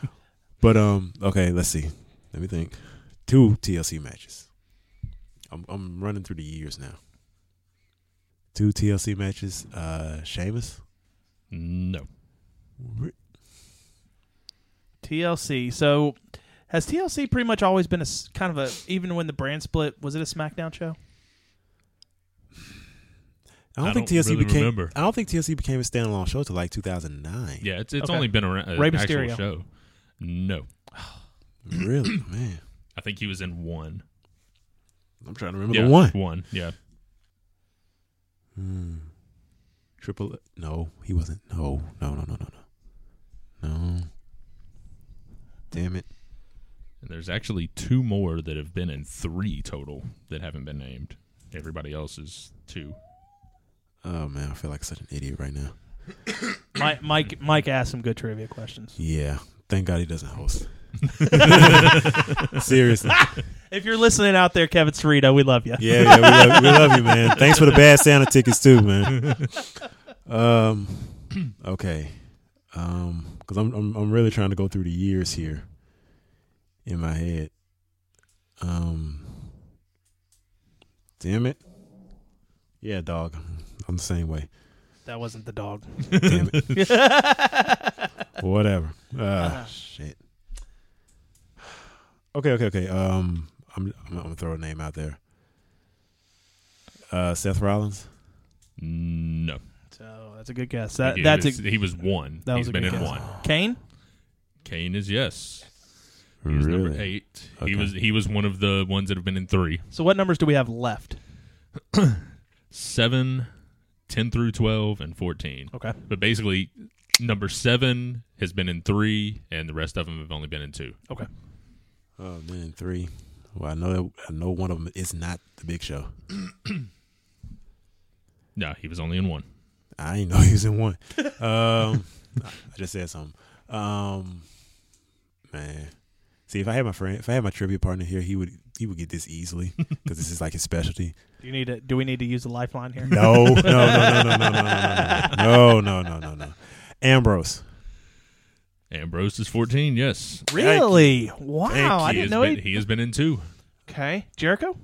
Speaker 4: But um, okay, let's see. Let me think. Two TLC matches. I'm I'm running through the years now. Two TLC matches. Uh, Sheamus.
Speaker 3: No,
Speaker 2: TLC. So has TLC pretty much always been a s- kind of a even when the brand split was it a SmackDown show?
Speaker 4: I don't
Speaker 3: I
Speaker 4: think
Speaker 3: don't
Speaker 4: TLC
Speaker 3: really
Speaker 4: became.
Speaker 3: remember.
Speaker 4: I don't think TLC became a standalone show till like 2009.
Speaker 3: yeah, it's it's
Speaker 2: Okay.
Speaker 3: only been around uh, an
Speaker 2: Rey
Speaker 3: actual
Speaker 2: Mysterio.
Speaker 3: show. No,
Speaker 4: Really, man.
Speaker 3: I think he was in one.
Speaker 4: I'm trying to remember
Speaker 3: yeah,
Speaker 4: the one.
Speaker 3: one. Yeah,
Speaker 4: Hmm. Triple. No, he wasn't. No, no, no, no, no, no. No. Damn it.
Speaker 3: and there's actually two more that have been in three total that haven't been named. Everybody else is two.
Speaker 4: Oh man, I feel like such an idiot right now.
Speaker 2: Mike Mike Mike asked some good trivia questions.
Speaker 4: Yeah. Thank God he doesn't host. Seriously.
Speaker 2: If you're listening out there, Kevin Cerrito, we love you.
Speaker 4: Yeah, yeah, we love, we love you, man. Thanks for the bad Santa tickets too, man. Um, okay, um, because I'm, I'm I'm really trying to go through the years here in my head. Um, damn it. Yeah, dog. I'm the same way.
Speaker 2: That wasn't the dog.
Speaker 4: Damn it. Whatever. Ah, shit. Okay, okay, okay. Um, I'm I'm, I'm gonna throw a name out there. Uh, Seth Rollins.
Speaker 3: No,
Speaker 2: So that's a good guess. That
Speaker 3: he,
Speaker 2: that's
Speaker 3: was,
Speaker 2: a,
Speaker 3: he was one.
Speaker 2: that was
Speaker 3: He's
Speaker 2: a
Speaker 3: been
Speaker 2: good
Speaker 3: in
Speaker 2: guess.
Speaker 3: one.
Speaker 2: Kane.
Speaker 3: Kane is yes. He was number eight.
Speaker 4: Okay.
Speaker 3: He was he was one of the ones that have been in three.
Speaker 2: So what numbers do we have left?
Speaker 3: Seven, ten through twelve, and fourteen.
Speaker 2: Okay.
Speaker 3: But basically number seven has been in three and the rest of them have only been in two.
Speaker 2: Okay.
Speaker 4: Oh man, three. Well, I know that I know one of them is not the Big Show.
Speaker 3: No, he was only in one.
Speaker 4: I didn't know he was in one. Um, I just said something. Um, man, see if I had my friend, if I had my trivia partner here, he would he would get this easily because this is like his specialty.
Speaker 2: Do you need to? Do we need to use the lifeline here?
Speaker 4: No, no, no, no, no, no, no, no, no, no, no, no, no, no. Ambrose.
Speaker 3: Ambrose is fourteen, yes.
Speaker 2: Really? Wow! Oh, I
Speaker 3: he,
Speaker 2: didn't
Speaker 3: has
Speaker 2: know.
Speaker 3: been,
Speaker 2: He,
Speaker 3: he has been in two.
Speaker 2: okay, Jericho.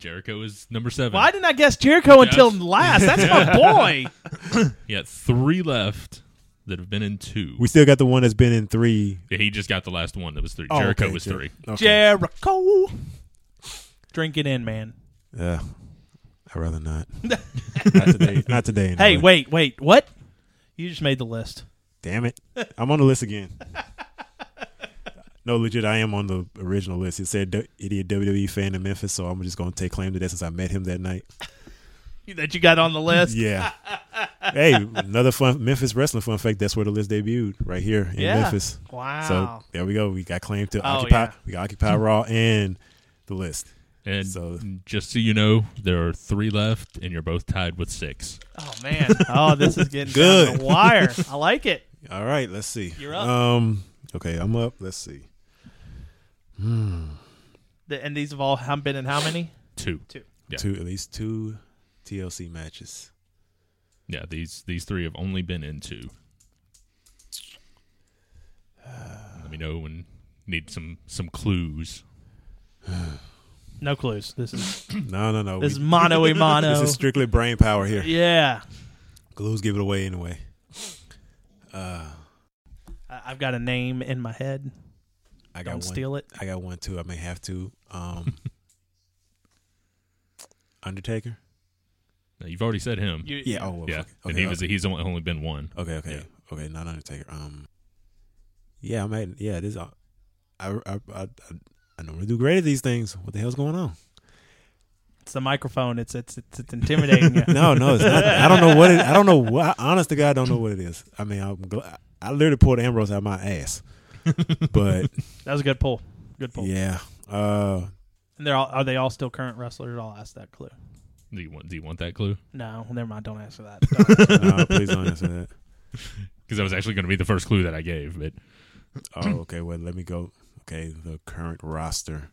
Speaker 3: Jericho is number seven.
Speaker 2: Well, I didn't I guess Jericho
Speaker 3: Yes.
Speaker 2: until last. That's my boy.
Speaker 3: He got three left that have been in two.
Speaker 4: We still got the one that's been in three.
Speaker 3: he just got the last one that was three.
Speaker 4: Oh,
Speaker 3: Jericho
Speaker 4: okay,
Speaker 3: was
Speaker 4: Jer-
Speaker 3: three.
Speaker 4: Okay.
Speaker 2: Jericho. Drink it in, man.
Speaker 4: Yeah. I'd rather not. not today. Not today.
Speaker 2: Hey,
Speaker 4: anyway.
Speaker 2: wait, wait, what? You just made the list.
Speaker 4: Damn it. I'm on the list again. No, legit, I am on the original list. It said "D- idiot WWE fan in Memphis, so I'm just going to take claim to that since I met him that night.
Speaker 2: That you got on the list.
Speaker 4: Yeah. hey, another fun Memphis wrestling fun fact. That's where the list debuted, right here in
Speaker 2: Yeah.
Speaker 4: Memphis.
Speaker 2: Wow.
Speaker 4: So there we go. We got claim to
Speaker 2: Oh,
Speaker 4: occupy.
Speaker 2: yeah.
Speaker 4: We got occupy Raw and the list.
Speaker 3: And
Speaker 4: So-
Speaker 3: just so you know, there are three left, and you're both tied with six.
Speaker 2: Oh man. Oh, this is getting
Speaker 4: Good.
Speaker 2: down to the wire. I like it.
Speaker 4: All right, let's see.
Speaker 2: You're up.
Speaker 4: Um. Okay, I'm up. Let's see.
Speaker 2: The, and these have all have been in how many?
Speaker 3: Two.
Speaker 2: Two.
Speaker 3: Yeah.
Speaker 4: Two at least two TLC matches.
Speaker 3: Yeah, these these three have only been in two. Let me know when need some some clues.
Speaker 2: No clues. This is
Speaker 4: No, no, no.
Speaker 2: this is
Speaker 4: We-
Speaker 2: mono a mono.
Speaker 4: this is strictly brain power here.
Speaker 2: yeah.
Speaker 4: Glues give it away anyway.
Speaker 2: I- I've got a name in my head.
Speaker 4: I got
Speaker 2: Don't
Speaker 4: one.
Speaker 2: steal it.
Speaker 4: I got one too. I may have to. Um, Undertaker.
Speaker 3: Now, you've already said him.
Speaker 2: You,
Speaker 4: Yeah. Oh, well,
Speaker 3: yeah,
Speaker 4: fuck it.
Speaker 3: and
Speaker 4: Okay,
Speaker 3: he was he's only, only been one.
Speaker 4: okay. Okay. Okay. Not Undertaker. Um. Yeah, I'm at. Yeah, this. I, I, I, I, I normally do great at these things. What the hell's going on?
Speaker 2: It's the microphone. It's it's it's, it's intimidating. you.
Speaker 4: No, no, it's not. I don't know what it. I don't know what. Honest to God, I don't know what it is. I mean, I'm. Gl- I literally pulled Ambrose out of my ass. But
Speaker 2: That was a good pull. Good pull.
Speaker 4: yeah, uh,
Speaker 2: And they're all are they all still current wrestlers? I'll ask that clue.
Speaker 3: Do you want do you want that clue?
Speaker 2: No, never mind. Don't answer that. Don't answer that.
Speaker 4: no, please don't answer that.
Speaker 3: Because that was actually going to be the first clue that I gave. But
Speaker 4: Oh, okay. Well, let me go. Okay, the current roster.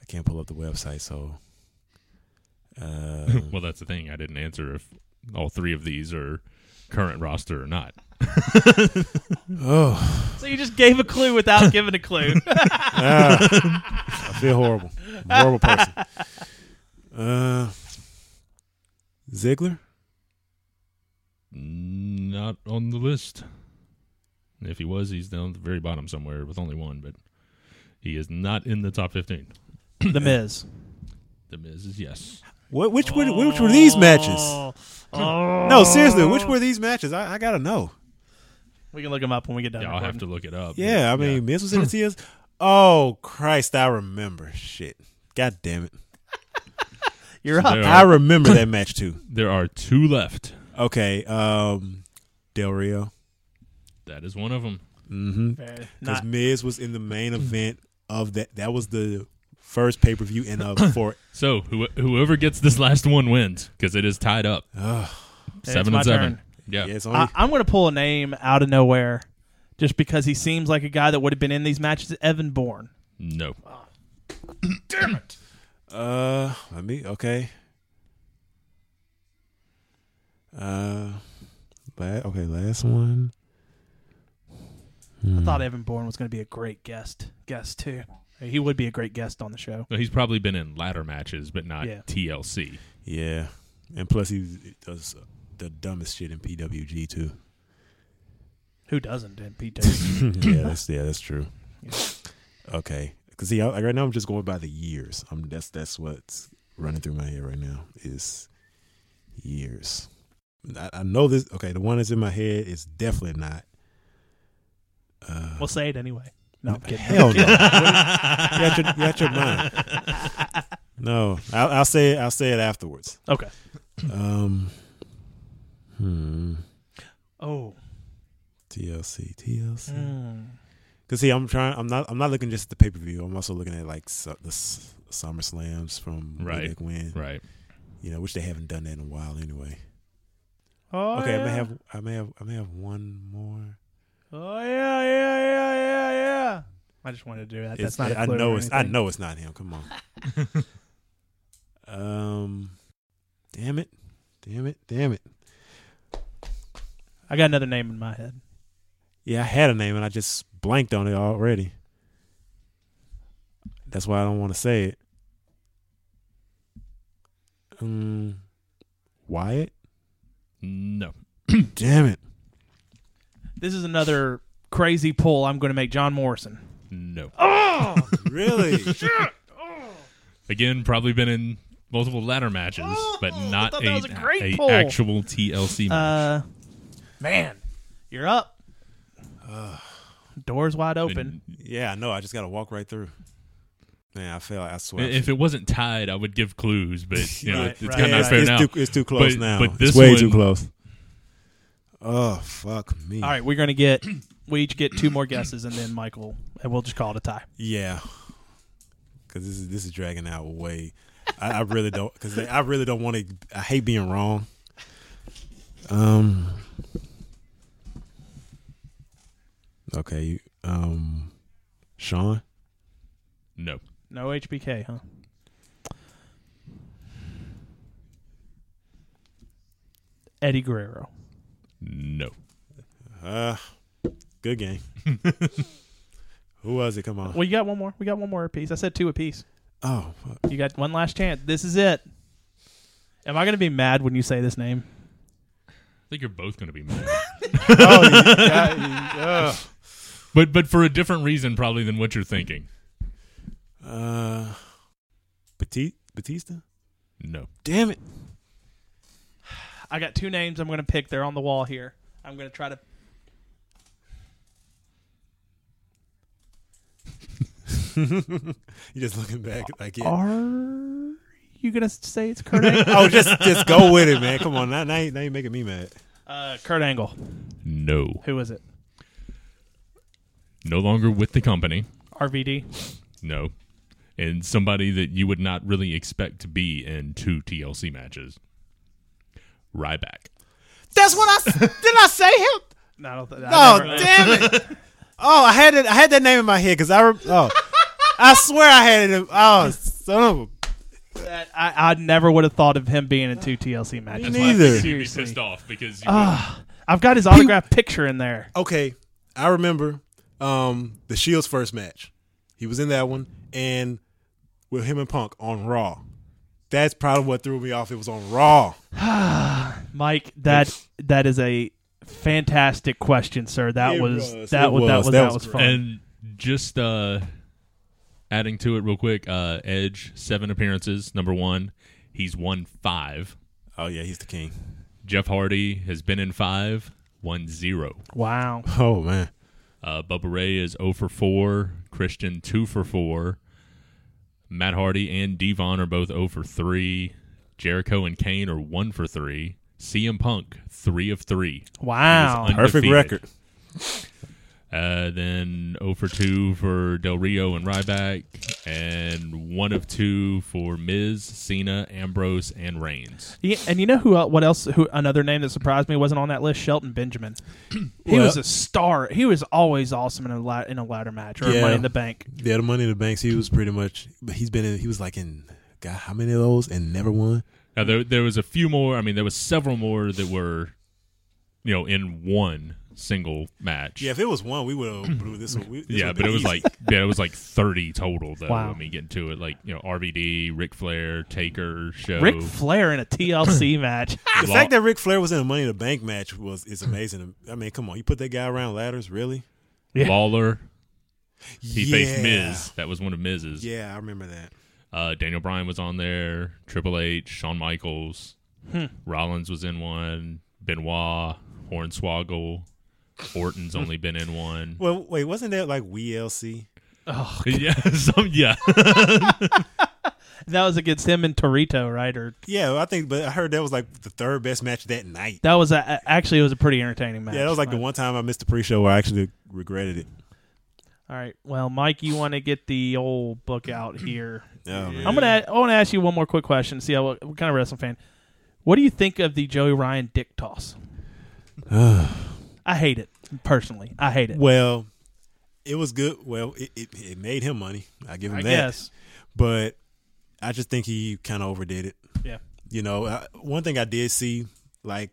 Speaker 4: I can't pull up the website, so. Uh,
Speaker 3: well, that's the thing. I didn't answer if all three of these are current roster or not.
Speaker 4: oh,
Speaker 2: so you just gave a clue without giving a clue.
Speaker 4: ah, I feel horrible. I'm a horrible person. Uh, Ziggler.
Speaker 3: Not on the list. If he was, he's down at the very bottom somewhere with only one. But he is not in the top fifteen.
Speaker 2: the Miz.
Speaker 3: The Miz is yes.
Speaker 4: What? Which were? Which were these matches?
Speaker 2: Oh, oh.
Speaker 4: No, seriously, which were these matches? I, I gotta know.
Speaker 2: We can look them up when we get done.
Speaker 3: Yeah, I'll have to
Speaker 2: recording.
Speaker 3: look it up.
Speaker 4: Yeah, I mean, Miz was in the TLC. Oh Christ, I remember. Shit, God damn it,
Speaker 2: You're
Speaker 3: There
Speaker 2: up.
Speaker 3: are-
Speaker 4: I remember that match too.
Speaker 3: There are two left.
Speaker 4: Okay, um, Del Rio.
Speaker 3: That is one of them.
Speaker 4: Mm-hmm.
Speaker 2: Fair.
Speaker 4: Because
Speaker 2: Not,
Speaker 4: Miz was in the main event of that. That was the first pay per view in a for.
Speaker 3: So who, whoever gets this last one wins because it is tied up
Speaker 4: Ugh.
Speaker 2: it's
Speaker 3: seven
Speaker 2: my
Speaker 3: and seven.
Speaker 2: turn.
Speaker 3: Yeah.
Speaker 4: Uh, yeah, it's only
Speaker 2: I, I'm going to pull a name out of nowhere, just because he seems like a guy that would have been in these matches. Evan Bourne.
Speaker 3: No.
Speaker 4: uh. Let me okay. Uh, la- okay. Last one.
Speaker 3: Hmm.
Speaker 2: I thought Evan Bourne was going to be a great guest. Guest too. He would be a great guest on the show.
Speaker 3: No, he's probably been in ladder matches, but not
Speaker 2: Yeah.
Speaker 3: TLC.
Speaker 4: Yeah, and plus he does the dumbest shit in PWG too.
Speaker 2: Who doesn't? And Pete Davidson.
Speaker 4: yeah, that's yeah, that's true.
Speaker 2: Yeah.
Speaker 4: Okay, because see, I, like right now I'm just going by the years. I'm that's that's what's running through my head right now is years. I, I know this. Okay, the one that's in my head is definitely not. Uh,
Speaker 2: we'll say it anyway. No, I'm kidding.
Speaker 4: hell no. you, got your, you got your mind. No, I'll, I'll say it. I'll say it afterwards.
Speaker 2: Okay.
Speaker 4: Um, hmm.
Speaker 2: Oh.
Speaker 4: TLC, TLC.
Speaker 2: Mm.
Speaker 4: Cause see, I'm trying. I'm not. I'm not looking just at the pay per view. I'm also looking at like su- the s- Summer Slams from
Speaker 3: Right.
Speaker 4: Big Win.
Speaker 3: Right.
Speaker 4: You know, which they haven't done that in a while anyway.
Speaker 2: Oh,
Speaker 4: okay,
Speaker 2: yeah.
Speaker 4: I may have. I may have. I may have one more.
Speaker 2: Oh yeah, yeah, yeah, yeah, yeah. I just wanted to do that.
Speaker 4: It's-
Speaker 2: That's not. a
Speaker 4: I
Speaker 2: clue
Speaker 4: know
Speaker 2: or
Speaker 4: it's. I
Speaker 2: anything.
Speaker 4: know it's not him. Come on. um, damn it, damn it, damn it.
Speaker 2: I got another name in my head.
Speaker 4: Yeah, I had a name and I just blanked on it already. That's why I don't want to say it. Um, Wyatt.
Speaker 3: No.
Speaker 4: Damn it.
Speaker 2: This is another crazy pull. I'm going to make John Morrison.
Speaker 3: No.
Speaker 2: Oh,
Speaker 4: Really?
Speaker 3: Again, probably been in multiple ladder matches, but
Speaker 2: Oh, I
Speaker 3: not
Speaker 2: thought
Speaker 3: a,
Speaker 2: that was a great
Speaker 3: a
Speaker 2: pull.
Speaker 3: actual TLC match.
Speaker 2: Uh, man, you're up. Doors wide open.
Speaker 3: And
Speaker 4: Yeah, I know. I just got to walk right through. Man, I feel. I swear.
Speaker 3: if it wasn't tied, I would give clues, but you know,
Speaker 2: Right,
Speaker 3: it's
Speaker 2: right,
Speaker 3: kind of
Speaker 2: right.
Speaker 3: not fair
Speaker 4: it's
Speaker 3: now.
Speaker 4: Too, it's too close
Speaker 3: But-
Speaker 4: now.
Speaker 3: but
Speaker 4: It's
Speaker 3: this
Speaker 4: way
Speaker 3: one-
Speaker 4: too close. Oh fuck me!
Speaker 2: All right, we're gonna get we each get two more guesses, and then Michael, and we'll just call it a tie.
Speaker 4: Yeah, because this is this is dragging out way. I, I really don't because I really don't want to. I hate being wrong. Um. Okay. you- Um. Sean.
Speaker 3: No,
Speaker 2: No HBK, huh? Eddie Guerrero.
Speaker 3: no.
Speaker 4: Uh. Good game. Who was it? Come on.
Speaker 2: Well, you got one more. We got one more apiece. I said two apiece.
Speaker 4: Oh. fuck.
Speaker 2: You got one last chance. This is it. Am I gonna be mad when you say this name?
Speaker 3: I think you're both going to be mad,
Speaker 2: Oh,
Speaker 4: Uh,
Speaker 3: but but for a different reason probably than what you're thinking.
Speaker 4: uh. Batiste. Batista.
Speaker 3: No,
Speaker 4: Damn it.
Speaker 2: I got two names. I'm gonna pick. They're on the wall here. I'm gonna try to.
Speaker 4: You're just looking back like yeah.
Speaker 2: Are you gonna say it's Kurt? Angle?
Speaker 4: Oh, just just go with it, man. Come on, now, now, you, now you making me mad.
Speaker 2: uh, Kurt Angle.
Speaker 3: no,
Speaker 2: Who is it?
Speaker 3: no longer with the company.
Speaker 2: RVD.
Speaker 3: No. And somebody that you would not really expect to be in two TLC matches. Ryback.
Speaker 4: That's what I s- did. I say him.
Speaker 2: No, I don't th- I
Speaker 4: Oh,
Speaker 2: never-
Speaker 4: damn it. Oh, I had it. I had that name in my head because I. Re- oh, I swear I had it. in- Oh, son of a.
Speaker 2: that- I, I never would have thought of him being in two TLC matches.
Speaker 4: Me neither.
Speaker 2: Like,
Speaker 3: You'd be
Speaker 2: seriously. Ah.
Speaker 3: pissed off because you
Speaker 2: I've got his autographed picture in there.
Speaker 4: Okay, I remember um the Shield's first match. He was in that one, and with him and Punk on Raw. That's probably what threw me off. It was on Raw.
Speaker 2: Mike, that that is a fantastic question, sir. That
Speaker 4: It
Speaker 2: was,
Speaker 4: was,
Speaker 2: that
Speaker 4: it
Speaker 2: was, that was
Speaker 4: was, that
Speaker 2: that
Speaker 4: was
Speaker 2: was fun.
Speaker 4: great.
Speaker 3: and just uh adding to it real quick, uh Edge, seven appearances, number one. He's won five.
Speaker 4: Oh yeah, he's the king.
Speaker 3: Jeff Hardy has been in five, won zero.
Speaker 2: wow.
Speaker 4: Oh man.
Speaker 3: Uh, Bubba Ray is 0 for 4. Christian 2 for 4. Matt Hardy and Devon are both 0 for 3. Jericho and Kane are 1 for 3. CM Punk 3 of 3.
Speaker 2: Wow.
Speaker 3: He was
Speaker 4: Perfect
Speaker 3: Undefeated.
Speaker 4: record.
Speaker 3: Uh, then 0 for 2 for Del Rio and Ryback. And 1 of 2 for Miz, Cena, Ambrose, and Reigns.
Speaker 2: Yeah, and you know who? el- What else? Who? Another name that surprised me wasn't on that list. Shelton Benjamin. He
Speaker 4: Well-
Speaker 2: was a star. He was always awesome in a la- in a ladder match or a
Speaker 4: Yeah.
Speaker 2: Money in the Bank.
Speaker 4: Yeah, the Money in the Banks. He was pretty much. But he's been in. He was like in. God, how many of those and never won?
Speaker 3: Now, there, there was a few more. I mean, there was several more that were, you know, in one single match.
Speaker 4: Yeah, if it was one, we would have blew this one. We, this
Speaker 3: yeah,
Speaker 4: would've
Speaker 3: but
Speaker 4: been
Speaker 3: it was
Speaker 4: easy.
Speaker 3: like yeah, it was like thirty total though.
Speaker 2: Wow.
Speaker 3: When we get into it, like you know, RVD, Ric Flair, Taker, Show,
Speaker 2: Ric Flair in a TLC match.
Speaker 4: the
Speaker 3: Law-
Speaker 4: fact that Ric Flair was in a Money in the Bank match was is amazing. I mean, come on, you put that guy around ladders, really?
Speaker 2: Yeah.
Speaker 3: Lawler. He
Speaker 4: yeah.
Speaker 3: faced Miz. That was one of Miz's.
Speaker 4: Yeah, I remember that.
Speaker 3: Uh, Daniel Bryan was on there. Triple H, Shawn Michaels,
Speaker 2: Hmm.
Speaker 3: Rollins was in one. Benoit, Hornswoggle, Orton's only been in one.
Speaker 4: Well, wait, wasn't that like WLC?
Speaker 3: yeah, some, yeah.
Speaker 2: that was against him and Torito, right? Or
Speaker 4: Yeah, I think. But I heard that was like the third best match that night.
Speaker 2: that was a, a- actually it was a pretty entertaining match.
Speaker 4: Yeah, that was like the one time I missed the pre-show where I actually regretted it.
Speaker 2: All right. Well, Mike, you want to get the old book out here?
Speaker 4: Oh, man.
Speaker 2: I'm gonna. I want to ask you one more quick question. See how what, what kind of wrestling fan. What do you think of the Joey Ryan dick toss? I hate it personally. I hate it.
Speaker 4: Well, it was good. Well, it, it, it made him money. I give him
Speaker 2: I
Speaker 4: that.
Speaker 2: guess.
Speaker 4: But I just think he kind of overdid it.
Speaker 2: Yeah.
Speaker 4: You know, I, one thing I did see, like,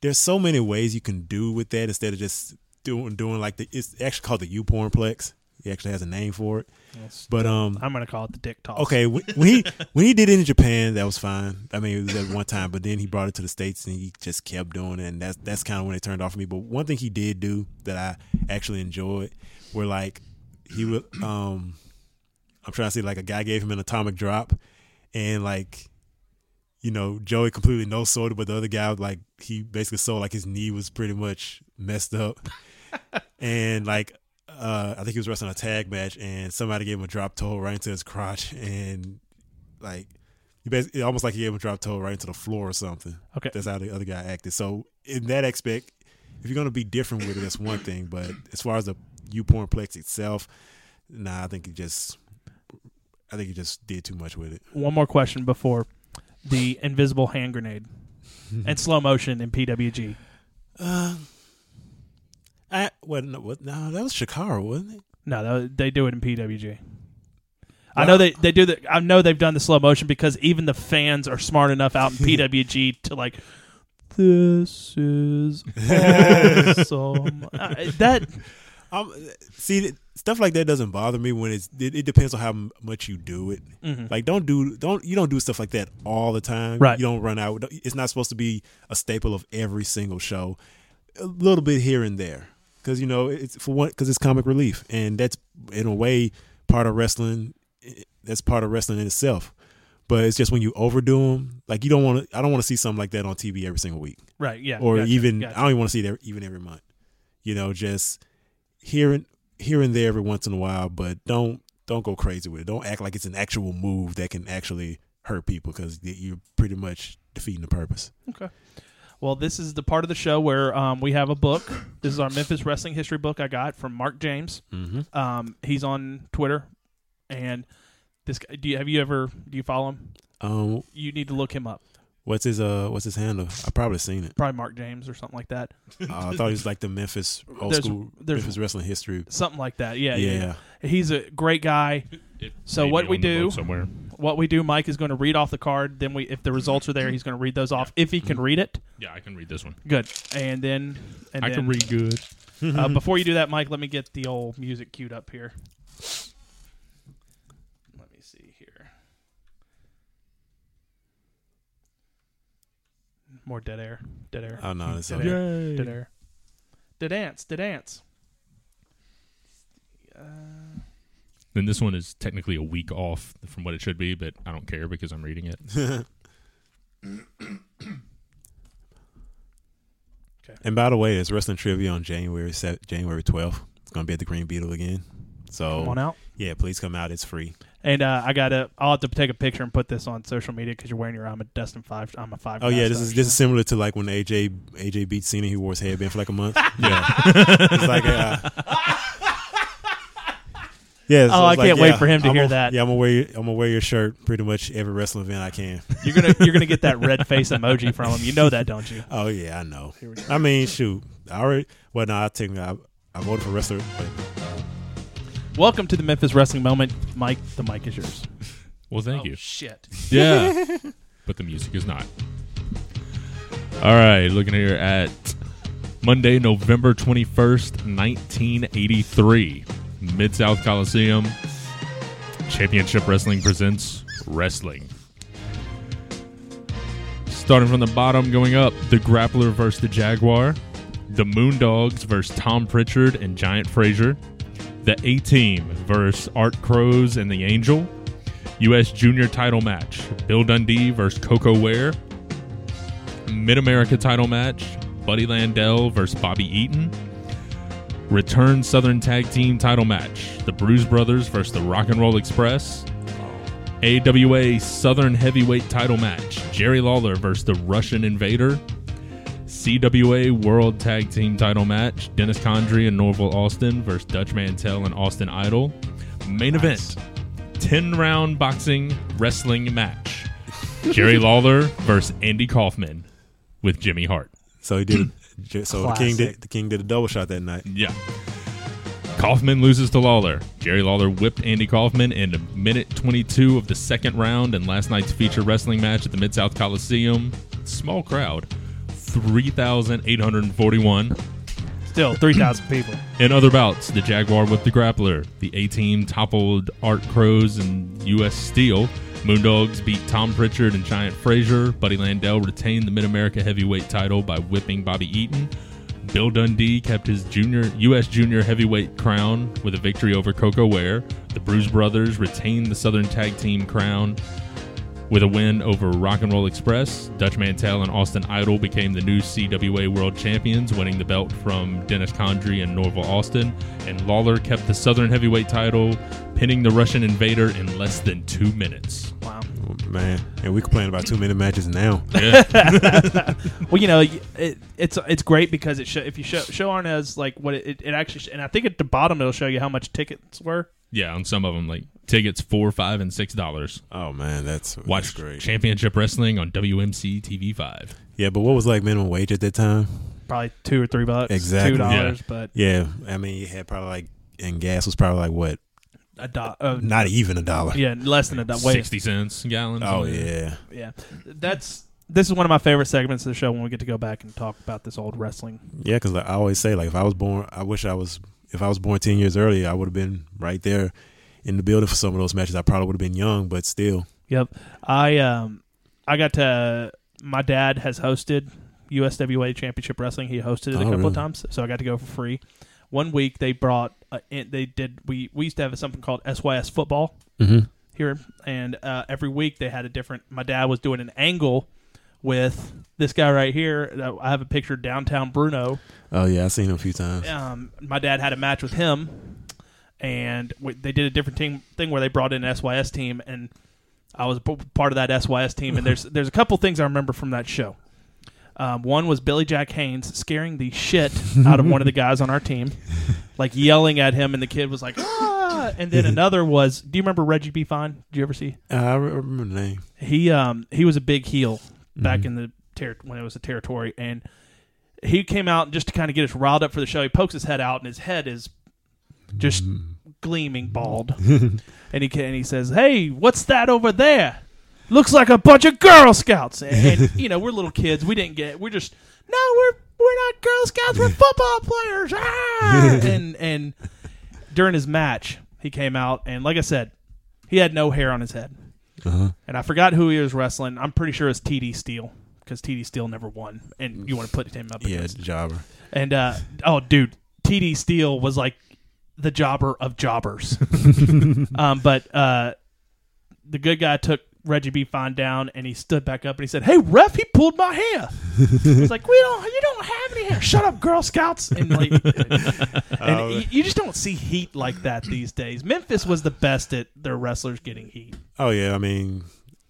Speaker 4: there's so many ways you can do with that instead of just doing doing like the. It's actually called the U pornplex. It actually has a name for it. But um,
Speaker 2: I'm gonna call it the dick toss.
Speaker 4: okay, when, when he when he did it in Japan, that was fine. I mean, it was at one time, but then he brought it to the states and he just kept doing it. And that's that's kind of when it turned off for me. But one thing he did do that I actually enjoyed were like he would um I'm trying to see like a guy gave him an atomic drop, and like, you know, Joey completely no sold it, but the other guy like he basically sold like his knee was pretty much messed up, and like. Uh, I think he was wrestling a tag match, and somebody gave him a drop toe right into his crotch, and like you basically almost like he gave him a drop toe right into the floor or something.
Speaker 2: Okay.
Speaker 4: That's how the other guy acted. So in that aspect, if you're gonna be different with it, that's one thing. But as far as the U pornplex itself, nah, I think he just I think he just did too much with it.
Speaker 2: One more question before the invisible hand grenade and slow motion in PWG.
Speaker 4: Uh, I well no, what, no that was Shakara, wasn't it?
Speaker 2: No, that- they do it in PWG. I know they, they do the I know they've done the slow motion because even the fans are smart enough out in PWG to like this is awesome. Uh, that
Speaker 4: Um, see, th- stuff like that doesn't bother me when it's. It, it depends on how m- much you do it. Like, don't do don't you don't do stuff like that all the time.
Speaker 2: Right.
Speaker 4: You don't run out. It's not supposed to be a staple of every single show. A little bit here and there, because you know it's for one, because it's comic relief, and that's in a way part of wrestling. i- That's part of wrestling in itself. But it's just when you overdo them, like you don't want to. I don't want to see something like that on TV every single week
Speaker 2: right, yeah.
Speaker 4: or
Speaker 2: gotcha,
Speaker 4: even
Speaker 2: gotcha.
Speaker 4: I don't even want to see that even every month. You know, just here and here and there every once in a while, but don't don't go crazy with it. Don't act like it's an actual move that can actually hurt people because you're pretty much defeating the purpose.
Speaker 2: Well, this is the part of the show where um, we have a book. This is our Memphis wrestling history book I got from Mark James.
Speaker 4: Mm-hmm.
Speaker 2: Um, he's on Twitter, and this guy, do you have you ever do you follow him?
Speaker 4: Um,
Speaker 2: You need to look him up.
Speaker 4: what's his uh, what's his handle? I probably seen it.
Speaker 2: Probably Mark James or something like that.
Speaker 4: Uh, I thought he was like the Memphis old
Speaker 2: There's-
Speaker 4: school
Speaker 2: there's-
Speaker 4: Memphis wrestling history.
Speaker 2: Something like that. Yeah,
Speaker 4: yeah,
Speaker 2: yeah. yeah. He's a great guy. So what we do-
Speaker 3: somewhere.
Speaker 2: What we do, Mike is going to read off the card. Then we, if the results are there, he's going to read those off if he can read it.
Speaker 3: Yeah, I can read this one.
Speaker 2: Good. And then, and
Speaker 3: I
Speaker 2: then,
Speaker 3: can read good.
Speaker 2: uh, before you do that, Mike, let me get the old music queued up here. Let me see here. More dead air. Dead air.
Speaker 4: Oh no, it's
Speaker 2: Dead
Speaker 4: okay.
Speaker 2: air. Dead air. Dead ants. Dead ants.
Speaker 4: Oh.
Speaker 2: Uh,
Speaker 3: Then this one is technically a week off from what it should be, but I don't care because I'm reading it.
Speaker 4: And by the way, there's wrestling trivia on January se- January 12th. It's gonna be at the Green Beetle again. So
Speaker 2: come on out.
Speaker 4: yeah, please come out. It's free.
Speaker 2: And uh, I gotta. I'll have to take a picture and put this on social media because you're wearing your I'm a Dustin five. I'm a five.
Speaker 4: Oh yeah, this
Speaker 2: Guys
Speaker 4: is
Speaker 2: shirt.
Speaker 4: this is similar to like when AJ AJ beat Cena. He wore his headband for like a month.
Speaker 3: Yeah.
Speaker 4: It's like, uh, yeah.
Speaker 2: Oh,
Speaker 4: so it's
Speaker 2: I
Speaker 4: like,
Speaker 2: can't wait
Speaker 4: yeah,
Speaker 2: for him to
Speaker 4: I'm
Speaker 2: hear
Speaker 4: gonna-
Speaker 2: that.
Speaker 4: Yeah, I'm gonna wear your, I'm gonna wear your shirt pretty much every wrestling event I can.
Speaker 2: You're gonna you're gonna get that red face emoji from him. You know that, don't you?
Speaker 4: Oh yeah, I know. I mean, shoot, I already. Well, no, I take I, I voted for wrestler. But
Speaker 2: Welcome to the Memphis Wrestling Moment, Mike. The mic is yours.
Speaker 3: Well,
Speaker 2: Oh,
Speaker 3: thank you.
Speaker 2: Shit.
Speaker 3: Yeah. but the music is not. All right, looking here at Monday, November 21st, 1983, Mid South Coliseum. Championship Wrestling presents Wrestling. Starting from the bottom, going up, the Grappler versus the Jaguar, the Moondogs versus Tom Pritchard and Giant Frazier, the A Team versus Art Crows and the Angel, U.S. Junior title match Bill Dundee versus Coco Ware. Mid America title match Buddy Landell versus Bobby Eaton. Return Southern Tag Team title match The Bruise Brothers versus the Rock and Roll Express. AWA Southern Heavyweight title match Jerry Lawler versus the Russian Invader. CWA World Tag Team title match Dennis Condrey and Norval Austin versus Dutch Mantell and Austin Idol. Main event 10 round boxing wrestling match. Jerry Lawler versus Andy Kaufman with Jimmy Hart.
Speaker 4: so he did. ju- so the king
Speaker 2: Classic.
Speaker 4: did the king did a double shot that night.
Speaker 3: Yeah. Kaufman loses to Lawler. Jerry Lawler whipped Andy Kaufman in minute 22 of the second round in last night's feature wrestling match at the Mid South Coliseum. Small crowd, 3,841.
Speaker 2: Still three thousand people.
Speaker 3: In other bouts, the Jaguar whipped the Grappler, the A Team toppled Art Crows and U.S. Steel, Moondogs beat Tom Pritchard and Giant Frazier, Buddy Landell retained the Mid America Heavyweight title by whipping Bobby Eaton, Bill Dundee kept his junior U.S. junior heavyweight crown with a victory over Coco Ware. The Bruise Brothers retained the Southern Tag Team crown with a win over Rock and Roll Express. Dutch Mantel and Austin Idol became the new CWA World Champions, winning the belt from Dennis Condrey and Norval Austin. And Lawler kept the Southern Heavyweight title, pinning the Russian Invader in less than two minutes.
Speaker 2: Wow.
Speaker 4: Oh, man, and we complain about two minute matches now.
Speaker 2: Well, you know, y- it, it's it's great because it show, if you show show Arnez like what it, it, it actually sh- and I think at the bottom it'll show you how much tickets were.
Speaker 3: Yeah, on some of them, like tickets four, five, and six dollars.
Speaker 4: Oh man, that's
Speaker 3: Watch
Speaker 4: that's great.
Speaker 3: Championship Wrestling on WMC TV five.
Speaker 4: Yeah, but what was like minimum wage at that time?
Speaker 2: Probably two or three bucks,
Speaker 4: Exactly.
Speaker 2: two
Speaker 3: Yeah.
Speaker 2: dollars, but
Speaker 4: Yeah, I mean, you had probably like, and gas was probably like what?
Speaker 2: a do- uh,
Speaker 4: Not even a dollar.
Speaker 2: yeah, less than a dollar. Wait,
Speaker 3: Sixty cents a gallon.
Speaker 4: Oh
Speaker 3: something.
Speaker 4: yeah.
Speaker 2: yeah, that's this is one of my favorite segments of the show when we get to go back and talk about this old wrestling.
Speaker 4: Yeah, because like, I always say, like, if I was born, I wish I was. If I was born ten years earlier, I would have been right there in the building for some of those matches. I probably would have been young, but still,
Speaker 2: Yep. I um I got to my dad has hosted USWA Championship Wrestling. He hosted it a
Speaker 4: Oh,
Speaker 2: couple of
Speaker 4: really?
Speaker 2: times, so I got to go for free. One week they brought uh, in, they did we we used to have something called SYS football
Speaker 4: Mm-hmm.
Speaker 2: here and uh, every week they had a different my dad was doing an angle with this guy right here. that- I have a picture downtown Bruno
Speaker 4: oh yeah, I've seen him a few times.
Speaker 2: um, my dad had a match with him, and we, they did a different team thing where they brought in an SYS team, and I was p- part of that SYS team. And there's there's a couple things I remember from that show. Um, one was Billy Jack Haynes scaring the shit out of one of the guys on our team, like yelling at him, and the kid was like, ah! And then another was, do you remember Reggie B. Fine? Did you ever see?
Speaker 4: Uh, I re- remember the name.
Speaker 2: he um he was a big heel back in the ter- when it was a territory and he came out just to kind of get us riled up for the show he pokes his head out and his head is just gleaming bald and he ca- and he says hey what's that over there looks like a bunch of girl scouts and, and you know we're little kids we didn't get we're just no we're we're not girl scouts we're football players ah! and and during his match he came out and like i said he had no hair on his head and I forgot who he was wrestling. I'm pretty sure it's TD Steel because TD Steel never won, and you want to put him up
Speaker 4: Yeah,
Speaker 2: against.
Speaker 4: Jobber.
Speaker 2: And uh, oh, dude, TD Steel was like the jobber of jobbers. um, but uh, the good guy took Reggie B. Fine down, and he stood back up and he said, "Hey, ref, he pulled my hair." it's like we don't, you don't have any hair. Shut up, Girl Scouts. And like, and you, you just don't see heat like that these days. Memphis was the best at their wrestlers getting heat.
Speaker 4: Oh yeah, I mean.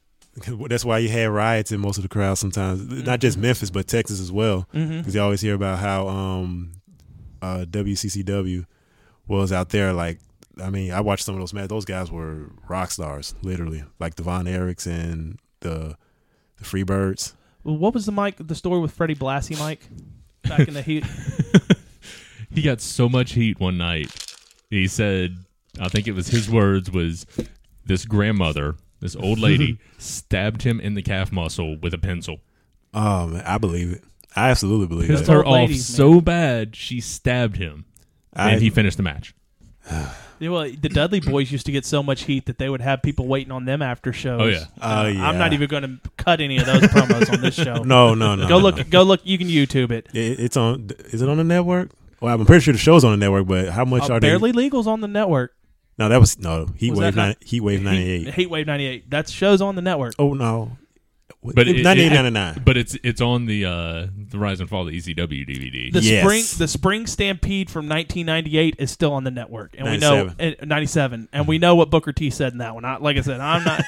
Speaker 4: That's why you had riots in most of the crowd sometimes, not
Speaker 2: Mm-hmm.
Speaker 4: just Memphis but Texas as well, because you always hear about how um, uh, WCCW was out there. Like, I mean, I watched some of those matches. Those guys were rock stars, literally, like Devon Ericks and the the Freebirds.
Speaker 2: Well, What was the mic? The story with Freddie Blassie, Mike, back in the heat.
Speaker 3: he got so much heat one night. He said, I think it was his words was this grandmother, this old lady stabbed him in the calf muscle with a pencil.
Speaker 4: Oh man, I believe it. I absolutely believe
Speaker 3: Pissed
Speaker 4: it.
Speaker 2: Old
Speaker 3: her off
Speaker 2: ladies,
Speaker 3: so bad she stabbed him.
Speaker 4: I-
Speaker 3: and he finished the match.
Speaker 2: Yeah, Well, the Dudley boys used to get so much heat that they would have people waiting on them after shows.
Speaker 3: Oh, yeah.
Speaker 4: Oh, yeah.
Speaker 2: I'm not even going to cut any of those promos on this show.
Speaker 4: No, no, no.
Speaker 2: Go
Speaker 4: no,
Speaker 2: look.
Speaker 4: no.
Speaker 2: Go look. You can YouTube it.
Speaker 4: It- It's on. Is it on the network? Well, I'm pretty sure the show's on the network, but how much
Speaker 2: Uh,
Speaker 4: are
Speaker 2: Barely
Speaker 4: they?
Speaker 2: Legal's on the network.
Speaker 4: No, that was no Heat
Speaker 2: Was
Speaker 4: Wave.
Speaker 2: that not-
Speaker 4: 90, heat Wave '98.
Speaker 2: Heat, Heat Wave '98. That show's on the network.
Speaker 4: Oh no.
Speaker 3: But it- it-
Speaker 4: 1999.
Speaker 3: But it's it's on the uh, the Rise and Fall of the ECW DVD.
Speaker 2: The
Speaker 4: Oh, Yes.
Speaker 2: spring, the spring stampede from 1998 is still on the network, and we know uh, 97, and we know what Booker T said in that one. I, like I said, I'm not.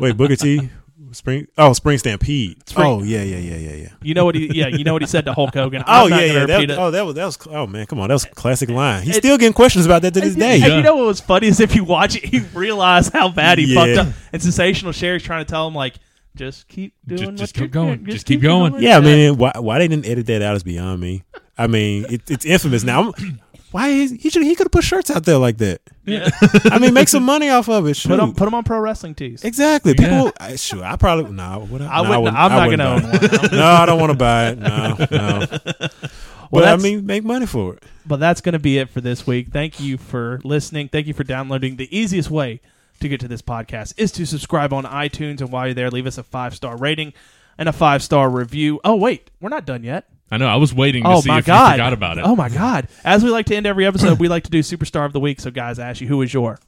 Speaker 4: Wait, Booker T. Spring. Oh, Spring Stampede.
Speaker 2: Spring-
Speaker 4: Oh yeah, yeah, yeah, yeah, yeah.
Speaker 2: You know what he? Yeah, you know what he said to Hulk Hogan. I'm
Speaker 4: Oh
Speaker 2: not
Speaker 4: yeah,
Speaker 2: gonna
Speaker 4: yeah.
Speaker 2: Repeat
Speaker 4: That,
Speaker 2: it.
Speaker 4: oh, that was that was. Oh man, come on, that was a classic line. He's
Speaker 2: It-
Speaker 4: still getting questions about that to this day.
Speaker 2: And you know what was funny is if you watch it, you realize how bad he
Speaker 4: Yeah.
Speaker 2: fucked up. And Sensational Sherry's trying to tell him like, just keep doing,
Speaker 3: Just-
Speaker 2: what
Speaker 3: just
Speaker 2: you're
Speaker 3: keep going.
Speaker 2: doing.
Speaker 3: Just keep going.
Speaker 4: Yeah, I mean, why why they didn't edit that out is beyond me. I mean, it, it's infamous now. I'm, why is, he should he could have put shirts out there like that?
Speaker 2: Yeah.
Speaker 4: I mean, make some money off of it. Shoot.
Speaker 2: put them put 'em on pro wrestling tees.
Speaker 4: exactly. People, I, shoot, I probably no. Would I,
Speaker 2: I
Speaker 4: no,
Speaker 2: wouldn't.
Speaker 4: wouldn't-
Speaker 2: I'm
Speaker 4: I
Speaker 2: not
Speaker 4: wouldn't
Speaker 2: gonna own
Speaker 4: buy it.
Speaker 2: one. I'm-
Speaker 4: No, I don't want to buy it. No, no.
Speaker 2: Well,
Speaker 4: but I
Speaker 2: that's-
Speaker 4: mean, make money for it.
Speaker 2: But that's going to be it for this week. Thank you for listening. Thank you for downloading. The easiest way to get to this podcast is to subscribe on iTunes. And while you're there, leave us a five star rating. and a five star review. Oh wait, we're not done yet.
Speaker 3: I know. I was waiting to
Speaker 2: Oh
Speaker 3: see
Speaker 2: my
Speaker 3: if
Speaker 2: god,
Speaker 3: you forgot about it.
Speaker 2: Oh my god! As we like to end every episode, we like to do superstar of the week. So guys, Ashy, who is your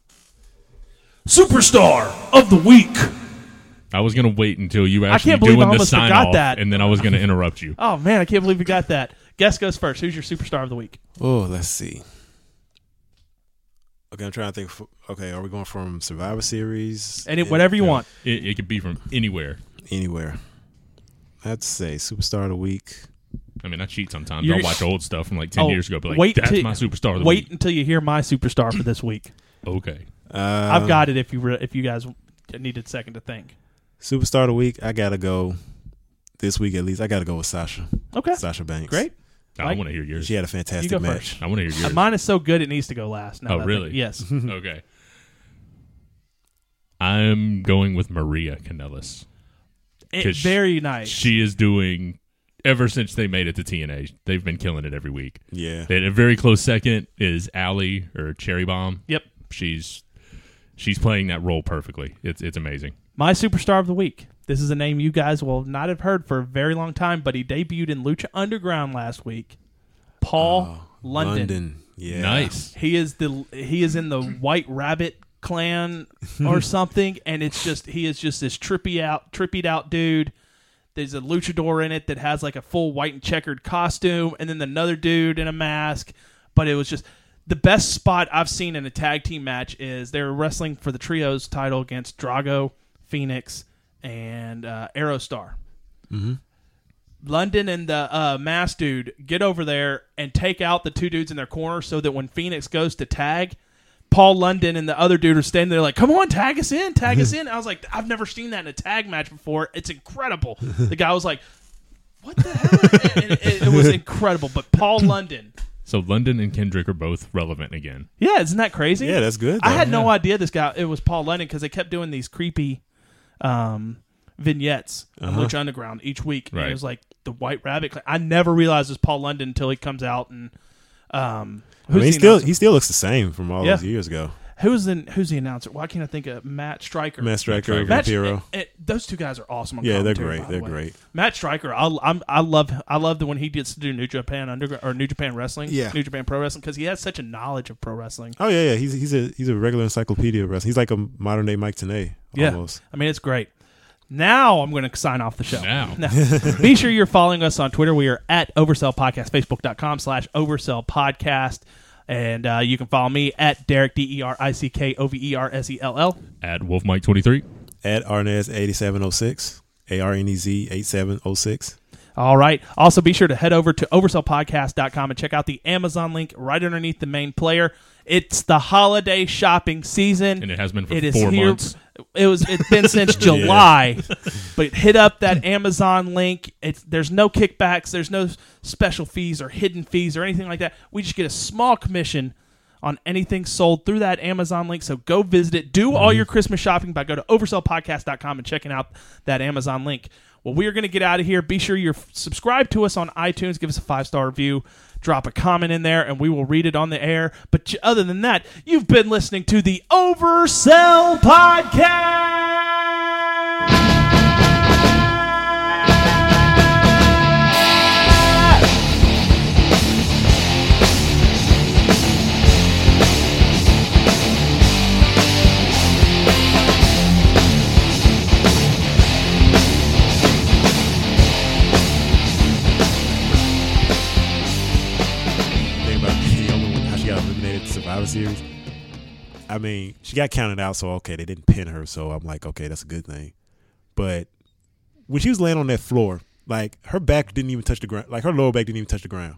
Speaker 2: superstar of the week?
Speaker 3: I was gonna wait until you actually
Speaker 2: can't believe I
Speaker 3: doing the
Speaker 2: almost
Speaker 3: sign
Speaker 2: forgot
Speaker 3: off,
Speaker 2: that.
Speaker 3: and then I was gonna interrupt you.
Speaker 2: Oh man, I can't believe we got that. Guess goes first. Who's your superstar of the week?
Speaker 4: Oh, let's see. Okay, I'm trying to think. f- Okay, are we going from Survivor Series?
Speaker 2: And it, whatever you want.
Speaker 3: It, it could be from anywhere.
Speaker 4: Anywhere. I'd say Superstar of the Week.
Speaker 3: I mean, I cheat sometimes.
Speaker 2: You're-
Speaker 3: I'll watch old stuff from like ten
Speaker 2: Oh,
Speaker 3: years ago, but like
Speaker 2: wait
Speaker 3: that's
Speaker 2: till-
Speaker 3: my superstar. Of the
Speaker 2: Wait
Speaker 3: week.
Speaker 2: until you hear my superstar for this week.
Speaker 3: Okay.
Speaker 4: Uh,
Speaker 2: I've got it. If you re- if you guys needed a second to think.
Speaker 4: Superstar of the Week. I gotta go. This week at least, I gotta go with Sasha.
Speaker 2: Okay,
Speaker 4: Sasha Banks.
Speaker 2: great.
Speaker 3: I
Speaker 2: Mike?
Speaker 3: want to hear yours.
Speaker 4: She had a
Speaker 2: You
Speaker 4: fantastic
Speaker 2: go
Speaker 4: match.
Speaker 2: first.
Speaker 3: I want to hear yours.
Speaker 2: Uh, Mine is so good it needs to go last. now
Speaker 3: Oh,
Speaker 2: that I think-
Speaker 3: really?
Speaker 2: Yes.
Speaker 3: okay. I'm going with Maria Canellis.
Speaker 2: It,
Speaker 3: 'Cause
Speaker 2: Eh, very nice.
Speaker 3: She is doing ever since they made it to TNA. They've been killing it every week.
Speaker 4: Yeah.
Speaker 3: And a very close second is Allie or Cherry Bomb.
Speaker 2: yep.
Speaker 3: She's she's playing that role perfectly. It's it's amazing.
Speaker 2: My superstar of the week. This is a name you guys will not have heard for a very long time, but he debuted in Lucha Underground last week. Paul London.
Speaker 4: Yeah.
Speaker 3: Nice.
Speaker 2: He is the he is in the White Rabbit clan or something, and it's just he is just this trippy out trippied out dude. There's a luchador in it that has like a full white and checkered costume, and then another dude in a mask. But it was just the best spot I've seen in a tag team match is they were wrestling for the trios title against Drago, Phoenix, and uh, Aerostar. London and the uh, mass dude get over there and take out the two dudes in their corner so that when Phoenix goes to tag, Paul London and the other dude are standing there like, come on, tag us in, tag us in. I was like, I've never seen that in a tag match before. It's incredible. the guy was like, what the hell? And it, it was incredible. But Paul London,
Speaker 3: So London and Kendrick are both relevant again.
Speaker 2: yeah, isn't that crazy?
Speaker 4: Yeah, that's good.
Speaker 2: I had
Speaker 4: though.
Speaker 2: no idea this guy. It was Paul London because they kept doing these creepy um, vignettes on
Speaker 4: Uh-huh.
Speaker 2: Lucha Underground each week. And
Speaker 3: Right.
Speaker 2: it was like the White Rabbit. Clan. I never realized it was Paul London until he comes out and um,
Speaker 4: I
Speaker 2: who's
Speaker 4: mean, he
Speaker 2: the
Speaker 4: still
Speaker 2: announcer?
Speaker 4: he still looks the same from all
Speaker 2: Yeah.
Speaker 4: those years ago.
Speaker 2: who's the who's the announcer? Why can't I think of Matt Striker?
Speaker 4: Matt Striker,
Speaker 2: Matt
Speaker 4: Vampiro.
Speaker 2: it- it- those two guys are awesome. On
Speaker 4: Yeah, they're
Speaker 2: commentary,
Speaker 4: great.
Speaker 2: by the
Speaker 4: They're
Speaker 2: way.
Speaker 4: great.
Speaker 2: Matt Striker, I, I'm, I love I love the when he gets to do New Japan Underground or New Japan Wrestling,
Speaker 4: Yeah.
Speaker 2: New Japan Pro Wrestling because he has such a knowledge of pro wrestling.
Speaker 4: Oh yeah, yeah. He's he's a he's a regular encyclopedia of wrestling. He's like a modern day Mike Tenay
Speaker 2: Yeah.
Speaker 4: almost.
Speaker 2: I mean, it's great. Now I'm going to sign off the show.
Speaker 3: Now.
Speaker 2: Be sure you're following us on Twitter. We are at Oversell Podcast, Facebook.com slash Oversell Podcast. And uh, you can follow me at Derek, D E R I C K O V E R S E L L.
Speaker 3: At Wolf Mike twenty three.
Speaker 4: At Arnez eighty seven oh six. A R N E Z eight seven oh six.
Speaker 2: All right. Also, be sure to head over to oversellpodcast.com and check out the Amazon link right underneath the main player. It's the holiday shopping season,
Speaker 3: And it has been for
Speaker 2: It is
Speaker 3: four
Speaker 2: here-
Speaker 3: months.
Speaker 2: It was it's been since July, but hit up that Amazon link. It's there's no kickbacks, there's no special fees or hidden fees or anything like that. We just get a small commission on anything sold through that Amazon link. So go visit it. Do all your Christmas shopping by go to oversellpodcast.com and checking out that Amazon link. Well, we are going to get out of here. Be sure you're subscribed to us on iTunes. Give us a five star review. Drop a comment in there, and we will read it on the air. But j- other than that, you've been listening to the Oversell Podcast.
Speaker 4: Think about Kitty Owen when- how she got eliminated at Survivor Series. I mean, she got counted out, so okay, they didn't pin her, so I'm like, okay, that's a good thing. But when she was laying on that floor, like her back didn't even touch the ground, like her lower back didn't even touch the ground.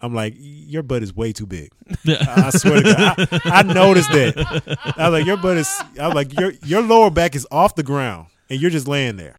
Speaker 4: I'm like, your butt is way too big. I I swear to God, I, I noticed that. I was like, your butt is. I was like, your your lower back is off the ground, and you're just laying there.